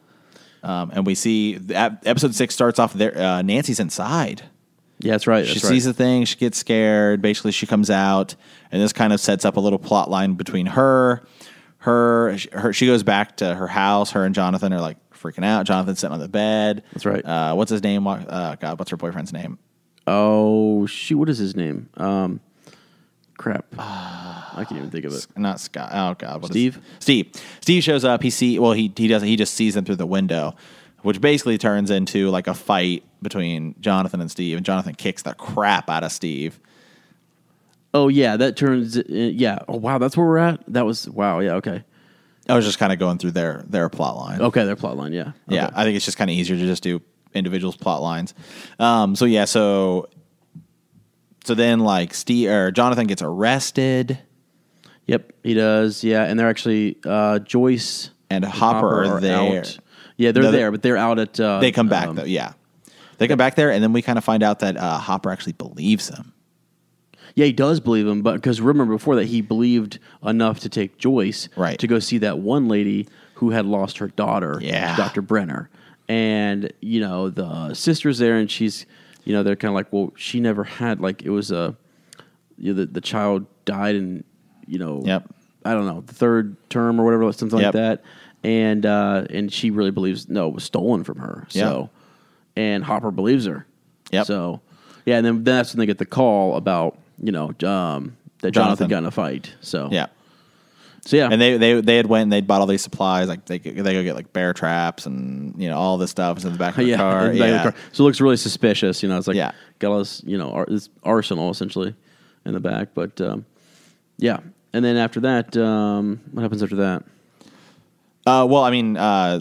[SPEAKER 2] Um, and we see the ep- episode six starts off there. Uh, Nancy's inside.
[SPEAKER 1] Yeah, that's right.
[SPEAKER 2] She
[SPEAKER 1] that's
[SPEAKER 2] sees
[SPEAKER 1] right.
[SPEAKER 2] the thing. She gets scared. Basically, she comes out, and this kind of sets up a little plot line between her, her, her. She goes back to her house. Her and Jonathan are like freaking out. Jonathan's sitting on the bed.
[SPEAKER 1] That's right.
[SPEAKER 2] Uh, what's his name? Wa- Uh, God, what's her boyfriend's name?
[SPEAKER 1] Oh shoot, what is his name? Um, crap, I can't even think of it.
[SPEAKER 2] Not Scott. Oh God, what is-
[SPEAKER 1] Steve?
[SPEAKER 2] Steve. Steve shows up. He see. Well, he he doesn't. He just sees them through the window. which basically turns into like a fight between Jonathan and Steve, and Jonathan kicks the crap out of Steve.
[SPEAKER 1] Oh yeah, that turns. uh, yeah. Oh wow, that's where we're at. That was wow. Yeah. Okay.
[SPEAKER 2] I was just kind of going through their their plot line.
[SPEAKER 1] Okay. Their plot line. Yeah.
[SPEAKER 2] Yeah,
[SPEAKER 1] Okay.
[SPEAKER 2] I think it's just kind of easier to just do individuals plot lines. Um, so yeah, so so then like Steve or Jonathan gets arrested
[SPEAKER 1] Oh, Yep. He does. Yeah. And they're actually uh, Joyce
[SPEAKER 2] and Hopper, are there.
[SPEAKER 1] out. Yeah, they're
[SPEAKER 2] No, they-
[SPEAKER 1] there, but they're out at. Uh,
[SPEAKER 2] They come back
[SPEAKER 1] um,
[SPEAKER 2] though. Yeah, they come back there, and then we kind of find out that uh, Hopper actually believes him.
[SPEAKER 1] Yeah, he does believe him, but because remember before that he believed enough to take Joyce
[SPEAKER 2] Right.
[SPEAKER 1] to go see that one lady who had lost her daughter,
[SPEAKER 2] Yeah.
[SPEAKER 1] Dr. Brenner, and you know the sister's there, and she's you know they're kind of like, well, she never had like it was a you know, the the child died in you know
[SPEAKER 2] Yep.
[SPEAKER 1] I don't know the third term or whatever something like
[SPEAKER 2] Yep.
[SPEAKER 1] that, and uh, and she really believes no it was stolen from her,
[SPEAKER 2] Yeah.
[SPEAKER 1] so and Hopper believes her.
[SPEAKER 2] Yep.
[SPEAKER 1] So, yeah, and then that's when they get the call about you know um, that Jonathan,
[SPEAKER 2] Jonathan.
[SPEAKER 1] got in a fight. So
[SPEAKER 2] Yeah.
[SPEAKER 1] so yeah,
[SPEAKER 2] And they, they they had went and they'd bought all these supplies like they could- they go get like bear traps and you know all this stuff is in the back of the
[SPEAKER 1] [LAUGHS] yeah,
[SPEAKER 2] car
[SPEAKER 1] in the back of the
[SPEAKER 2] yeah
[SPEAKER 1] car. So it looks really suspicious. You know, it's like
[SPEAKER 2] Yeah.
[SPEAKER 1] got all this you know ar- this arsenal essentially in the back. But um, yeah, and then after that, um, what happens after that?
[SPEAKER 2] Uh, well, I mean, uh,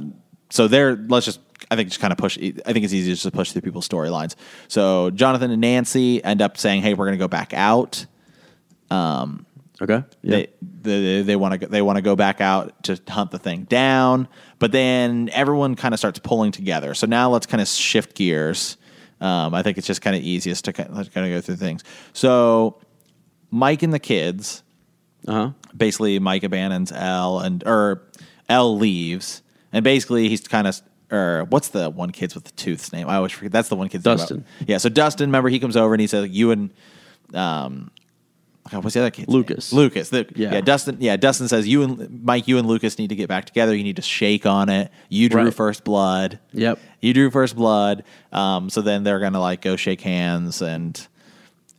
[SPEAKER 2] so there. Let's just. I think just kind of push. e, I think it's easier just to push through people's storylines. So Jonathan and Nancy end up saying, "Hey, we're going to go back out."
[SPEAKER 1] Okay, yeah.
[SPEAKER 2] They they they want to they want to go back out to hunt the thing down. But then everyone kind of starts pulling together. So now let's kind of shift gears. Um, I think it's just kind of easiest to kind of go through things. So Mike and the kids
[SPEAKER 1] uh-huh.
[SPEAKER 2] basically Mike abandons L and or L leaves, and basically he's kind of or what's the one kid's with the tooth's name? I always forget. That's the one kid's name.
[SPEAKER 1] Dustin.
[SPEAKER 2] Yeah, so Dustin, remember he comes over and he says you and um. God, what's the other kid?
[SPEAKER 1] Lucas.
[SPEAKER 2] Lucas. The- yeah.
[SPEAKER 1] Yeah.
[SPEAKER 2] Dustin. Yeah, Dustin says you and Mike, you and Lucas need to get back together. You need to shake on it. You drew
[SPEAKER 1] Right.
[SPEAKER 2] first blood.
[SPEAKER 1] Yep.
[SPEAKER 2] You drew first blood. Um. So then they're gonna like go shake hands and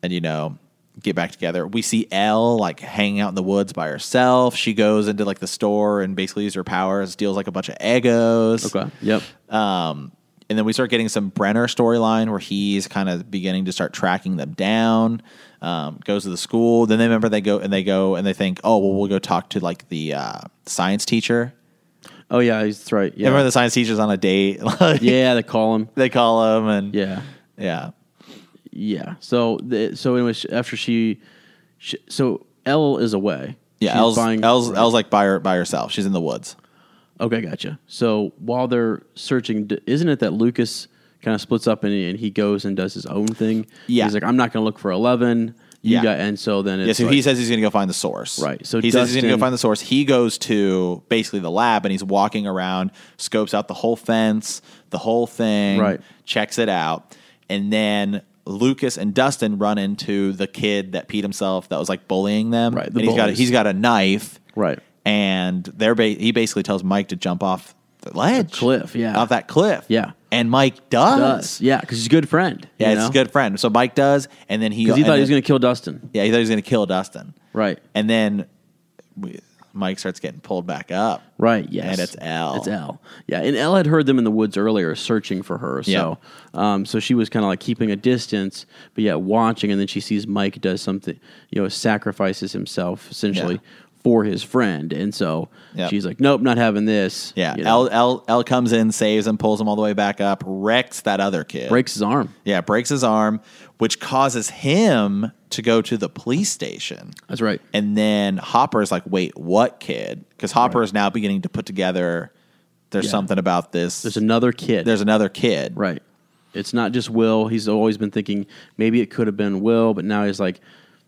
[SPEAKER 2] and you know get back together. We see Elle like hanging out in the woods by herself. She goes into like the store and basically uses her powers, deals like a bunch of egos.
[SPEAKER 1] Okay. Yep.
[SPEAKER 2] Um, and then we start getting some Brenner storyline where he's kind of beginning to start tracking them down. Um, goes to the school. Then they remember they go and they go and they think, oh well, we'll go talk to like the uh, science teacher.
[SPEAKER 1] Oh yeah, he's- that's right. Yeah.
[SPEAKER 2] Remember the science teacher's on a date. [LAUGHS] Like,
[SPEAKER 1] yeah, they call him.
[SPEAKER 2] They call him and
[SPEAKER 1] Yeah.
[SPEAKER 2] yeah.
[SPEAKER 1] Yeah. So the, so anyway, sh- after she, she so L is away.
[SPEAKER 2] Yeah,
[SPEAKER 1] She's
[SPEAKER 2] Elle's, Elle's,
[SPEAKER 1] right.
[SPEAKER 2] Elle's like by, her, by herself. She's in the woods.
[SPEAKER 1] Okay, gotcha. So while they're searching, d- isn't it that Lucas kind of splits up and, and he goes and does his own thing?
[SPEAKER 2] Yeah.
[SPEAKER 1] he's like, I'm not going to look for eleven. You
[SPEAKER 2] Yeah.
[SPEAKER 1] got, and so then it's
[SPEAKER 2] Yeah, so
[SPEAKER 1] like,
[SPEAKER 2] he says he's going to go find the source.
[SPEAKER 1] Right, so
[SPEAKER 2] he says he's going to go
[SPEAKER 1] Dustin-
[SPEAKER 2] find the source. He goes to basically the lab and he's walking around, scopes out the whole fence, the whole thing,
[SPEAKER 1] Right.
[SPEAKER 2] checks it out. And then Lucas and Dustin run into the kid that peed himself that was like bullying them.
[SPEAKER 1] Right, the
[SPEAKER 2] And he's got a,
[SPEAKER 1] bullies.
[SPEAKER 2] he's got a knife.
[SPEAKER 1] Right.
[SPEAKER 2] And they're ba- he basically tells Mike to jump off the ledge.
[SPEAKER 1] cliff, yeah.
[SPEAKER 2] Off that cliff.
[SPEAKER 1] Yeah.
[SPEAKER 2] And Mike
[SPEAKER 1] does,
[SPEAKER 2] does.
[SPEAKER 1] yeah, because he's a good friend.
[SPEAKER 2] Yeah, it's a good friend. So Mike does, and then he
[SPEAKER 1] because he
[SPEAKER 2] and
[SPEAKER 1] thought he was
[SPEAKER 2] then-
[SPEAKER 1] going to kill Dustin.
[SPEAKER 2] yeah, he thought he was going to kill Dustin.
[SPEAKER 1] Right.
[SPEAKER 2] And then we, Mike starts getting pulled back up.
[SPEAKER 1] Right. Yes.
[SPEAKER 2] And it's L.
[SPEAKER 1] It's L. Yeah. And L had heard them in the woods earlier searching for her. So, um, so she was kind of like keeping a distance, but yet watching. And then she sees Mike does something, you know, sacrifices himself essentially for his friend. And so
[SPEAKER 2] Yep.
[SPEAKER 1] she's like, nope, not having this.
[SPEAKER 2] Yeah.
[SPEAKER 1] you know.
[SPEAKER 2] L, L, L comes in, saves him, pulls him all the way back up, wrecks that other kid.
[SPEAKER 1] breaks his arm.
[SPEAKER 2] Yeah, breaks his arm, which causes him to go to the police station.
[SPEAKER 1] That's right.
[SPEAKER 2] And then Hopper is like, wait, what kid? Because Hopper is now beginning to put together there's
[SPEAKER 1] Yeah.
[SPEAKER 2] something about this.
[SPEAKER 1] There's another kid.
[SPEAKER 2] there's another kid.
[SPEAKER 1] Right. It's not just Will. He's always been thinking maybe it could have been Will, but now he's like,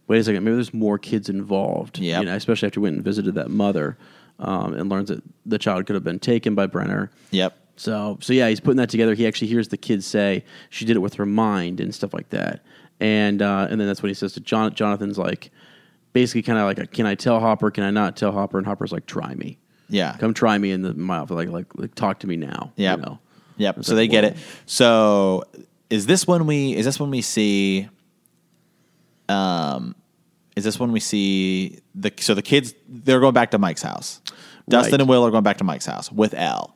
[SPEAKER 1] wait a second, maybe there's more kids involved.
[SPEAKER 2] Yep.
[SPEAKER 1] You know, especially after he went and visited that mother um, and learns that the child could have been taken by Brenner.
[SPEAKER 2] Yep.
[SPEAKER 1] So, so yeah, he's putting that together. He actually hears the kids say she did it with her mind and stuff like that. And uh, and then that's what he says to John. Jonathan's like, basically, kind of like, can I tell Hopper? Can I not tell Hopper? And Hopper's like, try me.
[SPEAKER 2] Yeah.
[SPEAKER 1] Come try me in the my office. Like, like, like talk to me now.
[SPEAKER 2] Yep.
[SPEAKER 1] You know?
[SPEAKER 2] Yep.
[SPEAKER 1] It's
[SPEAKER 2] so
[SPEAKER 1] like,
[SPEAKER 2] they get
[SPEAKER 1] whoa.
[SPEAKER 2] it. So is this when we is this when we see um is this when we see the so the kids they're going back to Mike's house. Dustin
[SPEAKER 1] Right.
[SPEAKER 2] and Will are going back to Mike's house with L.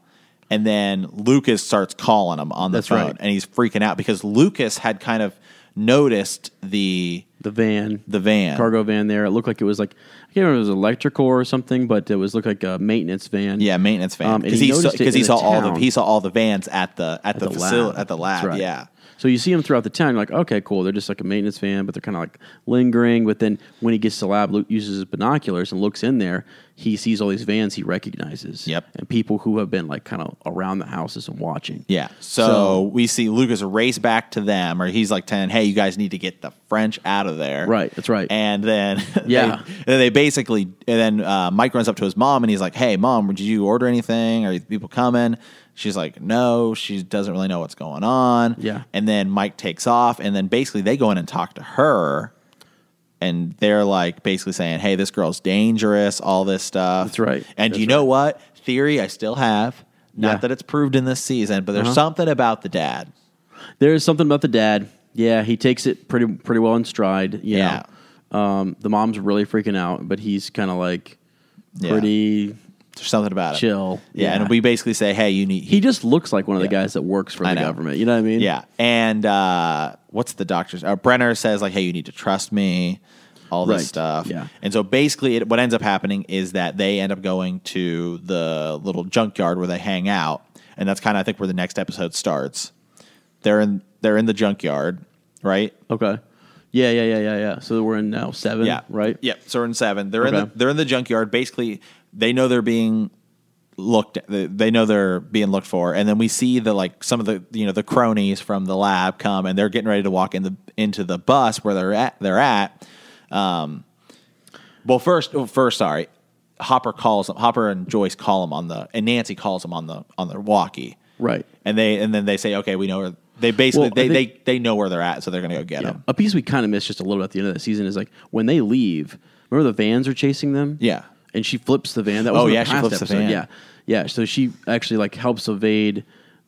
[SPEAKER 2] And then Lucas starts calling him on the
[SPEAKER 1] That's
[SPEAKER 2] phone,
[SPEAKER 1] right.
[SPEAKER 2] and he's freaking out because Lucas had kind of noticed the
[SPEAKER 1] the van,
[SPEAKER 2] the van.
[SPEAKER 1] cargo van there. It looked like it was like I can't remember if it was electrical or something, but it was looked like a maintenance van.
[SPEAKER 2] Yeah, maintenance van.
[SPEAKER 1] Um, and
[SPEAKER 2] Because
[SPEAKER 1] he
[SPEAKER 2] he, saw,
[SPEAKER 1] noticed it
[SPEAKER 2] cause
[SPEAKER 1] in
[SPEAKER 2] he
[SPEAKER 1] the
[SPEAKER 2] saw all
[SPEAKER 1] town.
[SPEAKER 2] the he saw all the vans at the at, the, facility at the lab.
[SPEAKER 1] That's right.
[SPEAKER 2] Yeah.
[SPEAKER 1] So you see them throughout the town. You're like, okay, cool. They're just like a maintenance van, but they're kind of like lingering. But then when he gets to the lab, Luke uses his binoculars and looks in there. He sees all these vans he recognizes.
[SPEAKER 2] Yep.
[SPEAKER 1] And people who have been like kind of around the houses and watching.
[SPEAKER 2] Yeah. So, we see Lucas race back to them, or he's like telling, "Hey, you guys need to get the French out of there."
[SPEAKER 1] Right, that's right.
[SPEAKER 2] And then [LAUGHS]
[SPEAKER 1] Yeah.
[SPEAKER 2] they, then they basically and then uh, Mike runs up to his mom and he's like, "Hey, mom, did you order anything? Are people coming?" She's like, "No." She doesn't really know what's going on.
[SPEAKER 1] Yeah.
[SPEAKER 2] And then Mike takes off, and then basically they go in and talk to her. And they're like basically saying, "Hey, this girl's dangerous. All this stuff."
[SPEAKER 1] That's right.
[SPEAKER 2] And
[SPEAKER 1] That's
[SPEAKER 2] you know what? Theory I still have. Not
[SPEAKER 1] Yeah.
[SPEAKER 2] that it's proved in this season, but there's
[SPEAKER 1] Uh-huh.
[SPEAKER 2] something about the dad.
[SPEAKER 1] There is something about the dad. Yeah, he takes it pretty pretty well in stride. you
[SPEAKER 2] Yeah.
[SPEAKER 1] know. Um, the mom's really freaking out, but he's kind of like
[SPEAKER 2] Yeah.
[SPEAKER 1] pretty.
[SPEAKER 2] There's something about it.
[SPEAKER 1] Chill.
[SPEAKER 2] Yeah,
[SPEAKER 1] Yeah.
[SPEAKER 2] And we basically say, "Hey, you need."
[SPEAKER 1] He just looks like one of the
[SPEAKER 2] Yeah.
[SPEAKER 1] guys that works for
[SPEAKER 2] I
[SPEAKER 1] the
[SPEAKER 2] know.
[SPEAKER 1] government. You know what I mean?
[SPEAKER 2] yeah. And uh, what's the doctor's? Uh, Brenner says like, "Hey, you need to trust me." All this
[SPEAKER 1] Right.
[SPEAKER 2] stuff.
[SPEAKER 1] Yeah.
[SPEAKER 2] And so basically, it, what ends up happening is that they end up going to the little junkyard where they hang out, and that's kind of I think where the next episode starts. They're in they're in the junkyard, right?
[SPEAKER 1] Okay. Yeah, yeah, yeah, yeah, yeah. So we're in now seven,
[SPEAKER 2] Yeah.
[SPEAKER 1] right?
[SPEAKER 2] Yep. So we're in seven. They're in
[SPEAKER 1] Okay.
[SPEAKER 2] the, they're in the junkyard. Basically, they know they're being looked. At, they- they know they're being looked for, and then we see the like some of the you know the cronies from the lab come, and they're getting ready to walk in the into the bus where they're at. They're at. Um, well, first, oh, first, sorry. Hopper calls Hopper and Joyce call him on the and Nancy calls him on the on their walkie.
[SPEAKER 1] Right.
[SPEAKER 2] And they and then they say, okay, we know where they
[SPEAKER 1] Well,
[SPEAKER 2] basically
[SPEAKER 1] I
[SPEAKER 2] they,
[SPEAKER 1] think-
[SPEAKER 2] they they know where they're at, so they're gonna go get
[SPEAKER 1] Yeah.
[SPEAKER 2] him.
[SPEAKER 1] A piece we kind of missed just a little bit at the end of that season is like when they leave, remember the vans are chasing them?
[SPEAKER 2] Yeah.
[SPEAKER 1] And she flips the van. That was
[SPEAKER 2] Oh,
[SPEAKER 1] in the
[SPEAKER 2] yeah, she
[SPEAKER 1] past
[SPEAKER 2] flips the
[SPEAKER 1] episode.
[SPEAKER 2] van.
[SPEAKER 1] Yeah. Yeah. So she actually like helps evade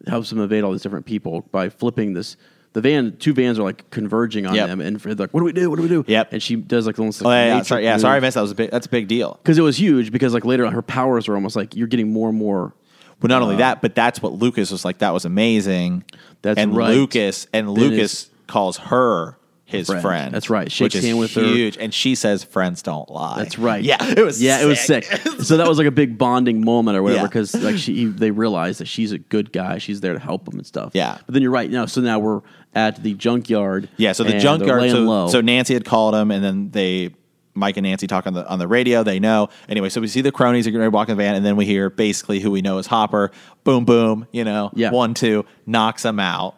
[SPEAKER 1] helps them evade all these different people by flipping this the van two vans are like converging on
[SPEAKER 2] Yep.
[SPEAKER 1] them and Fred's like, What do we do? What do we do?
[SPEAKER 2] Yep.
[SPEAKER 1] And she does like almost
[SPEAKER 2] Oh
[SPEAKER 1] like
[SPEAKER 2] yeah, yeah,
[SPEAKER 1] nature
[SPEAKER 2] sorry, yeah,
[SPEAKER 1] move.
[SPEAKER 2] sorry, I missed that. Was a big, that's a big deal.
[SPEAKER 1] because it was huge because like later on her powers were almost like you're getting more and more
[SPEAKER 2] But not only that, but that's what Lucas was like. That was amazing.
[SPEAKER 1] Uh, That's
[SPEAKER 2] and
[SPEAKER 1] right.
[SPEAKER 2] Lucas and Lucas
[SPEAKER 1] it's-
[SPEAKER 2] calls her his friend.
[SPEAKER 1] Friend. That's right.
[SPEAKER 2] which
[SPEAKER 1] Shakes
[SPEAKER 2] is
[SPEAKER 1] hand with her.
[SPEAKER 2] huge, and she says friends don't lie.
[SPEAKER 1] That's right.
[SPEAKER 2] [LAUGHS] Yeah, it was.
[SPEAKER 1] Yeah,
[SPEAKER 2] sick.
[SPEAKER 1] it was sick. so that was like a big bonding moment or whatever
[SPEAKER 2] Yeah.
[SPEAKER 1] because like she he- they realized that she's a good guy. She's there to help them and stuff.
[SPEAKER 2] Yeah.
[SPEAKER 1] But then you're right now. So now we're at the junkyard.
[SPEAKER 2] Yeah, so the
[SPEAKER 1] and they're
[SPEAKER 2] junkyard.
[SPEAKER 1] laying
[SPEAKER 2] So,
[SPEAKER 1] low.
[SPEAKER 2] so Nancy had called him, and then they Mike and Nancy talk on the on the radio. They know anyway. So we see the cronies are going to walk in the van, and then we hear basically who we know is Hopper. Boom, boom. You know,
[SPEAKER 1] Yeah.
[SPEAKER 2] one, two, knocks him out.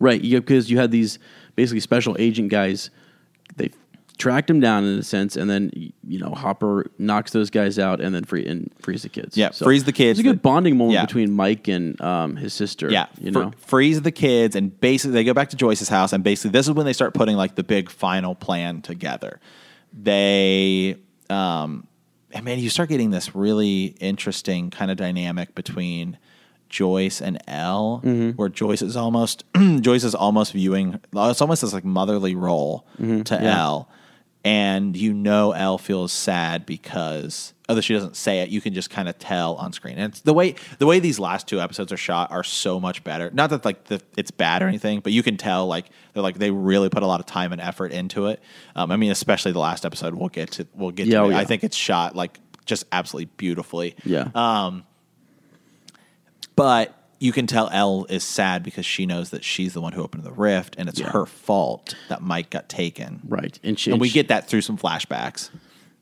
[SPEAKER 1] right, because you had these basically special agent guys. They tracked him down in a sense, and then you know Hopper knocks those guys out, and then free and frees the kids.
[SPEAKER 2] Yeah, frees the kids.
[SPEAKER 1] It's a good bonding moment
[SPEAKER 2] Yeah.
[SPEAKER 1] between Mike and um, his sister.
[SPEAKER 2] Yeah,
[SPEAKER 1] you
[SPEAKER 2] fr-
[SPEAKER 1] know.
[SPEAKER 2] freeze the kids, and basically they go back to Joyce's house, and basically this is when they start putting like the big final plan together. They, um, and man, you start getting this really interesting kind of dynamic between Joyce and Elle,
[SPEAKER 1] Mm-hmm.
[SPEAKER 2] where Joyce is almost [CLEARS THROAT] Joyce is almost viewing it's almost this like motherly role to
[SPEAKER 1] Mm-hmm. yeah.
[SPEAKER 2] Elle, and you know Elle feels sad because although she doesn't say it, you can just kind of tell on screen. And it's the way the way these last two episodes are shot are so much better. Not that like the, it's bad or anything, but you can tell like they're like they really put a lot of time and effort into it. Um, I mean, especially the last episode. We'll get to we'll get
[SPEAKER 1] Yeah,
[SPEAKER 2] to.
[SPEAKER 1] oh,
[SPEAKER 2] it.
[SPEAKER 1] yeah.
[SPEAKER 2] I think it's shot like just absolutely beautifully.
[SPEAKER 1] Yeah.
[SPEAKER 2] Um, but. You can tell Elle is sad because she knows that she's the one who opened the rift, and it's
[SPEAKER 1] Yeah.
[SPEAKER 2] her fault that Mike got taken.
[SPEAKER 1] Right, and, she,
[SPEAKER 2] And we
[SPEAKER 1] she-
[SPEAKER 2] get that through some flashbacks.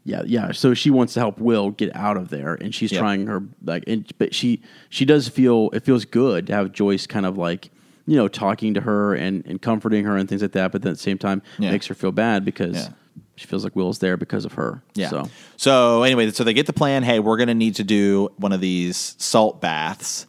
[SPEAKER 1] Yeah, yeah. So she wants to help Will get out of there, and she's
[SPEAKER 2] Yeah.
[SPEAKER 1] trying her like, and, but she she does feel it feels good to have Joyce kind of like you know talking to her and and comforting her and things like that. But then at the same time,
[SPEAKER 2] Yeah.
[SPEAKER 1] makes her feel bad because
[SPEAKER 2] Yeah.
[SPEAKER 1] she feels like Will's there because of her.
[SPEAKER 2] Yeah. So.
[SPEAKER 1] So
[SPEAKER 2] anyway, so they get the plan. Hey, we're gonna need to do one of these salt baths.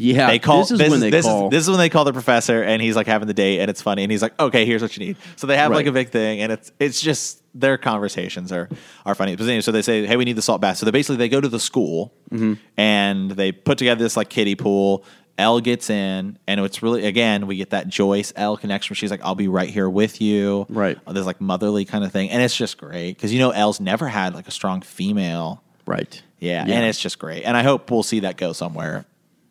[SPEAKER 1] yeah,
[SPEAKER 2] They call
[SPEAKER 1] this is when they
[SPEAKER 2] this
[SPEAKER 1] call.
[SPEAKER 2] Is, this is when they call the professor, and he's like having the date, and it's funny, and he's like, "Okay, here's what you need." So they have like
[SPEAKER 1] Right.
[SPEAKER 2] a big thing, and it's it's just their conversations are are funny. But anyway, so they say, "Hey, we need the salt bath." So they basically they go to the school
[SPEAKER 1] Mm-hmm.
[SPEAKER 2] and they put together this like kiddie pool. Elle gets in, and it's really again we get that Joyce Elle connection. Where she's like, "I'll be right here with you."
[SPEAKER 1] Right.
[SPEAKER 2] There's like motherly kind of thing, and it's just great because you know Elle's never had like a strong female
[SPEAKER 1] right.
[SPEAKER 2] yeah, and it's just great. And I hope we'll see that go somewhere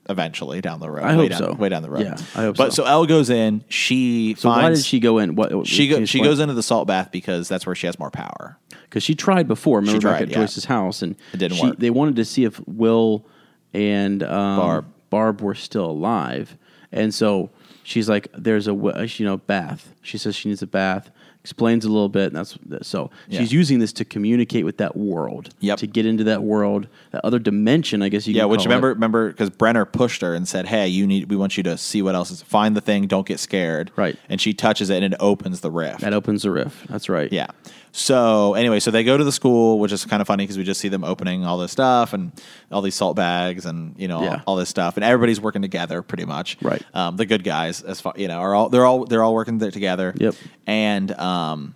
[SPEAKER 2] eventually down the road.
[SPEAKER 1] I hope
[SPEAKER 2] way down,
[SPEAKER 1] so.
[SPEAKER 2] Way down the road.
[SPEAKER 1] Yeah, I hope
[SPEAKER 2] but
[SPEAKER 1] so.
[SPEAKER 2] so Elle goes in. She
[SPEAKER 1] So
[SPEAKER 2] finds
[SPEAKER 1] why did she go in? What
[SPEAKER 2] she go, she goes into the salt bath because that's where she has more power.
[SPEAKER 1] because she tried before. Remember back
[SPEAKER 2] tried,
[SPEAKER 1] at
[SPEAKER 2] yeah.
[SPEAKER 1] Joyce's house, and
[SPEAKER 2] It didn't
[SPEAKER 1] she,
[SPEAKER 2] work.
[SPEAKER 1] They wanted to see if Will and um,
[SPEAKER 2] Barb.
[SPEAKER 1] Barb were still alive, and so she's like, "There's a w- uh, you know bath." She says she needs a bath. Explains a little bit, and that's so
[SPEAKER 2] Yeah.
[SPEAKER 1] she's using this to communicate with that world.
[SPEAKER 2] Yep.
[SPEAKER 1] To get into that world, that other dimension, I guess you.
[SPEAKER 2] Yeah,
[SPEAKER 1] could
[SPEAKER 2] which
[SPEAKER 1] call it.
[SPEAKER 2] remember remember because Brenner pushed her and said, "Hey, you need we want you to see what else is find the thing, don't get scared."
[SPEAKER 1] Right.
[SPEAKER 2] And she touches it and it opens the rift.
[SPEAKER 1] that opens the rift. That's right.
[SPEAKER 2] Yeah. So anyway, so they go to the school, which is kind of funny because we just see them opening all this stuff and all these salt bags and you know
[SPEAKER 1] Yeah.
[SPEAKER 2] all, this stuff, and everybody's working together pretty much.
[SPEAKER 1] Right.
[SPEAKER 2] Um, the good guys, as far you know, are all they're all they're all working there together.
[SPEAKER 1] Yep.
[SPEAKER 2] And um,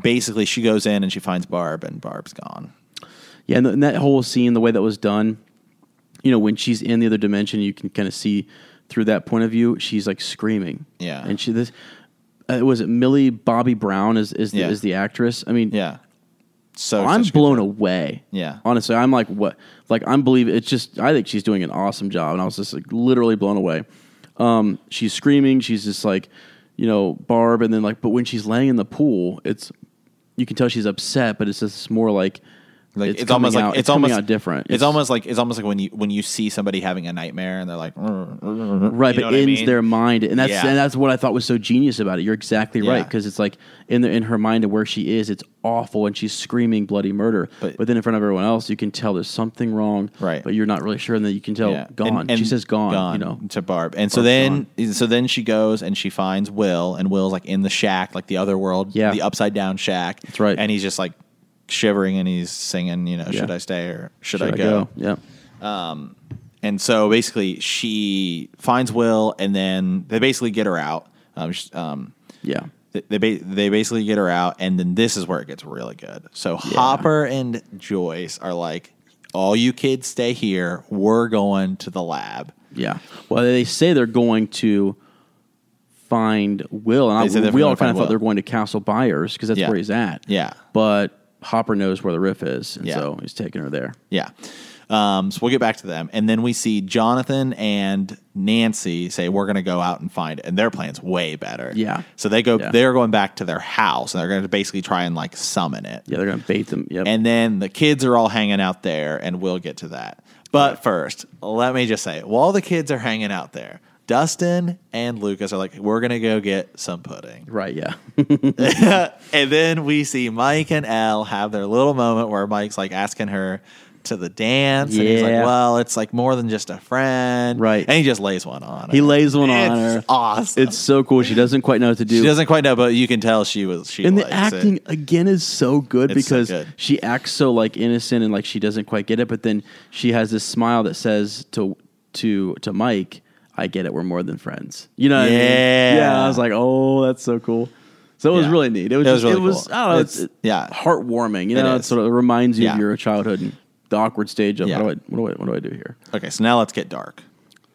[SPEAKER 2] basically, she goes in and she finds Barb, and Barb's gone.
[SPEAKER 1] Yeah, and, th- and that whole scene, the way that was done, you know, when she's in the other dimension, you can kind of see through that point of view, she's like screaming.
[SPEAKER 2] Yeah.
[SPEAKER 1] and she this uh, was it Millie Bobby Brown is is the,
[SPEAKER 2] Yeah.
[SPEAKER 1] is the actress. I mean,
[SPEAKER 2] Yeah. So
[SPEAKER 1] I'm
[SPEAKER 2] such good-
[SPEAKER 1] blown away.
[SPEAKER 2] Yeah.
[SPEAKER 1] honestly, I'm like what like I'm believe it's just I think she's doing an awesome job, and I was just like literally blown away. Um, she's screaming, she's just like, you know, Barb, and then like, but when she's laying in the pool, it's you can tell she's upset, but it's just more like.
[SPEAKER 2] Like it's,
[SPEAKER 1] coming
[SPEAKER 2] almost like
[SPEAKER 1] out-
[SPEAKER 2] it's,
[SPEAKER 1] coming
[SPEAKER 2] almost
[SPEAKER 1] out different.
[SPEAKER 2] It's, almost like it's almost like when you when you see somebody having a nightmare and they're like, "Mm, mm,
[SPEAKER 1] right
[SPEAKER 2] You
[SPEAKER 1] but
[SPEAKER 2] know what I
[SPEAKER 1] ends
[SPEAKER 2] mean?
[SPEAKER 1] their mind and that's
[SPEAKER 2] Yeah.
[SPEAKER 1] and that's what i thought was so genius about it you're exactly right
[SPEAKER 2] Yeah.
[SPEAKER 1] because it's like in the, in her mind and where she is it's awful and she's screaming bloody murder
[SPEAKER 2] But-
[SPEAKER 1] but, then in front of everyone else you can tell there's something wrong
[SPEAKER 2] Right.
[SPEAKER 1] but you're not really sure and then you can tell
[SPEAKER 2] Yeah.
[SPEAKER 1] gone
[SPEAKER 2] And- and
[SPEAKER 1] she says gone, you know
[SPEAKER 2] to Barb. And so
[SPEAKER 1] Barb's
[SPEAKER 2] then, so then she goes and she finds Will, and Will's like in the shack, like the other world,
[SPEAKER 1] Yeah.
[SPEAKER 2] the upside down shack. That's
[SPEAKER 1] right.
[SPEAKER 2] And he's just like shivering and he's singing, you know, should
[SPEAKER 1] Yeah.
[SPEAKER 2] I stay or should,
[SPEAKER 1] Should
[SPEAKER 2] I, go?
[SPEAKER 1] yeah
[SPEAKER 2] And so basically, she finds Will, and then they basically get her out. Um, sh- um,
[SPEAKER 1] yeah
[SPEAKER 2] they they ba- they basically get her out, and then this is where it gets really good. So Hopper and Joyce are like, "All you kids stay here. We're going to the lab."
[SPEAKER 1] yeah well they say they're going to find will and
[SPEAKER 2] They say
[SPEAKER 1] I,
[SPEAKER 2] they're
[SPEAKER 1] we
[SPEAKER 2] gonna
[SPEAKER 1] all kind
[SPEAKER 2] find
[SPEAKER 1] of thought
[SPEAKER 2] Will.
[SPEAKER 1] they were going to castle Byers because that's
[SPEAKER 2] Yeah.
[SPEAKER 1] where he's at
[SPEAKER 2] Yeah.
[SPEAKER 1] but hopper knows where the riff is and
[SPEAKER 2] Yeah.
[SPEAKER 1] so he's taking her there
[SPEAKER 2] Yeah. Um, so we'll get back to them. And then we see Jonathan and Nancy say, We're going to go out and find it. And their plan's way better.
[SPEAKER 1] Yeah.
[SPEAKER 2] So they go,
[SPEAKER 1] Yeah.
[SPEAKER 2] they're going back to their house and they're going to basically try and like summon it.
[SPEAKER 1] yeah they're going to bait them yep.
[SPEAKER 2] And then the kids are all hanging out there and we'll get to that. But first, let me just say, while the kids are hanging out there, Dustin and Lucas are like, We're going to go get some pudding.
[SPEAKER 1] right
[SPEAKER 2] [LAUGHS]
[SPEAKER 1] yeah
[SPEAKER 2] And then we see Mike and Elle have their little moment where Mike's like asking her to the dance. And he's like,
[SPEAKER 1] Yeah.
[SPEAKER 2] well, it's like more than just a friend.
[SPEAKER 1] Right.
[SPEAKER 2] And he just lays one on
[SPEAKER 1] He
[SPEAKER 2] her.
[SPEAKER 1] lays one
[SPEAKER 2] it's
[SPEAKER 1] on her.
[SPEAKER 2] awesome.
[SPEAKER 1] It's so cool. She doesn't quite know what to do.
[SPEAKER 2] she doesn't quite know, but you can tell she was she
[SPEAKER 1] and the
[SPEAKER 2] likes
[SPEAKER 1] acting
[SPEAKER 2] it.
[SPEAKER 1] again is so good
[SPEAKER 2] It's so
[SPEAKER 1] because
[SPEAKER 2] good.
[SPEAKER 1] she acts so like innocent and like she doesn't quite get it, but then she has this smile that says to to to Mike, "I get it. We're more than friends." You know? What I
[SPEAKER 2] Yeah.
[SPEAKER 1] mean? Yeah. I was like, oh, that's so cool. So it was
[SPEAKER 2] Yeah.
[SPEAKER 1] really neat. It was,
[SPEAKER 2] It was
[SPEAKER 1] just,
[SPEAKER 2] really
[SPEAKER 1] it was
[SPEAKER 2] cool.
[SPEAKER 1] I don't know,
[SPEAKER 2] It's-
[SPEAKER 1] it's,
[SPEAKER 2] yeah.
[SPEAKER 1] heartwarming. You
[SPEAKER 2] It
[SPEAKER 1] know,
[SPEAKER 2] is.
[SPEAKER 1] it sort of reminds you
[SPEAKER 2] Yeah.
[SPEAKER 1] of your childhood and the awkward stage of
[SPEAKER 2] Yeah.
[SPEAKER 1] how do I, what do I what do I do here?
[SPEAKER 2] Okay, so now let's get dark.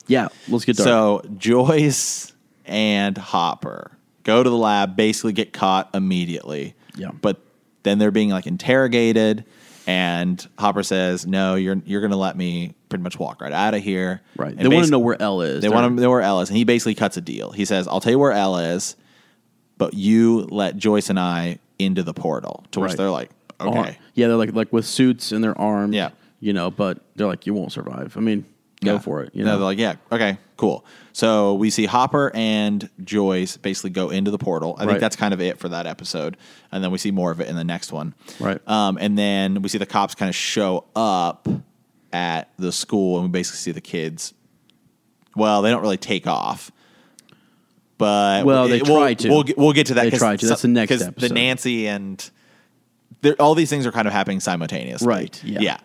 [SPEAKER 1] Yeah, let's get dark.
[SPEAKER 2] So Joyce and Hopper go to the lab, basically get caught immediately.
[SPEAKER 1] Yeah.
[SPEAKER 2] But then they're being like interrogated, and Hopper says, "No, you're you're going to let me pretty much walk right out of here."
[SPEAKER 1] right,
[SPEAKER 2] And
[SPEAKER 1] they want
[SPEAKER 2] basi-
[SPEAKER 1] to know where L is.
[SPEAKER 2] They
[SPEAKER 1] They're-
[SPEAKER 2] want to know where Elle is, and he basically cuts a deal. He says, "I'll tell you where Elle is, but you let Joyce and I into the portal." To which
[SPEAKER 1] Right.
[SPEAKER 2] they're like, "Okay."
[SPEAKER 1] Ar- Uh-huh. Yeah, they're like like with suits and they're armed.
[SPEAKER 2] Yeah.
[SPEAKER 1] You know, but they're like, you won't survive. I mean,
[SPEAKER 2] Yeah.
[SPEAKER 1] go for it. You
[SPEAKER 2] No,
[SPEAKER 1] know,
[SPEAKER 2] they're like, yeah, okay, cool. So we see Hopper and Joyce basically go into the portal. I think
[SPEAKER 1] Right.
[SPEAKER 2] that's kind of it for that episode, and then we see more of it in the next one.
[SPEAKER 1] Right.
[SPEAKER 2] Um, and then we see the cops kind of show up at the school, and we basically see the kids. Well, they don't really take off. But
[SPEAKER 1] Well, they
[SPEAKER 2] we'll-
[SPEAKER 1] try to.
[SPEAKER 2] We'll, get- we'll get to that.
[SPEAKER 1] They
[SPEAKER 2] 'cause
[SPEAKER 1] try to. That's the next
[SPEAKER 2] 'cause The
[SPEAKER 1] episode.
[SPEAKER 2] Nancy and they're- all these things are kind of happening simultaneously.
[SPEAKER 1] Right, yeah.
[SPEAKER 2] Yeah.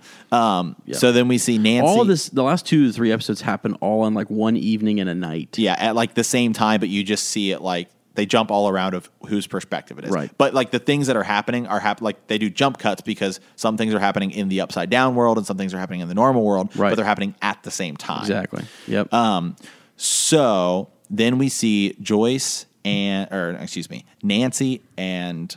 [SPEAKER 2] Um,
[SPEAKER 1] Yeah.
[SPEAKER 2] So then we see Nancy.
[SPEAKER 1] all of this, the last two to three episodes happen all on like one evening and a night.
[SPEAKER 2] yeah at like the same time but you just see it like they jump all around of whose perspective it is
[SPEAKER 1] Right.
[SPEAKER 2] but like the things that are happening are hap- like they do jump cuts because some things are happening in the upside down world and some things are happening in the normal world but
[SPEAKER 1] Right.
[SPEAKER 2] they're happening at the same time
[SPEAKER 1] Exactly. Yep.
[SPEAKER 2] um so then we see joyce and or excuse me nancy and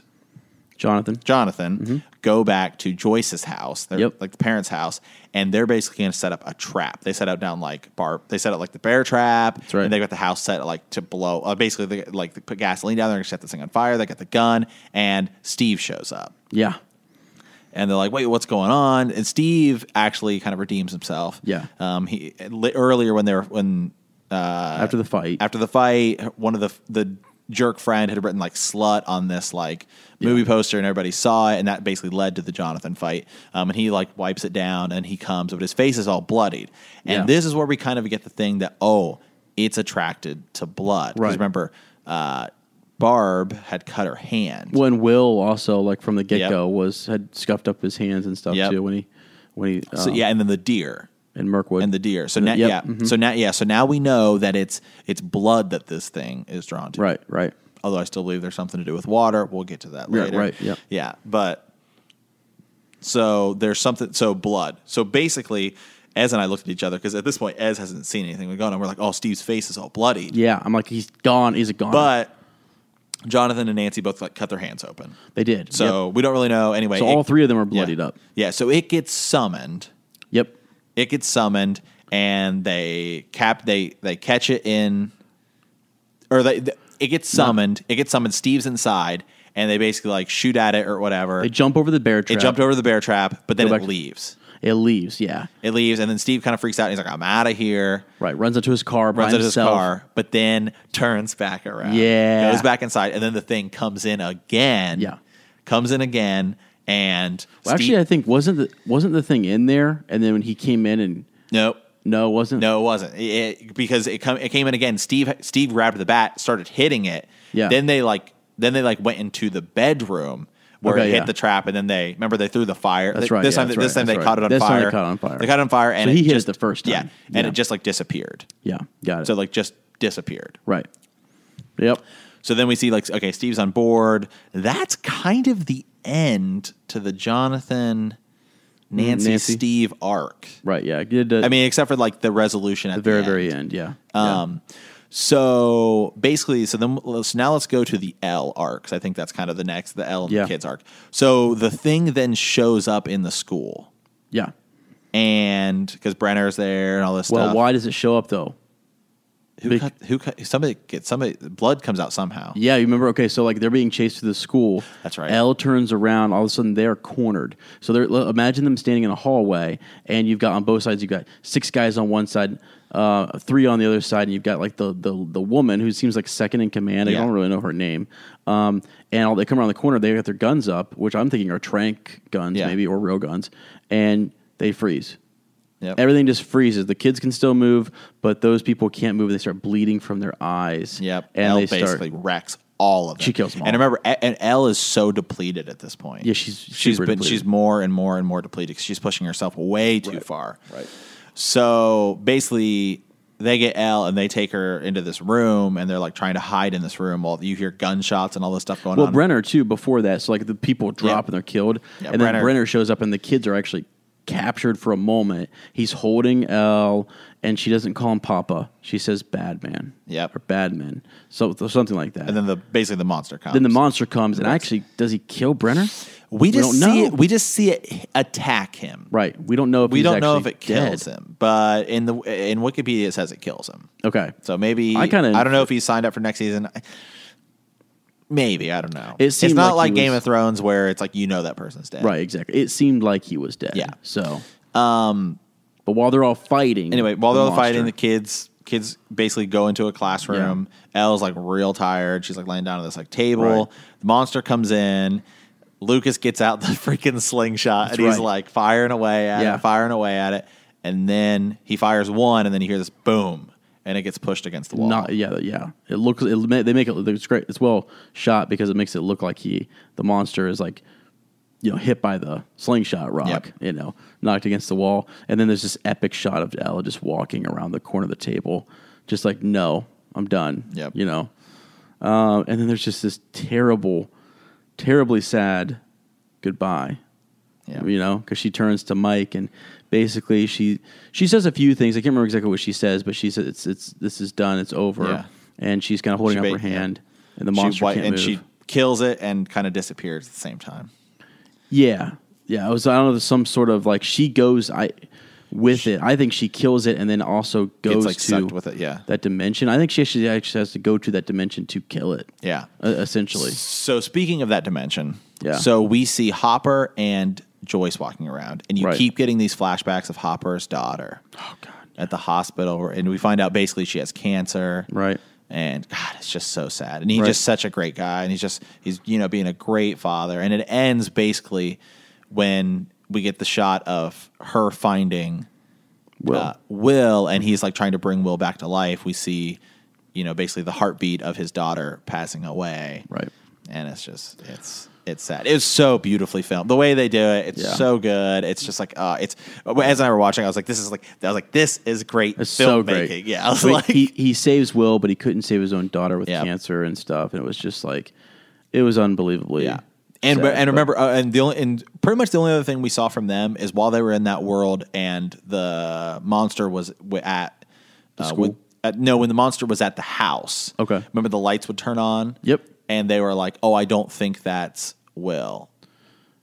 [SPEAKER 1] Jonathan.
[SPEAKER 2] jonathan go back to Joyce's house, their,
[SPEAKER 1] Mm-hmm. Yep.
[SPEAKER 2] like the parents' house, and they're basically going to set up a trap. They set up down like bar. They set up like the bear trap. That's
[SPEAKER 1] right.
[SPEAKER 2] And they got the house set like to blow. Uh, basically, they, like they put gasoline down. They're going to set this thing on fire. They got the gun, and Steve shows up
[SPEAKER 1] Yeah.
[SPEAKER 2] and they're like, "Wait, what's going on?" And Steve actually kind of redeems himself.
[SPEAKER 1] Yeah.
[SPEAKER 2] Um. He li- earlier when they were when uh
[SPEAKER 1] After the fight.
[SPEAKER 2] after the fight, one of the the jerk friend had written like "slut" on this like movie poster, and everybody saw it, and that basically led to the Jonathan fight. Um. And he like wipes it down, and he comes, but his face is all bloodied, and
[SPEAKER 1] Yeah.
[SPEAKER 2] this is where we kind of get the thing that oh, it's attracted to blood. 'Cause
[SPEAKER 1] Right.
[SPEAKER 2] Remember, uh, Barb had cut her hand.
[SPEAKER 1] when Will also like from the get go was had scuffed up his hands and stuff
[SPEAKER 2] Yep.
[SPEAKER 1] too when he when he uh,
[SPEAKER 2] So yeah, and then the deer.
[SPEAKER 1] and Merkwood
[SPEAKER 2] and the deer. So now,
[SPEAKER 1] yep, Mm-hmm.
[SPEAKER 2] yeah, so now, yeah, so now we know that it's it's blood that this thing is drawn to.
[SPEAKER 1] right right
[SPEAKER 2] Although I still believe there's something to do with water. We'll get to that
[SPEAKER 1] Yeah,
[SPEAKER 2] later.
[SPEAKER 1] right, yep.
[SPEAKER 2] Yeah. But so there's something. So blood. So basically, Ez and I looked at each other because at this point, Ez hasn't seen anything We've gone on. We're like, oh, Steve's face is all bloodied.
[SPEAKER 1] yeah I'm like he's gone he's gone
[SPEAKER 2] But Jonathan and Nancy both like cut their hands open.
[SPEAKER 1] they did
[SPEAKER 2] So we don't really know. Anyway,
[SPEAKER 1] Yep. so
[SPEAKER 2] it-
[SPEAKER 1] all three of them are bloodied
[SPEAKER 2] yeah.
[SPEAKER 1] up
[SPEAKER 2] Yeah. So it gets summoned
[SPEAKER 1] yep
[SPEAKER 2] it gets summoned and they cap they they catch it in or they, th- it gets summoned it gets summoned steve's inside and they basically like shoot at it or whatever
[SPEAKER 1] they jump over the bear
[SPEAKER 2] it
[SPEAKER 1] trap
[SPEAKER 2] jumped over the bear trap but then
[SPEAKER 1] Go
[SPEAKER 2] it
[SPEAKER 1] back.
[SPEAKER 2] leaves
[SPEAKER 1] it leaves yeah
[SPEAKER 2] it leaves and then steve kind of freaks out and he's like i'm out of here
[SPEAKER 1] right runs into his car by
[SPEAKER 2] runs into his
[SPEAKER 1] himself
[SPEAKER 2] car but then turns back around
[SPEAKER 1] Yeah.
[SPEAKER 2] goes back inside and then the thing comes in again
[SPEAKER 1] Yeah.
[SPEAKER 2] comes in again and
[SPEAKER 1] Well, actually I think wasn't the wasn't the thing in there and then when he came in and
[SPEAKER 2] nope
[SPEAKER 1] no it wasn't
[SPEAKER 2] No, it wasn't. It, it- because it come it came in again. Steve Steve grabbed the bat, started hitting it.
[SPEAKER 1] Yeah.
[SPEAKER 2] Then they like then they like went into the bedroom where
[SPEAKER 1] Okay,
[SPEAKER 2] it hit
[SPEAKER 1] yeah.
[SPEAKER 2] the trap, and then they remember they threw the fire.
[SPEAKER 1] That's
[SPEAKER 2] They-
[SPEAKER 1] right,
[SPEAKER 2] This
[SPEAKER 1] yeah,
[SPEAKER 2] time
[SPEAKER 1] that's
[SPEAKER 2] this
[SPEAKER 1] right,
[SPEAKER 2] time they
[SPEAKER 1] that's right.
[SPEAKER 2] caught it on
[SPEAKER 1] This
[SPEAKER 2] fire.
[SPEAKER 1] time they caught it on fire.
[SPEAKER 2] They caught it on fire, and
[SPEAKER 1] So he hit it
[SPEAKER 2] just,
[SPEAKER 1] the first
[SPEAKER 2] Yeah,
[SPEAKER 1] time.
[SPEAKER 2] and
[SPEAKER 1] Yeah.
[SPEAKER 2] it just like disappeared.
[SPEAKER 1] yeah got it
[SPEAKER 2] So like just disappeared.
[SPEAKER 1] right yep
[SPEAKER 2] So then we see like okay, Steve's on board. That's kind of the end to the Jonathan, Nancy,
[SPEAKER 1] Nancy.
[SPEAKER 2] Steve arc.
[SPEAKER 1] right yeah It did, uh,
[SPEAKER 2] I mean, except for like the resolution at the,
[SPEAKER 1] the very
[SPEAKER 2] end.
[SPEAKER 1] very end yeah Yeah.
[SPEAKER 2] Um, So basically, so then so now let's go to the L arc. 'cause I think that's kind of the next the L and
[SPEAKER 1] Yeah.
[SPEAKER 2] the kids arc. So the thing then shows up in the school,
[SPEAKER 1] yeah
[SPEAKER 2] and because Brenner's there and all this
[SPEAKER 1] well
[SPEAKER 2] stuff.
[SPEAKER 1] why does it show up though
[SPEAKER 2] Who
[SPEAKER 1] bec-
[SPEAKER 2] cut? Who cut? Somebody gets somebody. Blood comes out somehow.
[SPEAKER 1] Yeah, you remember? Okay, so like they're being chased through the school.
[SPEAKER 2] That's right.
[SPEAKER 1] L turns around. All of a sudden, they're cornered. So they're l- imagine them standing in a hallway, and you've got on both sides. You've got six guys on one side, uh, three on the other side, and you've got like the the, the woman who seems like second in command. I
[SPEAKER 2] Yeah.
[SPEAKER 1] don't really know her name. Um, and all, they come around the corner. They got their guns up, which I'm thinking are trank guns,
[SPEAKER 2] Yeah.
[SPEAKER 1] maybe or real guns, and they freeze.
[SPEAKER 2] Yep.
[SPEAKER 1] Everything just freezes. The kids can still move, but those people can't move. They start bleeding from their eyes.
[SPEAKER 2] Yep.
[SPEAKER 1] and
[SPEAKER 2] L
[SPEAKER 1] they start-
[SPEAKER 2] basically wrecks all of them.
[SPEAKER 1] She kills them
[SPEAKER 2] And
[SPEAKER 1] all.
[SPEAKER 2] remember, A- and L is so depleted at this point.
[SPEAKER 1] Yeah, she's
[SPEAKER 2] she's
[SPEAKER 1] super
[SPEAKER 2] been
[SPEAKER 1] depleted.
[SPEAKER 2] she's more and more and more depleted. 'cause She's pushing herself way too far.
[SPEAKER 1] right.
[SPEAKER 2] So basically, they get L and they take her into this room, and they're like trying to hide in this room while you hear gunshots and all this stuff going
[SPEAKER 1] Well,
[SPEAKER 2] on.
[SPEAKER 1] Brenner too. Before that, so like the people drop
[SPEAKER 2] Um, Yeah.
[SPEAKER 1] and they're killed,
[SPEAKER 2] Yeah,
[SPEAKER 1] and then
[SPEAKER 2] Brenner-
[SPEAKER 1] Brenner. shows up, and the kids are actually captured for a moment. He's holding L, and she doesn't call him Papa. She says Bad Man,
[SPEAKER 2] Yep.
[SPEAKER 1] or Bad Man, so something like that.
[SPEAKER 2] and then the basically the monster comes.
[SPEAKER 1] then the monster comes, and actually, does he kill Brenner?
[SPEAKER 2] we just
[SPEAKER 1] don't
[SPEAKER 2] see
[SPEAKER 1] know.
[SPEAKER 2] it. We just see it attack him.
[SPEAKER 1] Right, we don't know if
[SPEAKER 2] We
[SPEAKER 1] he's
[SPEAKER 2] don't know if
[SPEAKER 1] actually
[SPEAKER 2] it kills
[SPEAKER 1] dead.
[SPEAKER 2] him, but in the in Wikipedia it says it kills him.
[SPEAKER 1] Okay,
[SPEAKER 2] So maybe
[SPEAKER 1] I kinda-
[SPEAKER 2] I don't know if he's signed up for next season. Maybe I don't know.
[SPEAKER 1] It
[SPEAKER 2] it's
[SPEAKER 1] seemed
[SPEAKER 2] not like,
[SPEAKER 1] like he
[SPEAKER 2] Game
[SPEAKER 1] was-
[SPEAKER 2] of Thrones where it's like you know that person's dead.
[SPEAKER 1] right, exactly. It seemed like he was dead.
[SPEAKER 2] Yeah.
[SPEAKER 1] So, um, but while they're all fighting,
[SPEAKER 2] Anyway, while
[SPEAKER 1] the
[SPEAKER 2] they're fighting, the
[SPEAKER 1] monster-
[SPEAKER 2] kids kids basically go into a classroom. Elle's like real tired. She's like laying down on this like table.
[SPEAKER 1] Right.
[SPEAKER 2] The monster comes in. Lucas gets out the [LAUGHS] freaking slingshot and he's
[SPEAKER 1] right.
[SPEAKER 2] like firing away at
[SPEAKER 1] Yeah.
[SPEAKER 2] it, firing away at it, and then he fires one, and then you hear this boom, and it gets pushed against the wall.
[SPEAKER 1] Not yeah yeah. It looks it, ma- they make it look it's great. It's well shot because it makes it look like he the monster is like you know hit by the slingshot rock.
[SPEAKER 2] Yep.
[SPEAKER 1] You know knocked against the wall, and then there's this epic shot of Ella just walking around the corner of the table, just like no, I'm done.
[SPEAKER 2] Yep.
[SPEAKER 1] You know, uh, and then there's just this terrible, terribly sad goodbye
[SPEAKER 2] Yeah.
[SPEAKER 1] you know, because she turns to Mike and basically she she says a few things. I can't remember exactly what she says, but she says it's it's this is done, it's over,
[SPEAKER 2] Yeah.
[SPEAKER 1] and she's kind of holding
[SPEAKER 2] She
[SPEAKER 1] up
[SPEAKER 2] ba-
[SPEAKER 1] her hand, and the
[SPEAKER 2] She
[SPEAKER 1] monster
[SPEAKER 2] wi-
[SPEAKER 1] can't
[SPEAKER 2] and
[SPEAKER 1] move.
[SPEAKER 2] she kills it and kind of disappears at the same time.
[SPEAKER 1] Yeah, yeah. It was I don't know there's some sort of like she goes I with it. I think she kills it and then also goes
[SPEAKER 2] like,
[SPEAKER 1] to
[SPEAKER 2] sucked with it, yeah.
[SPEAKER 1] that dimension. I think she actually, actually has to go to that dimension to kill it.
[SPEAKER 2] Yeah.
[SPEAKER 1] e- essentially.
[SPEAKER 2] So speaking of that dimension,
[SPEAKER 1] Yeah.
[SPEAKER 2] So we see Hopper and Joyce walking around, and you
[SPEAKER 1] Right.
[SPEAKER 2] keep getting these flashbacks of Hopper's daughter. Oh God. At the hospital, and we find out basically she has cancer.
[SPEAKER 1] Right.
[SPEAKER 2] And God, it's just so sad. And he's
[SPEAKER 1] Right.
[SPEAKER 2] just such a great guy, and he's just he's you know being a great father. And it ends basically when we get the shot of her finding
[SPEAKER 1] Will.
[SPEAKER 2] uh, Will, and he's like trying to bring Will back to life. We see, you know, basically the heartbeat of his daughter passing away.
[SPEAKER 1] Right.
[SPEAKER 2] And it's just it's it's sad. It's so beautifully filmed. The way they do it, it's
[SPEAKER 1] Yeah.
[SPEAKER 2] so good. It's just like uh, it's as I were watching, I was like, this is like I was like, this is great
[SPEAKER 1] It's
[SPEAKER 2] filmmaking.
[SPEAKER 1] so great.
[SPEAKER 2] Yeah, [LAUGHS] I was
[SPEAKER 1] I mean,
[SPEAKER 2] like,
[SPEAKER 1] he, he saves Will, but he couldn't save his own daughter with
[SPEAKER 2] Yeah.
[SPEAKER 1] cancer and stuff. And it was just like, it was unbelievably.
[SPEAKER 2] Yeah. And,
[SPEAKER 1] sad,
[SPEAKER 2] and
[SPEAKER 1] but-
[SPEAKER 2] remember, uh, and the only, and pretty much the only other thing we saw from them is while they were in that world, and the monster was w- at uh,
[SPEAKER 1] school?
[SPEAKER 2] with- at- no, when the monster was at the house.
[SPEAKER 1] Okay.
[SPEAKER 2] remember the lights would turn on.
[SPEAKER 1] Yep.
[SPEAKER 2] and they were like, "Oh, I don't think that's Will."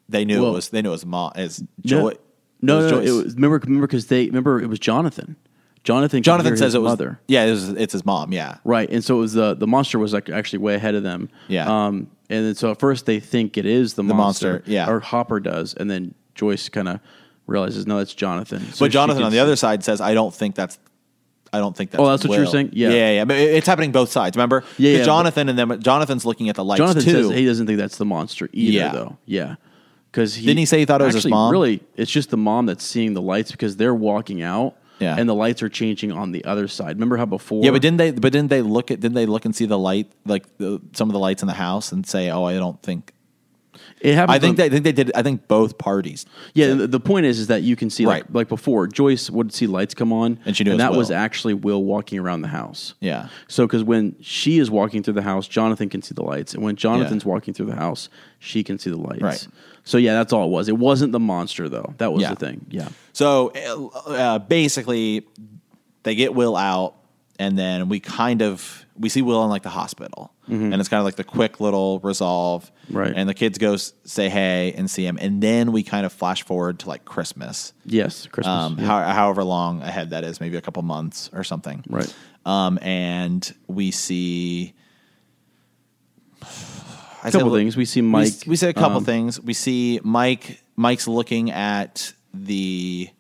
[SPEAKER 2] They knew
[SPEAKER 1] Well-
[SPEAKER 2] it was. They knew it was Mo- as
[SPEAKER 1] No,
[SPEAKER 2] Joy.
[SPEAKER 1] no, no, no,
[SPEAKER 2] Joyce.
[SPEAKER 1] it was, remember, remember, because they remember it was Jonathan. Jonathan. could hear
[SPEAKER 2] Jonathan
[SPEAKER 1] his
[SPEAKER 2] says it was.
[SPEAKER 1] mother.
[SPEAKER 2] Yeah, it was, it's his mom. Yeah,
[SPEAKER 1] Right, and so it was uh, the the monster was like actually way ahead of them.
[SPEAKER 2] Yeah.
[SPEAKER 1] Um, and then so at first they think it is the, monster,
[SPEAKER 2] monster, yeah.
[SPEAKER 1] or Hopper does, and then Joyce kind of realizes no, it's Jonathan. So
[SPEAKER 2] but
[SPEAKER 1] she
[SPEAKER 2] Jonathan
[SPEAKER 1] gets-
[SPEAKER 2] on the other side says, "I don't think that's." I don't think that's.
[SPEAKER 1] Oh, that's what you were
[SPEAKER 2] Will."
[SPEAKER 1] saying? Yeah.
[SPEAKER 2] yeah, yeah. But it- it's happening both sides. Remember?
[SPEAKER 1] Yeah,
[SPEAKER 2] 'Cause
[SPEAKER 1] yeah,
[SPEAKER 2] Jonathan and then Jonathan's looking at the lights
[SPEAKER 1] Jonathan
[SPEAKER 2] too.
[SPEAKER 1] says he doesn't think that's the monster either,
[SPEAKER 2] Yeah.
[SPEAKER 1] though. Yeah, because he,
[SPEAKER 2] Didn't he say he thought it was his
[SPEAKER 1] actually,
[SPEAKER 2] mom?
[SPEAKER 1] Really, it's just the mom that's seeing the lights because they're walking out,
[SPEAKER 2] Yeah.
[SPEAKER 1] and the lights are changing on the other side. Remember how before?
[SPEAKER 2] yeah, but didn't they? But didn't they look at? Didn't they look and see the light, like the, some of the lights in the house, and say, "Oh, I don't think."
[SPEAKER 1] it happened.
[SPEAKER 2] I
[SPEAKER 1] from-
[SPEAKER 2] think they I think they did. I think both parties.
[SPEAKER 1] Yeah, the, the point is, is that you can see like
[SPEAKER 2] Right.
[SPEAKER 1] like before Joyce would see lights come on,
[SPEAKER 2] And she knew it was
[SPEAKER 1] that
[SPEAKER 2] Will.
[SPEAKER 1] was actually Will walking around the house.
[SPEAKER 2] Yeah.
[SPEAKER 1] So because when she is walking through the house, Jonathan can see the lights, and when Jonathan's
[SPEAKER 2] Yeah.
[SPEAKER 1] walking through the house, she can see the lights.
[SPEAKER 2] Right.
[SPEAKER 1] So yeah, that's all it was. It wasn't the monster though. That was
[SPEAKER 2] Yeah.
[SPEAKER 1] the thing. Yeah.
[SPEAKER 2] So uh, uh, basically, they get Will out, and then we kind of we see Will in like the hospital, and it's kind of like the quick little resolve,
[SPEAKER 1] Mm-hmm. Right.
[SPEAKER 2] And the kids go s- say hey and see him, and then we kind of flash forward to like Christmas,
[SPEAKER 1] Yes. Christmas.
[SPEAKER 2] um,
[SPEAKER 1] Yeah.
[SPEAKER 2] how, however long ahead that is, maybe a couple months or something,
[SPEAKER 1] Right.
[SPEAKER 2] Um, and we see. A
[SPEAKER 1] Couple things. We see Mike.
[SPEAKER 2] We, we see a couple
[SPEAKER 1] um,
[SPEAKER 2] things. We see Mike. Mike's looking at the.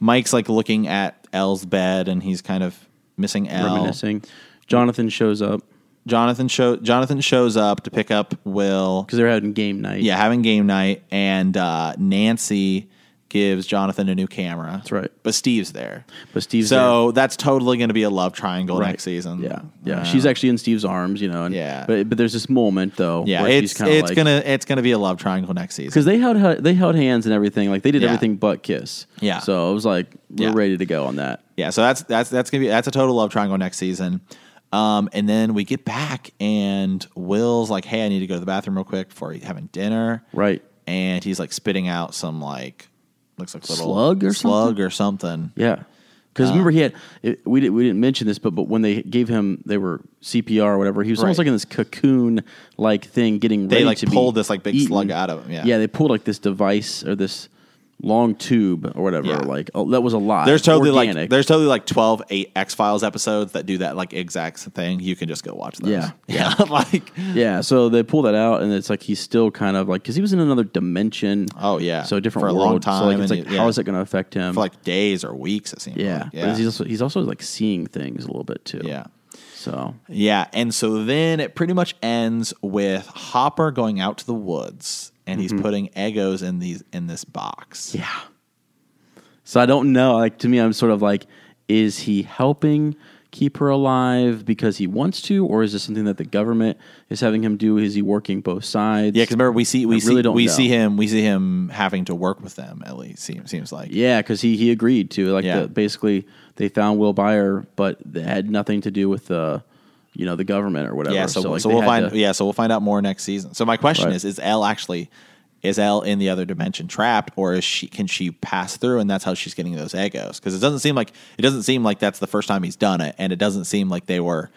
[SPEAKER 2] Mike's like looking at L's bed, and he's kind of missing L.
[SPEAKER 1] Reminiscing. Jonathan shows up
[SPEAKER 2] Jonathan show Jonathan shows up to pick up Will.
[SPEAKER 1] because they're having game night.
[SPEAKER 2] Yeah, having game night, and uh, Nancy gives Jonathan a new camera. That's
[SPEAKER 1] right.
[SPEAKER 2] But Steve's there.
[SPEAKER 1] But Steve's
[SPEAKER 2] so that's totally going to be a love triangle next season.
[SPEAKER 1] Yeah, yeah.
[SPEAKER 2] Uh,
[SPEAKER 1] she's actually in Steve's arms, you know. And,
[SPEAKER 2] Yeah.
[SPEAKER 1] But but there's this moment though.
[SPEAKER 2] yeah.
[SPEAKER 1] where
[SPEAKER 2] It's
[SPEAKER 1] she's kinda
[SPEAKER 2] it's
[SPEAKER 1] like,
[SPEAKER 2] gonna it's gonna be a love triangle next season.
[SPEAKER 1] because they held they held hands and everything. Like they did
[SPEAKER 2] Yeah.
[SPEAKER 1] everything but kiss.
[SPEAKER 2] Yeah.
[SPEAKER 1] So it was like we're
[SPEAKER 2] Yeah.
[SPEAKER 1] ready to go on that.
[SPEAKER 2] Yeah, so that's that's that's gonna be that's a total love triangle next season. Um, and then we get back and Will's like, "Hey, I need to go to the bathroom real quick before having dinner."
[SPEAKER 1] Right.
[SPEAKER 2] And he's like spitting out some like looks like little
[SPEAKER 1] Slug or
[SPEAKER 2] slug
[SPEAKER 1] something?
[SPEAKER 2] or something.
[SPEAKER 1] Yeah. Because remember he had it, we did, we didn't mention this, but but when they gave him they were CPR or whatever, he was almost like
[SPEAKER 2] Right.
[SPEAKER 1] in this cocoon like thing getting
[SPEAKER 2] They,
[SPEAKER 1] ready
[SPEAKER 2] like,
[SPEAKER 1] to be
[SPEAKER 2] pulled this, like, big
[SPEAKER 1] eaten.
[SPEAKER 2] slug out of him, yeah.
[SPEAKER 1] Yeah. They pulled like this device or this long tube or whatever.
[SPEAKER 2] Yeah.
[SPEAKER 1] Like oh, that was a lot.
[SPEAKER 2] There's totally like
[SPEAKER 1] Organic.
[SPEAKER 2] there's totally like 12 8 X Files episodes that do that like exact thing. You can just go watch those.
[SPEAKER 1] Yeah.
[SPEAKER 2] [LAUGHS] Yeah, like
[SPEAKER 1] Yeah, so they pull that out, and it's like he's still kind of like because he was in another dimension.
[SPEAKER 2] Oh, yeah.
[SPEAKER 1] so a different
[SPEAKER 2] For a long
[SPEAKER 1] world. So like,
[SPEAKER 2] time,
[SPEAKER 1] it's
[SPEAKER 2] and
[SPEAKER 1] like
[SPEAKER 2] he-
[SPEAKER 1] how
[SPEAKER 2] yeah.
[SPEAKER 1] is it going to affect him?
[SPEAKER 2] for like days or weeks it seems
[SPEAKER 1] yeah,
[SPEAKER 2] like.
[SPEAKER 1] But he's also he's also like seeing things a little bit too.
[SPEAKER 2] yeah.
[SPEAKER 1] so
[SPEAKER 2] Yeah, and so then it pretty much ends with Hopper going out to the woods and he's putting Egos in these in this box.
[SPEAKER 1] Mm-hmm. yeah. So I don't know. Like to me, I'm sort of like, is he helping keep her alive because he wants to, or is this something that the government is having him do? Is he working both sides?
[SPEAKER 2] Yeah, because remember we see we
[SPEAKER 1] I
[SPEAKER 2] see
[SPEAKER 1] really don't
[SPEAKER 2] we
[SPEAKER 1] know.
[SPEAKER 2] see him we see him having to work with them at least seems seems like
[SPEAKER 1] Yeah, because he he agreed to like
[SPEAKER 2] Yeah.
[SPEAKER 1] the, basically they found Will Byer, but it had nothing to do with the you know the government or whatever.
[SPEAKER 2] yeah. So, so,
[SPEAKER 1] they
[SPEAKER 2] we'll
[SPEAKER 1] had
[SPEAKER 2] find
[SPEAKER 1] to-
[SPEAKER 2] yeah. So we'll find out more next season. So my question
[SPEAKER 1] Right.
[SPEAKER 2] is: Is L actually is L in the other dimension trapped, or is she can she pass through and that's how she's getting those Egos? Because it doesn't seem like it doesn't seem like that's the first time he's done it, and it doesn't seem like they were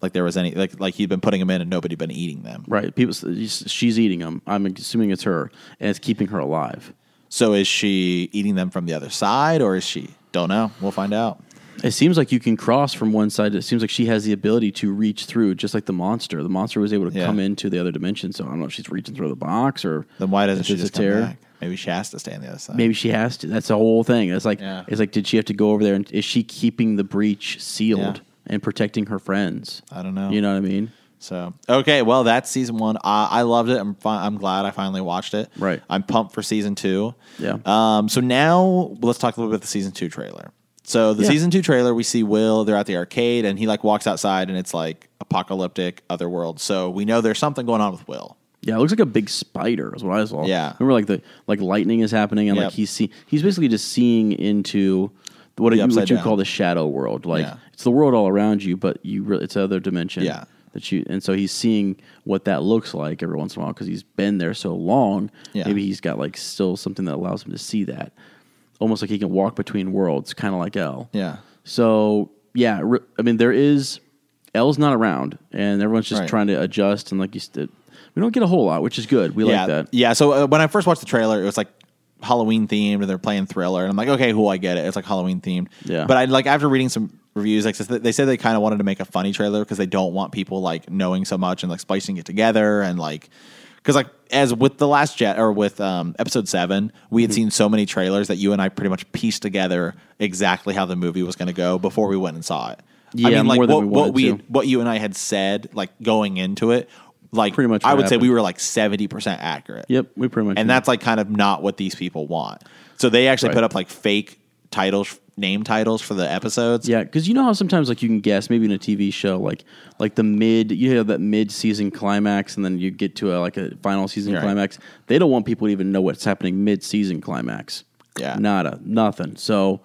[SPEAKER 2] like there was any like like he'd been putting them in and nobody been eating them.
[SPEAKER 1] Right. People, she's eating them. I'm assuming it's her, and it's keeping her alive.
[SPEAKER 2] So is she eating them from the other side or is she? Don't know. We'll find out.
[SPEAKER 1] It seems like you can cross from one side. It seems like she has the ability to reach through, just like the monster. The monster was able to
[SPEAKER 2] Yeah.
[SPEAKER 1] come into the other dimension. So I don't know if she's reaching through the box or
[SPEAKER 2] Then why doesn't
[SPEAKER 1] if
[SPEAKER 2] she
[SPEAKER 1] it's a
[SPEAKER 2] just come
[SPEAKER 1] tear.
[SPEAKER 2] back? Maybe she has to stay on the other side.
[SPEAKER 1] Maybe she has to. That's the whole thing. It's like
[SPEAKER 2] Yeah.
[SPEAKER 1] it's like did she have to go over there and is she keeping the breach sealed
[SPEAKER 2] Yeah.
[SPEAKER 1] and protecting her friends?
[SPEAKER 2] I don't know.
[SPEAKER 1] You know what I mean?
[SPEAKER 2] So okay, well that's season one. I, I loved it. I'm fi- I'm glad I finally watched it.
[SPEAKER 1] Right.
[SPEAKER 2] I'm pumped for season two.
[SPEAKER 1] Yeah.
[SPEAKER 2] Um. So now let's talk a little bit about the season two trailer. So the
[SPEAKER 1] Yeah.
[SPEAKER 2] season two trailer, we see Will. They're at the arcade, and he like walks outside, and it's like apocalyptic, other world. So we know there's something going on with Will.
[SPEAKER 1] Yeah, it looks like a big spider is what I saw.
[SPEAKER 2] Yeah.
[SPEAKER 1] Remember like the like lightning is happening and
[SPEAKER 2] Yep.
[SPEAKER 1] like he's see he's basically just seeing into what, you,
[SPEAKER 2] upside
[SPEAKER 1] what you
[SPEAKER 2] down.
[SPEAKER 1] call the shadow world. Like
[SPEAKER 2] Yeah.
[SPEAKER 1] it's the world all around you, but you re- it's other dimension.
[SPEAKER 2] Yeah.
[SPEAKER 1] That you and so he's seeing what that looks like every once in a while because he's been there so long.
[SPEAKER 2] Yeah.
[SPEAKER 1] Maybe he's got like still something that allows him to see that, almost like he can walk between worlds, kind of like L.
[SPEAKER 2] Yeah.
[SPEAKER 1] So yeah, re- I mean there is L's not around, and everyone's just
[SPEAKER 2] Right.
[SPEAKER 1] trying to adjust. And like you said, we don't get a whole lot, which is good. We
[SPEAKER 2] yeah.
[SPEAKER 1] like that.
[SPEAKER 2] Yeah. So uh, when I first watched the trailer, it was like Halloween themed, and they're playing Thriller, and I'm like, okay, cool, I get it. It's like Halloween themed.
[SPEAKER 1] Yeah.
[SPEAKER 2] But I like after reading some reviews, like they said they kind of wanted to make a funny trailer because they don't want people like knowing so much and like splicing it together and like. Because like as with the last jet or with um, episode seven, we
[SPEAKER 1] Mm-hmm.
[SPEAKER 2] had seen so many trailers that you and I pretty much pieced together exactly how the movie was going to go before we went and saw it.
[SPEAKER 1] Yeah,
[SPEAKER 2] I mean, like
[SPEAKER 1] more than
[SPEAKER 2] what
[SPEAKER 1] we
[SPEAKER 2] what
[SPEAKER 1] wanted
[SPEAKER 2] we
[SPEAKER 1] to.
[SPEAKER 2] had, what you and I had said like going into it, like
[SPEAKER 1] Pretty much
[SPEAKER 2] I
[SPEAKER 1] what
[SPEAKER 2] would say we
[SPEAKER 1] happened.
[SPEAKER 2] were like seventy percent accurate.
[SPEAKER 1] Yep, we pretty much.
[SPEAKER 2] And that's like kind of not what these people want. So they actually
[SPEAKER 1] Right.
[SPEAKER 2] put up like fake titles, name titles for the episodes.
[SPEAKER 1] yeah, because you know how sometimes like you can guess maybe in a TV show like like the mid you have that mid season climax, and then you get to a, like a final season
[SPEAKER 2] Right.
[SPEAKER 1] climax. They don't want people to even know what's happening mid season climax.
[SPEAKER 2] Yeah.
[SPEAKER 1] nada, nothing. So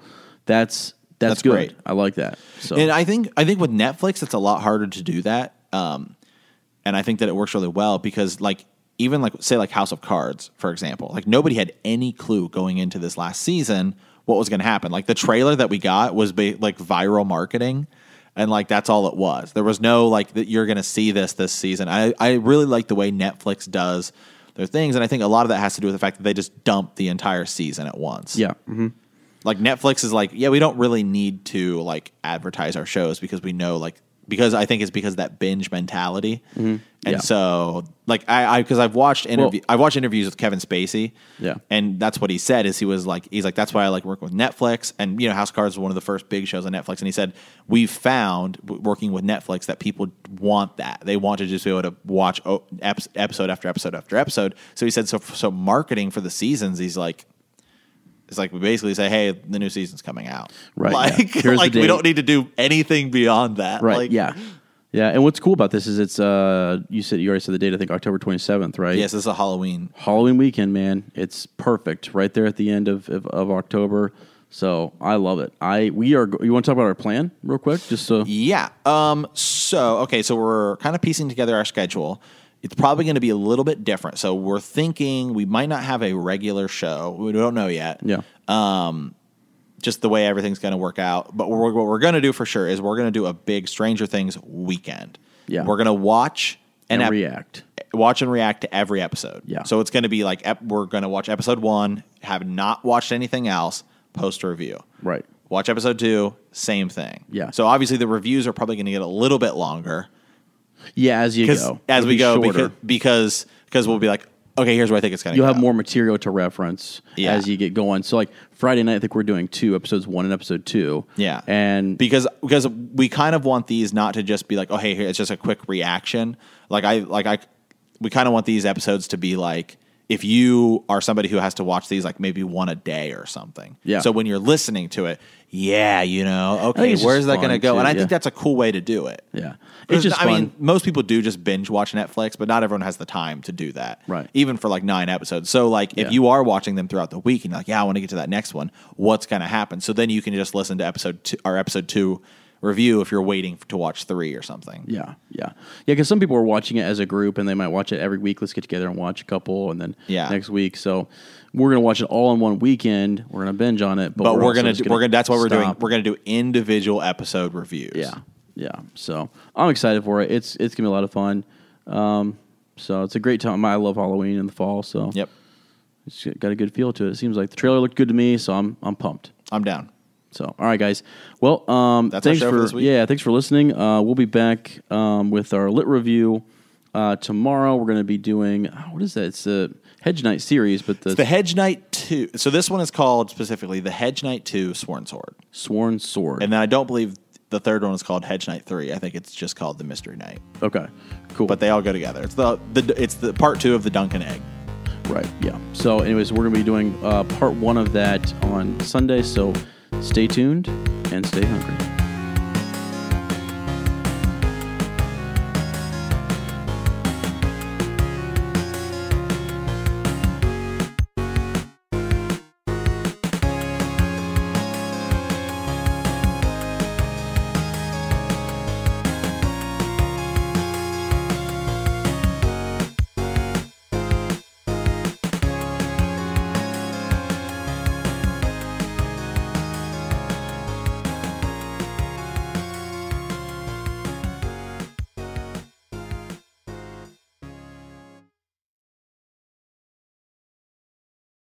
[SPEAKER 1] that's that's,
[SPEAKER 2] That's
[SPEAKER 1] good.
[SPEAKER 2] great.
[SPEAKER 1] I like that. So
[SPEAKER 2] And I think I think with Netflix, it's a lot harder to do that. Um, and I think that it works really well because like even like say like House of Cards for example, like nobody had any clue going into this last season what was going to happen. Like the trailer that we got was ba- like viral marketing. And like that's all it was. There was no like that you're going to see this this season. I I really like the way Netflix does their things, and I think a lot of that has to do with the fact that they just dump the entire season at once
[SPEAKER 1] yeah, mhm.
[SPEAKER 2] like Netflix is like, yeah, we don't really need to like advertise our shows because we know like because I think it's because of that binge mentality. And
[SPEAKER 1] Mm-hmm. Yeah.
[SPEAKER 2] so like I I because I've watched interview
[SPEAKER 1] Well-
[SPEAKER 2] I've watched interviews with Kevin Spacey.
[SPEAKER 1] Yeah.
[SPEAKER 2] And that's what he said is he was like he's like that's why I like working with Netflix and you know House of Cards is one of the first big shows on Netflix and he said we've found w- working with Netflix that people want that. They want to just be able to watch o- eps- episode after episode after episode. So he said so so marketing for the seasons he's like it's like we basically say, "Hey, the new season's coming out."
[SPEAKER 1] Right,
[SPEAKER 2] Like,
[SPEAKER 1] yeah. Here's
[SPEAKER 2] like
[SPEAKER 1] the
[SPEAKER 2] we
[SPEAKER 1] date.
[SPEAKER 2] don't need to do anything beyond that.
[SPEAKER 1] Right.
[SPEAKER 2] Like,
[SPEAKER 1] yeah. Yeah. And what's cool about this is it's uh you said you already said the date, I think October twenty seventh, right?
[SPEAKER 2] Yes, this is a Halloween.
[SPEAKER 1] Halloween weekend, man. It's perfect. Right there at the end of, of, of October. So I love it. I we are go- you want to talk about our plan real quick? Just so
[SPEAKER 2] Yeah. Um. So okay. So we're kind of piecing together our schedule. It's probably going to be a little bit different. So we're thinking we might not have a regular show. We don't know yet.
[SPEAKER 1] Yeah.
[SPEAKER 2] Just the way everything's going to work out. But we're, what we're going to do for sure is we're going to do a big Stranger Things weekend.
[SPEAKER 1] Yeah.
[SPEAKER 2] We're going to watch an
[SPEAKER 1] and
[SPEAKER 2] ep-
[SPEAKER 1] react.
[SPEAKER 2] watch and react to every episode.
[SPEAKER 1] Yeah.
[SPEAKER 2] So it's going to be like ep- we're going to watch episode one, have not watched anything else, post a review.
[SPEAKER 1] Right.
[SPEAKER 2] Watch episode two, same thing.
[SPEAKER 1] Yeah.
[SPEAKER 2] So obviously the reviews are probably going to get a little bit longer
[SPEAKER 1] Yeah, as you
[SPEAKER 2] because
[SPEAKER 1] go.
[SPEAKER 2] as
[SPEAKER 1] It'll
[SPEAKER 2] we
[SPEAKER 1] be
[SPEAKER 2] go
[SPEAKER 1] shorter.
[SPEAKER 2] because because because we'll be like, okay, here's where I think it's going to.
[SPEAKER 1] you'll
[SPEAKER 2] go.
[SPEAKER 1] have more material to reference
[SPEAKER 2] Yeah.
[SPEAKER 1] as you get going. So like Friday night, I think we're doing two episodes one and episode two.
[SPEAKER 2] Yeah.
[SPEAKER 1] And
[SPEAKER 2] because because we kind of want these not to just be like, oh hey, here it's just a quick reaction. Like I like I we kind of want these episodes to be like if you are somebody who has to watch these like maybe one a day or something.
[SPEAKER 1] Yeah.
[SPEAKER 2] So when you're listening to it, yeah, you know, okay,
[SPEAKER 1] it's just
[SPEAKER 2] where's that
[SPEAKER 1] fun
[SPEAKER 2] going to go?
[SPEAKER 1] too,
[SPEAKER 2] and I
[SPEAKER 1] yeah.
[SPEAKER 2] think that's a cool way to do it.
[SPEAKER 1] yeah. It's
[SPEAKER 2] Because,
[SPEAKER 1] just
[SPEAKER 2] I
[SPEAKER 1] fun.
[SPEAKER 2] mean, most people do just binge watch Netflix, but not everyone has the time to do that.
[SPEAKER 1] Right.
[SPEAKER 2] Even for like nine episodes. So like if
[SPEAKER 1] Yeah.
[SPEAKER 2] you are watching them throughout the week and you're like, yeah, I want to get to that next one, what's gonna happen? So then you can just listen to episode two or episode two review if you're waiting to watch three or something.
[SPEAKER 1] Yeah, yeah, yeah. Because some people are watching it as a group, and they might watch it every week. Let's get together and watch a couple, and then
[SPEAKER 2] Yeah.
[SPEAKER 1] next week. So we're gonna watch it all in one weekend. We're gonna binge on it, but,
[SPEAKER 2] But we're,
[SPEAKER 1] also
[SPEAKER 2] gonna,
[SPEAKER 1] just
[SPEAKER 2] do- we're gonna that's what we're doing.
[SPEAKER 1] stop.
[SPEAKER 2] We're gonna do individual episode reviews.
[SPEAKER 1] yeah, yeah. So I'm excited for it. It's it's gonna be a lot of fun. Um, so it's a great time. I love Halloween in the fall. So
[SPEAKER 2] Yep.
[SPEAKER 1] it's got a good feel to it. It seems like the trailer looked good to me, so I'm I'm pumped.
[SPEAKER 2] I'm down.
[SPEAKER 1] So, all right, guys. Well, um,
[SPEAKER 2] That's our
[SPEAKER 1] thanks
[SPEAKER 2] show for
[SPEAKER 1] for,
[SPEAKER 2] this week.
[SPEAKER 1] yeah, thanks for listening. Uh, we'll be back um, with our lit review uh, tomorrow. We're going to be doing oh, what is that? It's a Hedge Knight series, but the,
[SPEAKER 2] It's the Hedge Knight 2. So this one is called specifically the Hedge Knight 2 Sworn Sword.
[SPEAKER 1] Sworn Sword.
[SPEAKER 2] And then I don't believe the third one is called Hedge Knight 3. I think it's just called the Mystery Knight.
[SPEAKER 1] okay, cool.
[SPEAKER 2] But they all go together. It's the, the it's the part 2 of the Duncan Egg.
[SPEAKER 1] right, yeah. So, anyways, we're going to be doing uh, part one of that on Sunday. So, stay tuned and stay hungry.